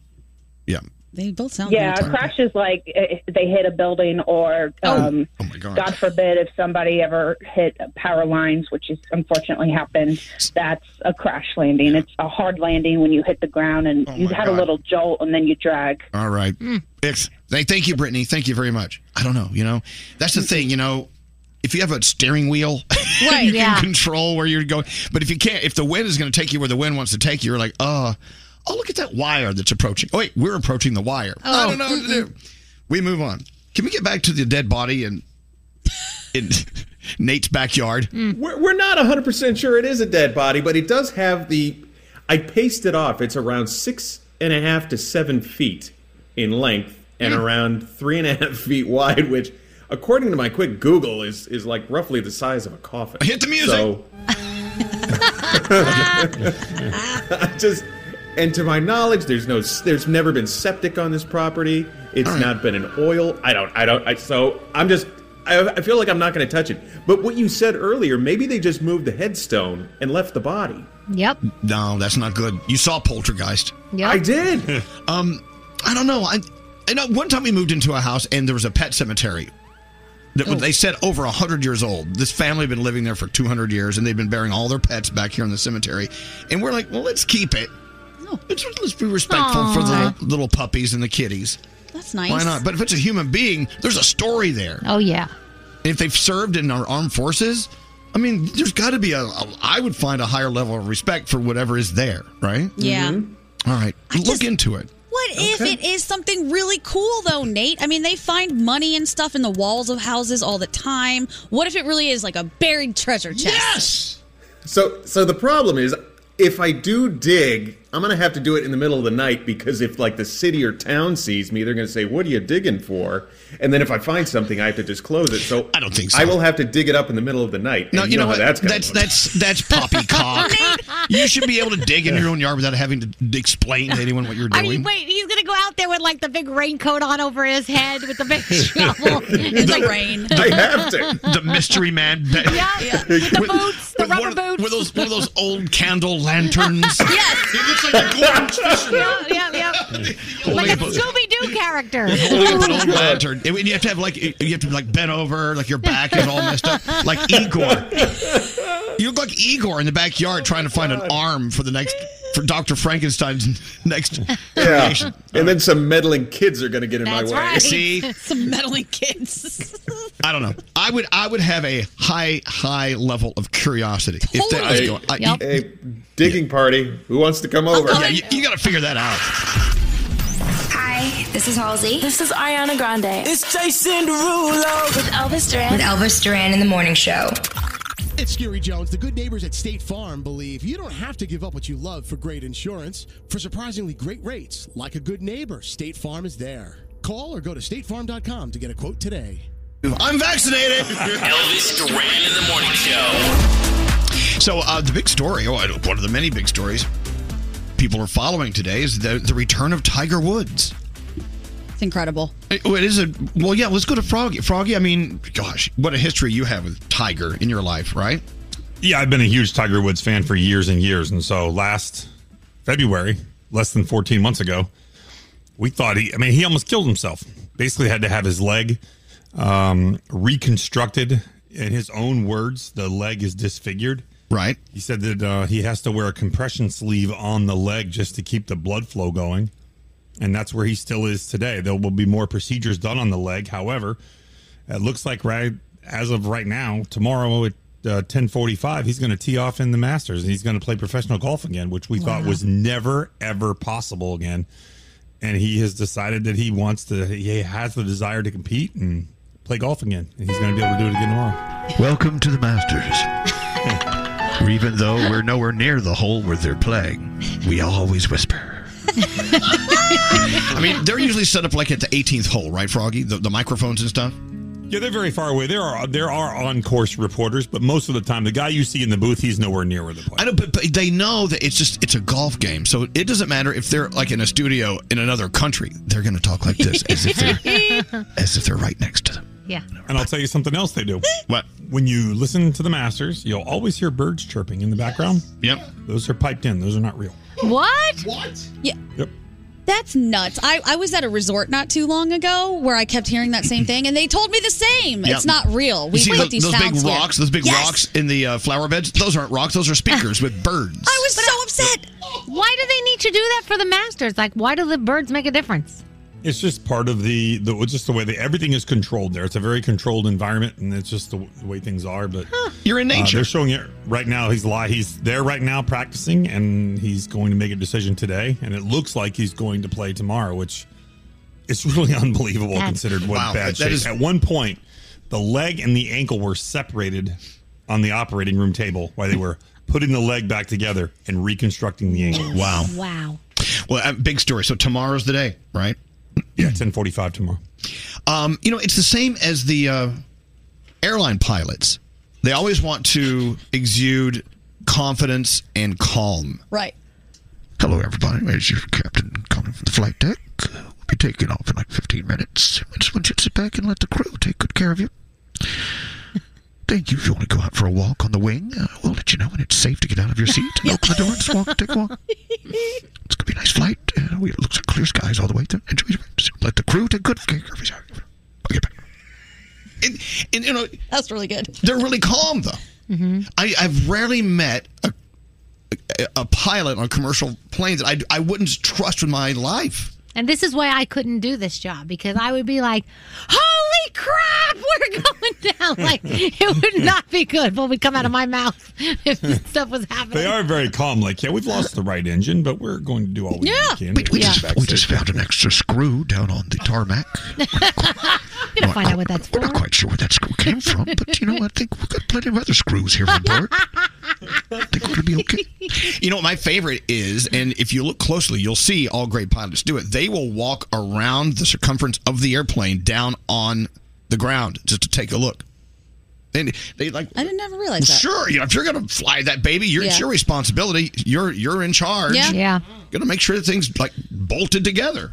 Yeah. They both sound Yeah, really a crash is like eh, they hit a building or, um, God. forbid, if somebody ever hit power lines, which is unfortunately happened. That's a crash landing. It's a hard landing when you hit the ground and you had a little jolt and then you drag. All right. Mm. Ex- Thank thank you, Brittany. Thank you very much. I don't know. You know, that's the thing. You know, if you have a steering wheel, Right, you yeah. can control where you're going. But if you can't, if the wind is going to take you where the wind wants to take you, you're like, oh, oh, look at that wire that's approaching. Oh, wait, we're approaching the wire. Oh, I don't know what to do. We move on. Can we get back to the dead body in in Nate's backyard? We're, we're not 100% sure it is a dead body, but it does have the. I paced it off. It's around six and a half to seven feet in length and around three and a half feet wide, which, according to my quick Google, is, is like roughly the size of a coffin. Hit the music! So. I just. And to my knowledge, there's no, there's never been septic on this property. It's not been an oil. I don't, I don't. I, so I'm just, I, I feel like I'm not going to touch it. But what you said earlier, maybe they just moved the headstone and left the body. Yep. No, that's not good. You saw Poltergeist. Yep. I did. um, I don't know. I, I know one time we moved into a house and there was a pet cemetery. That Oh. was- They said over 100 years old. This family had been living there for 200 years and they've been burying all their pets back here in the cemetery. And we're like, well, let's keep it. Let's, let's be respectful for the Oh. Aw. little, little puppies and the kitties. That's nice. Why not? But if it's a human being, there's a story there. Oh yeah. If they've served in our armed forces, I mean, there's got to be a, a. I would find a higher level of respect for whatever is there, right? Yeah. Mhm. Mm-hmm. All right, look into it. What if it is something really cool though, Nate? I mean, they find money and stuff in the walls of houses all the time. What if it really is like a buried treasure chest? Yes. So, so the problem is, if I do dig, I'm going to have to do it in the middle of the night because if like the city or town sees me, they're going to say, "What are you digging for?" And then if I find something, I have to disclose it. So I don't think so. I will have to dig it up in the middle of the night. No, And you know, how what? that's That's gonna that's, look. that's poppycock. you should be able to dig in your own yard without having to d- explain to anyone what you're Are you, doing. wait, he's gonna go out there with like the big raincoat on over his head with the big shovel in the rain. The mystery man. Yeah, The boots, the rubber boots. With those, one of those old candle lanterns. Yes. It looks like a Gordon's Yeah, yeah, yeah. Only like a book. Scooby new character. You're holding up an old lantern. And you have to have like you have to like bent over, like your back is all messed up, like Igor. You look like Igor in the backyard trying to find Oh, an arm for the next for Doctor Frankenstein's next Yeah. and then some meddling kids are going to get in That's my way. right. See? Some meddling kids. I don't know. I would I would have a high high level of curiosity if that was Hey, going. I, hey, digging party. Who wants to come over? Yeah, you, you got to figure that out. Hi, this is Halsey. This is Ariana Grande. It's Jason Derulo with Elvis Duran. With Elvis Duran in the morning show. It's Scary Jones. The good neighbors at State Farm believe you don't have to give up what you love for great insurance. For surprisingly great rates, like a good neighbor, State Farm is there. Call or go to statefarm.com to get a quote today. I'm vaccinated. Elvis Duran in the morning show. So uh, the big story, oh, I- one of the many big stories people are following today is the, the return of Tiger Woods. It's incredible. It, oh, it is a well, yeah. Let's go to Froggy. Froggy, I mean, gosh, what a history you have with Tiger in your life, right? Yeah, I've been a huge Tiger Woods fan for years and years. And so last February, less than 14 months ago, we thought he, I mean, he almost killed himself. Basically, had to have his leg um, reconstructed. In his own words, the leg is disfigured. Right. He said that uh, he has to wear a compression sleeve on the leg just to keep the blood flow going. And that's where he still is today. There will be more procedures done on the leg. However, it looks like right as of right now, tomorrow at uh, ten forty-five, he's going to tee off in the Masters, and he's going to play professional golf again, which we thought Wow. was never ever possible again. And he has decided that he wants to. He has the desire to compete and play golf again, and he's going to be able to do it again tomorrow. Welcome to the Masters. Where even though we're nowhere near the hole where they're playing, we always whisper. I mean, they're usually set up like at the 18th hole, right, Froggy? The, the microphones and stuff. Yeah, they're very far away. There are there are on course reporters, but most of the time, the guy you see in the booth, he's nowhere near where the I know, but, but they know that it's just it's a golf game, so it doesn't matter if they're like in a studio in another country. They're going to talk like this as if they're as if they're right next to them. yeah. And I'll tell you something else they do. What? When you listen to the Masters, you'll always hear birds chirping in the background. Yep. Those are piped in. Those are not real. What? What? Yeah. Yep. That's nuts. I, I was at a resort not too long ago where I kept hearing that same thing, and they told me the same. Yep. It's not real. We you see put those, these those big sounds here. rocks, those big Yes. rocks in the uh, flower beds. Those aren't rocks; those are speakers with birds. I was so upset. Why do they need to do that for the Masters? Like, why do the birds make a difference? It's just part of the the it's just the way that everything is controlled there. It's a very controlled environment, and it's just the, w- the way things are. But uh, you're in nature. they're showing it right now. He's li He's there right now practicing, and he's going to make a decision today. And it looks like he's going to play tomorrow, which is really unbelievable That's- considered what Wow, bad that shape. is- At one point, the leg and the ankle were separated on the operating room table while they were putting the leg back together and reconstructing the ankle. Wow. Wow. Well, uh, big story. So tomorrow's the day, right? Yeah, ten forty-five tomorrow. Um, you know, it's the same as the uh, airline pilots. They always want to exude confidence and calm. Right. Hello, everybody. It's your captain calling from the flight deck. Uh, We'll be taking off in like 15 minutes. I just want you to sit back and let the crew take good care of you. Thank you. If you want to go out for a walk on the wing, uh, we'll let you know when it's safe to get out of your seat. And open the door and just walk, take a walk. It's going to be a nice flight. Uh, we- it looks like clear skies all the way through. Enjoy your just Let the crew take good care of you. And, and you know, That's really good. They're really calm, though. Mm-hmm. I, I've rarely met a, a, a pilot on a commercial plane that I, I wouldn't trust with my life. And this is why I couldn't do this job because I would be like, "Holy crap, we're going down!" Like it would not be good what would come out of my mouth if this stuff was happening. They are very calm. Like, yeah, we've lost the right engine, but we're going to do all we Yeah. can. We- we just- We just found an extra screw down on the tarmac. I'm gonna find out what that's for. Quite sure where that screw came from, but you know, I think we've got plenty of other screws here on board. think we're gonna be okay. You know, what my favorite is, and if you look closely, you'll see all great pilots do it. They will walk around the circumference of the airplane down on the ground just to take a look. And they like. I didn't ever realize that. Sure, you know, if you're gonna fly that baby, you're, it's Yeah. your responsibility. You're you're in charge. Yeah. Yeah. Gonna make sure that things like bolted together.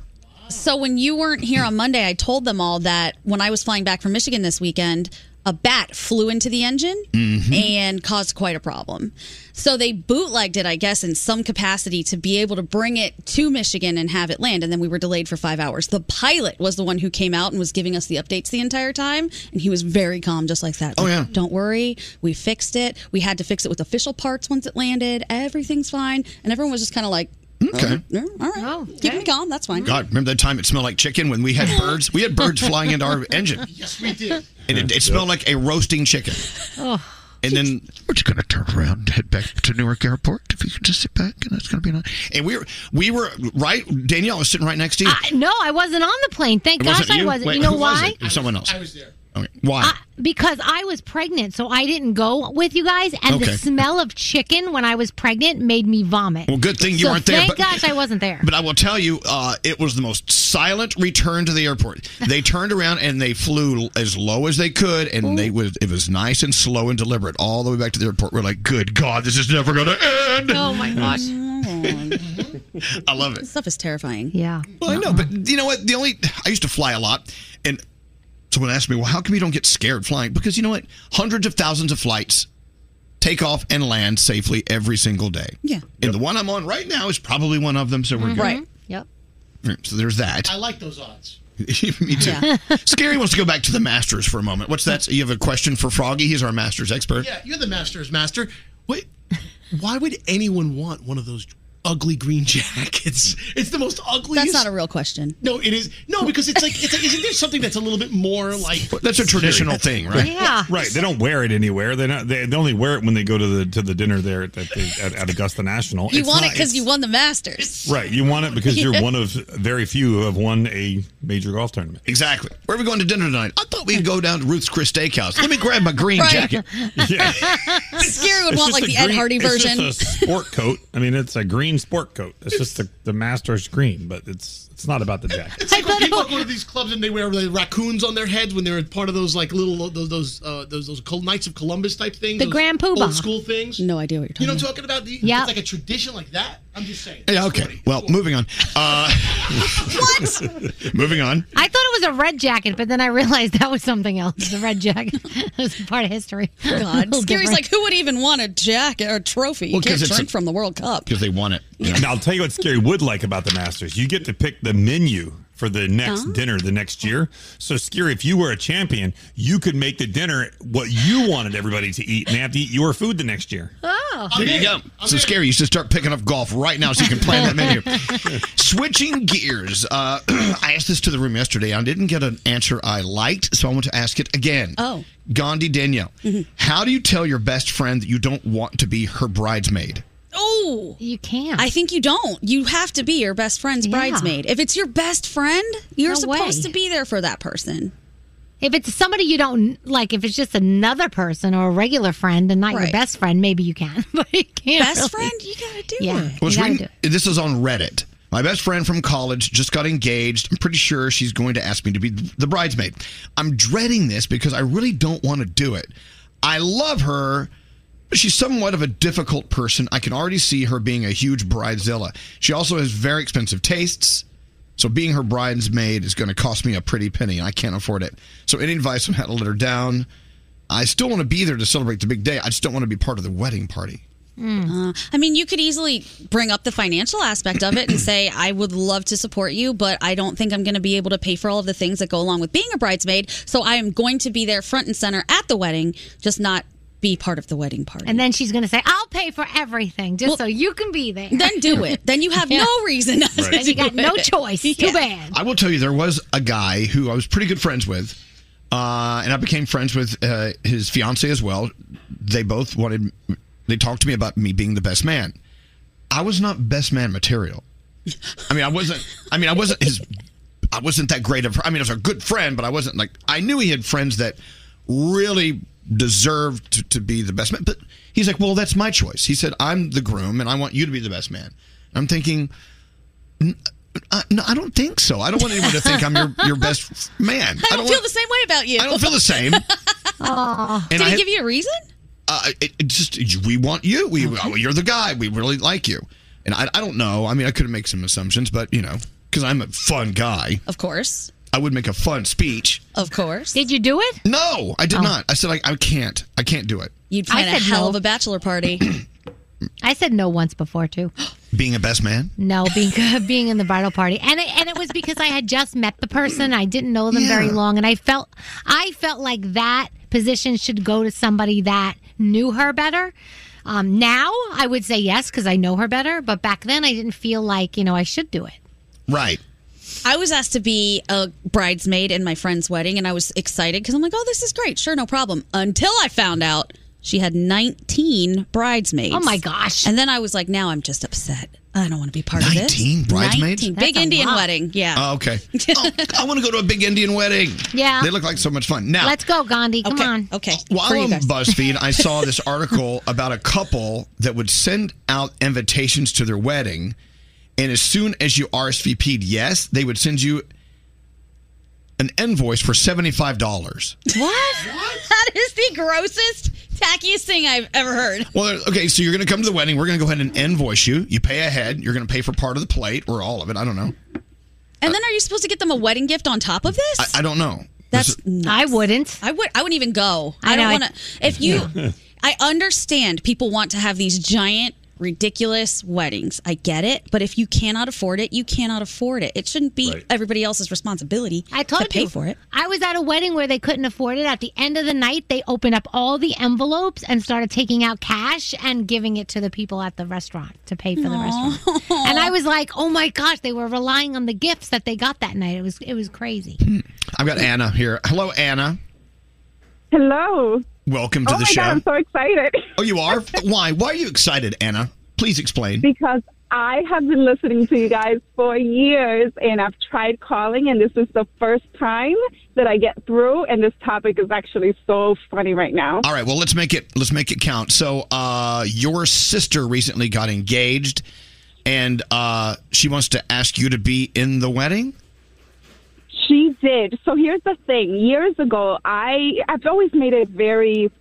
So when you weren't here on Monday, I told them all that when I was flying back from Michigan this weekend, a bat flew into the engine Mm-hmm. Mhm. and caused quite a problem. So they bootlegged it, I guess, in some capacity to be able to bring it to Michigan and have it land. And then we were delayed for five hours. The pilot was the one who came out and was giving us the updates the entire time. And he was very calm, just like that. Oh, yeah. Don't worry. We fixed it. We had to fix it with official parts once it landed. Everything's fine. And everyone was just kind of like, Uh-huh. Okay. "Mm, all right. Oh, Keep me calm. That's fine. God, remember that time it smelled like chicken when we had birds? We had birds flying into our engine. Yes, we did. And it, it smelled like a roasting chicken. Oh. And then we're just gonna turn around and head back to Newark Airport. If you can just sit back, and it's gonna be nice. And we were, we were right. Danielle was sitting right next to you. I- no, I wasn't on the plane. Thank It gosh wasn't I you? wasn't. Wait, you know who was why? it? It was someone else. I was there. Okay. Why? Because I was pregnant, so I didn't go with you guys. And Okay. the smell of chicken when I was pregnant made me vomit. Well, good thing you So weren't there, Thank but- gosh I wasn't there. But I will tell you, uh, it was the most silent return to the airport. They turned around and they flew l- as low as they could, and they was it was nice and slow and deliberate all the way back to the airport. We're like, good God, this is never going to end. Oh, my gosh. I love it. This stuff is terrifying. Yeah. Well, I know, but you know what? The only I used to fly a lot, and someone asked me, "Well, how come you don't get scared flying?" Because you know what? Hundreds of thousands of flights take off and land safely every single day. Yeah. And the one I'm on right now is probably one of them, so Mm-hmm. we're good. Yep. Right, So there's that. I like those odds. Me too. Scary wants to go back to the Masters for a moment. What's that? You have a question for Froggy? He's our Masters expert. Yeah, you're the master's master. Wait, why would anyone want one of those ugly green jackets? It's the most ugly. That's not a real question. No, it is. No, because it's like, it's like isn't there something that's a little bit more like? That's a traditional thing, right? Yeah. Right. They don't wear it anywhere. They not. They, they only wear it when they go to the to the dinner there at the, at, at Augusta National. You It's want it not- because you won the Masters. Right. You want it because you're Yeah. one of very few who have won a major golf tournament. Exactly. Where are we going to dinner tonight? I thought we'd go down to Ruth's Chris Steakhouse. Let me grab my green Right. jacket. Scary would It's want just like a the Ed green- Hardy version. It's just a sport coat. I mean, it's a green sport coat. It's just the, the Masters green, but it's it's not about the jacket. It's like when people go to these clubs and they wear the raccoons on their heads when they're part of those like little those those uh, those, those Col- Knights of Columbus type things. The those Grand Poobah. Old school things. No idea what you're talking You know about. what I'm talking about? Yeah. Yeah. It's like a tradition like that. I'm just saying. Yeah, okay. Well, moving on. Uh, What? moving on. I thought it was a red jacket, but then I realized that was something else. The red jacket was part of history. God, Little Scary's different. like, who would even want a jacket or a trophy? You Well, 'cause can't it's a- drink from the World Cup. Because they want it. And I'll tell you what Scary would like about the Masters. You get to pick the menu for the next dinner the next year. So Scary, if you were a champion, you could make the dinner what you wanted everybody to eat, and they have to eat your food the next year. Oh. There you go. so scary. You should start picking up golf right now so you can plan that menu. Switching gears. Uh, I asked this to the room yesterday. I didn't get an answer I liked, so I want to ask it again. Oh. Gandhi Danielle, how do you tell your best friend that you don't want to be her bridesmaid? Oh, you can't. I think you don't. You have to be your best friend's bridesmaid. If it's your best friend, you're No supposed way. to be there for that person. If it's somebody you don't like, if it's just another person or a regular friend and not your Right. best friend, maybe you can. But you can't. Best really. friend, you gotta do Yeah. I was you gotta reading- this is on Reddit. My best friend from college just got engaged. I'm pretty sure she's going to ask me to be the bridesmaid. I'm dreading this because I really don't want to do it. I love her, but she's somewhat of a difficult person. I can already see her being a huge bridezilla. She also has very expensive tastes. So being her bridesmaid is going to cost me a pretty penny, and I can't afford it. So any advice on how to let her down? I still want to be there to celebrate the big day. I just don't want to be part of the wedding party. Mm. Uh, I mean, you could easily bring up the financial aspect of it and say, I would love to support you, but I don't think I'm going to be able to pay for all of the things that go along with being a bridesmaid. So I am going to be there front and center at the wedding, just not be part of the wedding party. And then she's going to say, I'll pay for everything just so you can be there. Then do it. Then you have Yeah. no reason. Not Right. to Then you got do no it. choice. Too bad. I will tell you, there was a guy who I was pretty good friends with, uh, and I became friends with uh, his fiance as well. They both wanted, they talked to me about me being the best man. I was not best man material. I mean, I wasn't. I mean, I wasn't his. I wasn't that great of. I mean, I was a good friend, but I wasn't like. I knew he had friends that really deserved to, to be the best man. But he's like, well, that's my choice. He said, I'm the groom, and I want you to be the best man. I'm thinking, "N- I, no, I don't think so. I don't want anyone to think I'm your your best man. I don't feel want- the same way about you. I don't feel the same. Aw. And Did I he had- give you a reason? uh, it, it just we want you. We oh, you're the guy. We really like you. And I, I don't know. I mean, I could make some assumptions, but you know, because I'm a fun guy. Of course. I would make a fun speech. Of course. Did you do it? No, I did Oh. not. I said I, I can't. I can't do it. You'd I plan a said hell no. of a bachelor party. I said no once before too. Being a best man. No, being being in the bridal party, and it, and it was because I had just met the person. I didn't know them very Yeah. long, and I felt I felt like that position should go to somebody that knew her better. Um, now I would say yes because I know her better, but back then I didn't feel like you know I should do it. Right. I was asked to be a bridesmaid in my friend's wedding, and I was excited because I'm like, oh, this is great. Sure, no problem. Until I found out she had 19 bridesmaids. Oh, my gosh. And then I was like, now I'm just upset. I don't want to be part of this. 19 bridesmaids? 19. Big That's a Indian lot. wedding. Yeah. Oh, okay. Oh, I want to go to a big Indian wedding. Yeah. They look like so much fun. Now, Let's go, Gandhi. Come on. Okay. While on BuzzFeed, I saw this article about a couple that would send out invitations to their wedding, and as soon as you RSVP'd yes, they would send you an invoice for seventy-five dollars. What? that is the grossest, tackiest thing I've ever heard. Well, okay, so you're going to come to the wedding. We're going to go ahead and invoice you. You pay ahead. You're going to pay for part of the plate or all of it. I don't know. And then are you supposed to get them a wedding gift on top of this? I, I don't know. That's I wouldn't. I would. I wouldn't even go. I I, know, don't I- want to. If you, I understand people want to have these giant, ridiculous weddings. I get it. But if you cannot afford it, you cannot afford it. It shouldn't be everybody else's responsibility I told to pay you. for it. I was at a wedding where they couldn't afford it. At the end of the night, they opened up all the envelopes and started taking out cash and giving it to the people at the restaurant to pay for the restaurant. And I was like, "Oh my gosh!" They were relying on the gifts that they got that night. It was it was crazy. Hmm. I've got Anna here. Hello, Anna. Hello. Welcome to oh the my show. God, I'm so excited oh, you are? Why? Why are you excited, Anna? Please explain. because I have been listening to you guys for years and I've tried calling and this is the first time that I get through and this topic is actually so funny right now. All right, well let's make it let's make it count. So uh your sister recently got engaged and uh she wants to ask you to be in the wedding? She did. So here's the thing. Years ago, I I've always made it very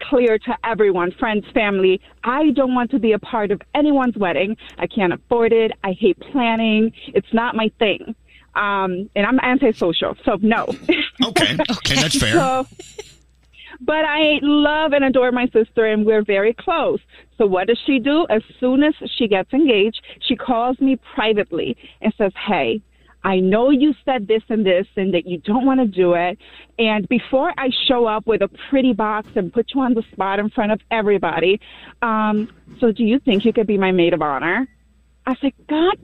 clear to everyone, friends, family, I don't want to be a part of anyone's wedding. I can't afford it. I hate planning. It's not my thing. Um, and I'm antisocial, so no. Okay. okay, that's fair. So, but I love and adore my sister, and we're very close. So what does she do? As soon as she gets engaged, she calls me privately and says, "Hey, I know you said this and this, and that you don't want to do it. And before I show up with a pretty box and put you on the spot in front of everybody, um, so do you think you could be my maid of honor?" I said, God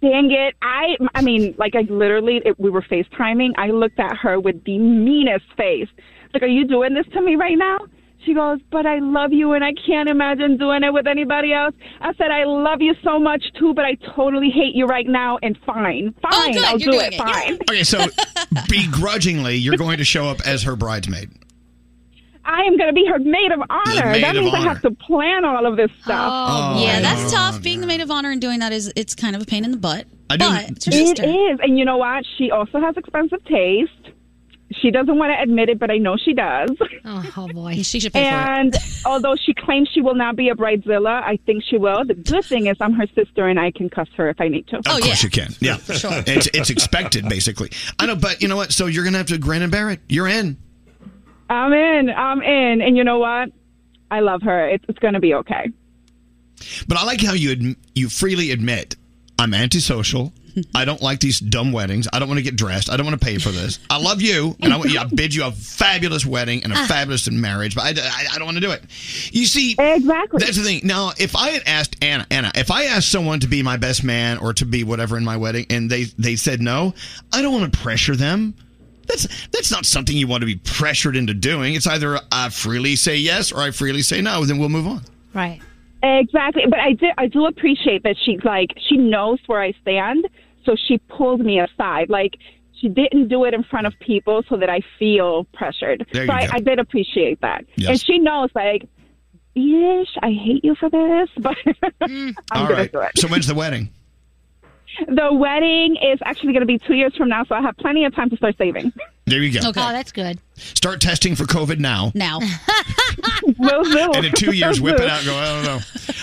dang it. I I mean, like I literally it, we were FaceTiming. I looked at her with the meanest face. Like, are you doing this to me right now? She goes, but I love you and I can't imagine doing it with anybody else. I said, I love you so much too, but I totally hate you right now and fine. Fine, Oh, good, I'll you're do doing it, it. fine. Okay, so begrudgingly you're going to show up as her bridesmaid. I am gonna be her maid of honor. maid that of means I honor. have to plan all of this stuff. Oh, yeah, my that's God. tough. Being the maid of honor and doing that is it's kind of a pain in the butt. I do- But it's your It sister. is. And you know what? She also has expensive taste. She doesn't want to admit it, but I know she does. Oh, boy. She should pay for it. And although she claims she will not be a bridezilla, I think she will. The good thing is I'm her sister and I can cuss her if I need to. Oh, Of course you can. Yeah. sure. It's it's expected basically. I know, but you know what? So you're gonna have to grin and bear it. You're in. I'm in. I'm in. And you know what? I love her. It's, it's going to be okay. But I like how you adm- you freely admit I'm antisocial. I don't like these dumb weddings. I don't want to get dressed. I don't want to pay for this. I love you, and I, want you, I bid you a fabulous wedding and Ah. a fabulous marriage, but I, I, I don't want to do it. You see, exactly. That's the thing. Now, if I had asked Anna, Anna, if I asked someone to be my best man or to be whatever in my wedding, and they they said no, I don't want to pressure them. That's that's not something you want to be pressured into doing. It's either I freely say yes or I freely say no. Then we'll move on. Right. Exactly. But I do, I do appreciate that she's like, she knows where I stand. So she pulled me aside. Like, she didn't do it in front of people so that I feel pressured. There so you I, go. I did appreciate that. Yes. And she knows, like, Bish, I hate you for this, but I'm All gonna right. do it. So when's the wedding? The wedding is actually going to be two years from now, so I have plenty of time to start saving. There you go. Oh, that's good. Start testing for COVID now. Now. Will do. And in two years, Will whip it do. out and go, I don't know.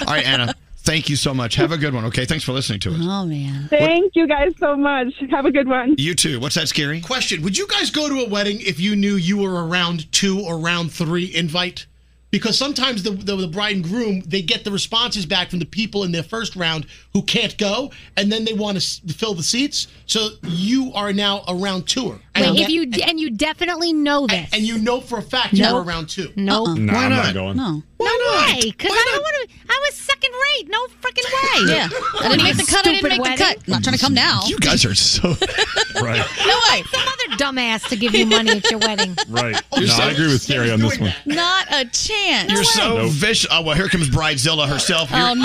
All right, Anna. Thank you so much. Have a good one. Okay, thanks for listening to us. Uh-huh. Oh man. Thank you guys so much. Have a good one. You too. What's that scary? Question: Would you guys go to a wedding if you knew you were a round two or round three invite? Because sometimes the, the the bride and groom they get the responses back from the people in their first round who can't go, and then they want to fill the seats. So you are now a round tour. Wait, if you and you definitely know this, and you know for a fact you were a round two. No, Uh-uh. no, Why I'm not not? going. No, no way. Because I don't want to. I was second rate. No freaking way. Yeah. I didn't make the cut. I didn't Stupid make the wedding. cut. I'm not trying to come now. You guys are so right. No way. Some other dumbass to give you money at your wedding. Right. No, I agree with Gary on this one. Not a chance. You're so vicious. Oh, well, here comes Bridezilla herself. Oh You're-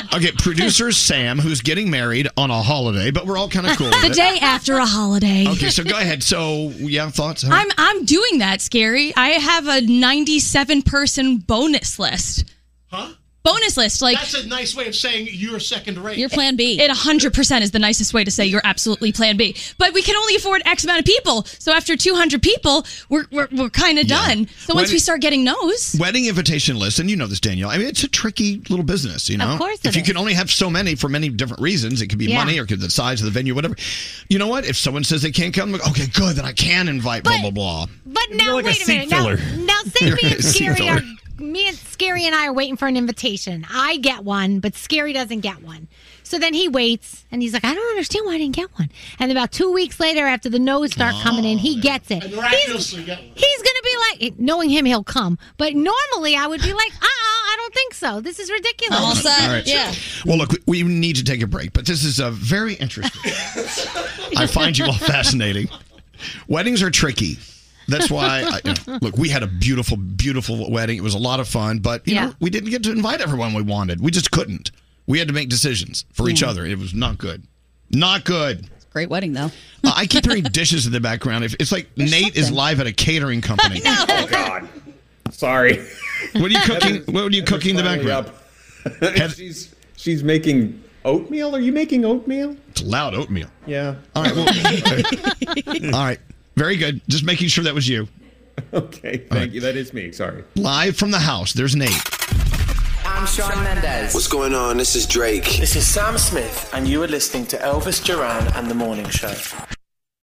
no. Okay, producer Sam, who's getting married on a holiday, but we're all kind of cool. with the it. day after a holiday. Okay, so go ahead. So you have thoughts? I'm I'm doing that. Scary. I have a 97 person bonus list. Huh? Bonus list. Like That's a nice way of saying you're second rate. It 100% is the nicest way to say you're absolutely plan B. But we can only afford X amount of people. So after 200 people, we're, we're, we're kind of done. So When- once we start getting no's, Wedding invitation list, and you know this, Danielle. I mean, it's a tricky little business, you Of know. course if it you is. can only have so many for many different reasons, it could be Yeah. money or it could be the size of the venue, whatever. You know what? If someone says they can't come, like, okay, good, then I can invite blah blah blah. But now, like a wait a, minute. seat Now, filler. now, say me and Seat Scary filler. are me and Scary and I are waiting for an invitation. I get one, but Scary doesn't get one. So then he waits and he's like, I don't understand why I didn't get one. And about two weeks later, after the no's start coming in, Oh, he gets it. He's, Miraculously, yeah. he's gonna be like, knowing him, he'll come. But normally, I would be like, uh, uh I don't think so. This is ridiculous. Well, look, we, we need to take a break, but this is a very interesting. Oh, I find you all fascinating. Weddings are tricky. That's why, I, you know, look, we had a beautiful, beautiful wedding. It was a lot of fun, but you Yeah. know, we didn't get to invite everyone we wanted. We just couldn't. We had to make decisions for each Yeah. other. It was not good. Not good. Mm. Great wedding though. I keep hearing dishes in the background. If- It's like Nate is live at a catering company. Oh God. Sorry. What are you cooking? What are you cooking in the background? she's she's making oatmeal. Are you making oatmeal? It's loud oatmeal. Yeah. All right. Well, all right. Very good. Just making sure that was you. Okay. Thank you. That is me. Sorry. Live from the house. There's Nate. I'm Sean Mendez. What's going on? This is Drake. This is Sam Smith, and you are listening to Elvis Duran and The Morning Show.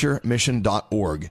stbonaventuremission.org.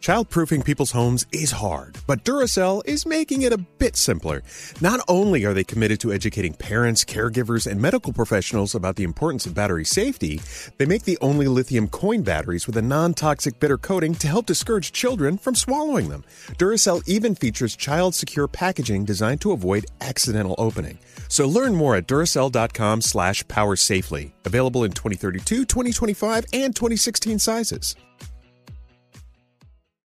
Childproofing people's homes is hard, but Duracell is making it a bit simpler. Not only are they committed to educating parents, caregivers, and medical professionals about the importance of battery safety, they make the only lithium coin batteries with a non toxic bitter coating to help discourage children from swallowing them. Duracell even features child secure packaging designed to avoid accidental opening. So learn more at duracell.com slash power safely. Available in 2032, 2025, and 2016 sizes.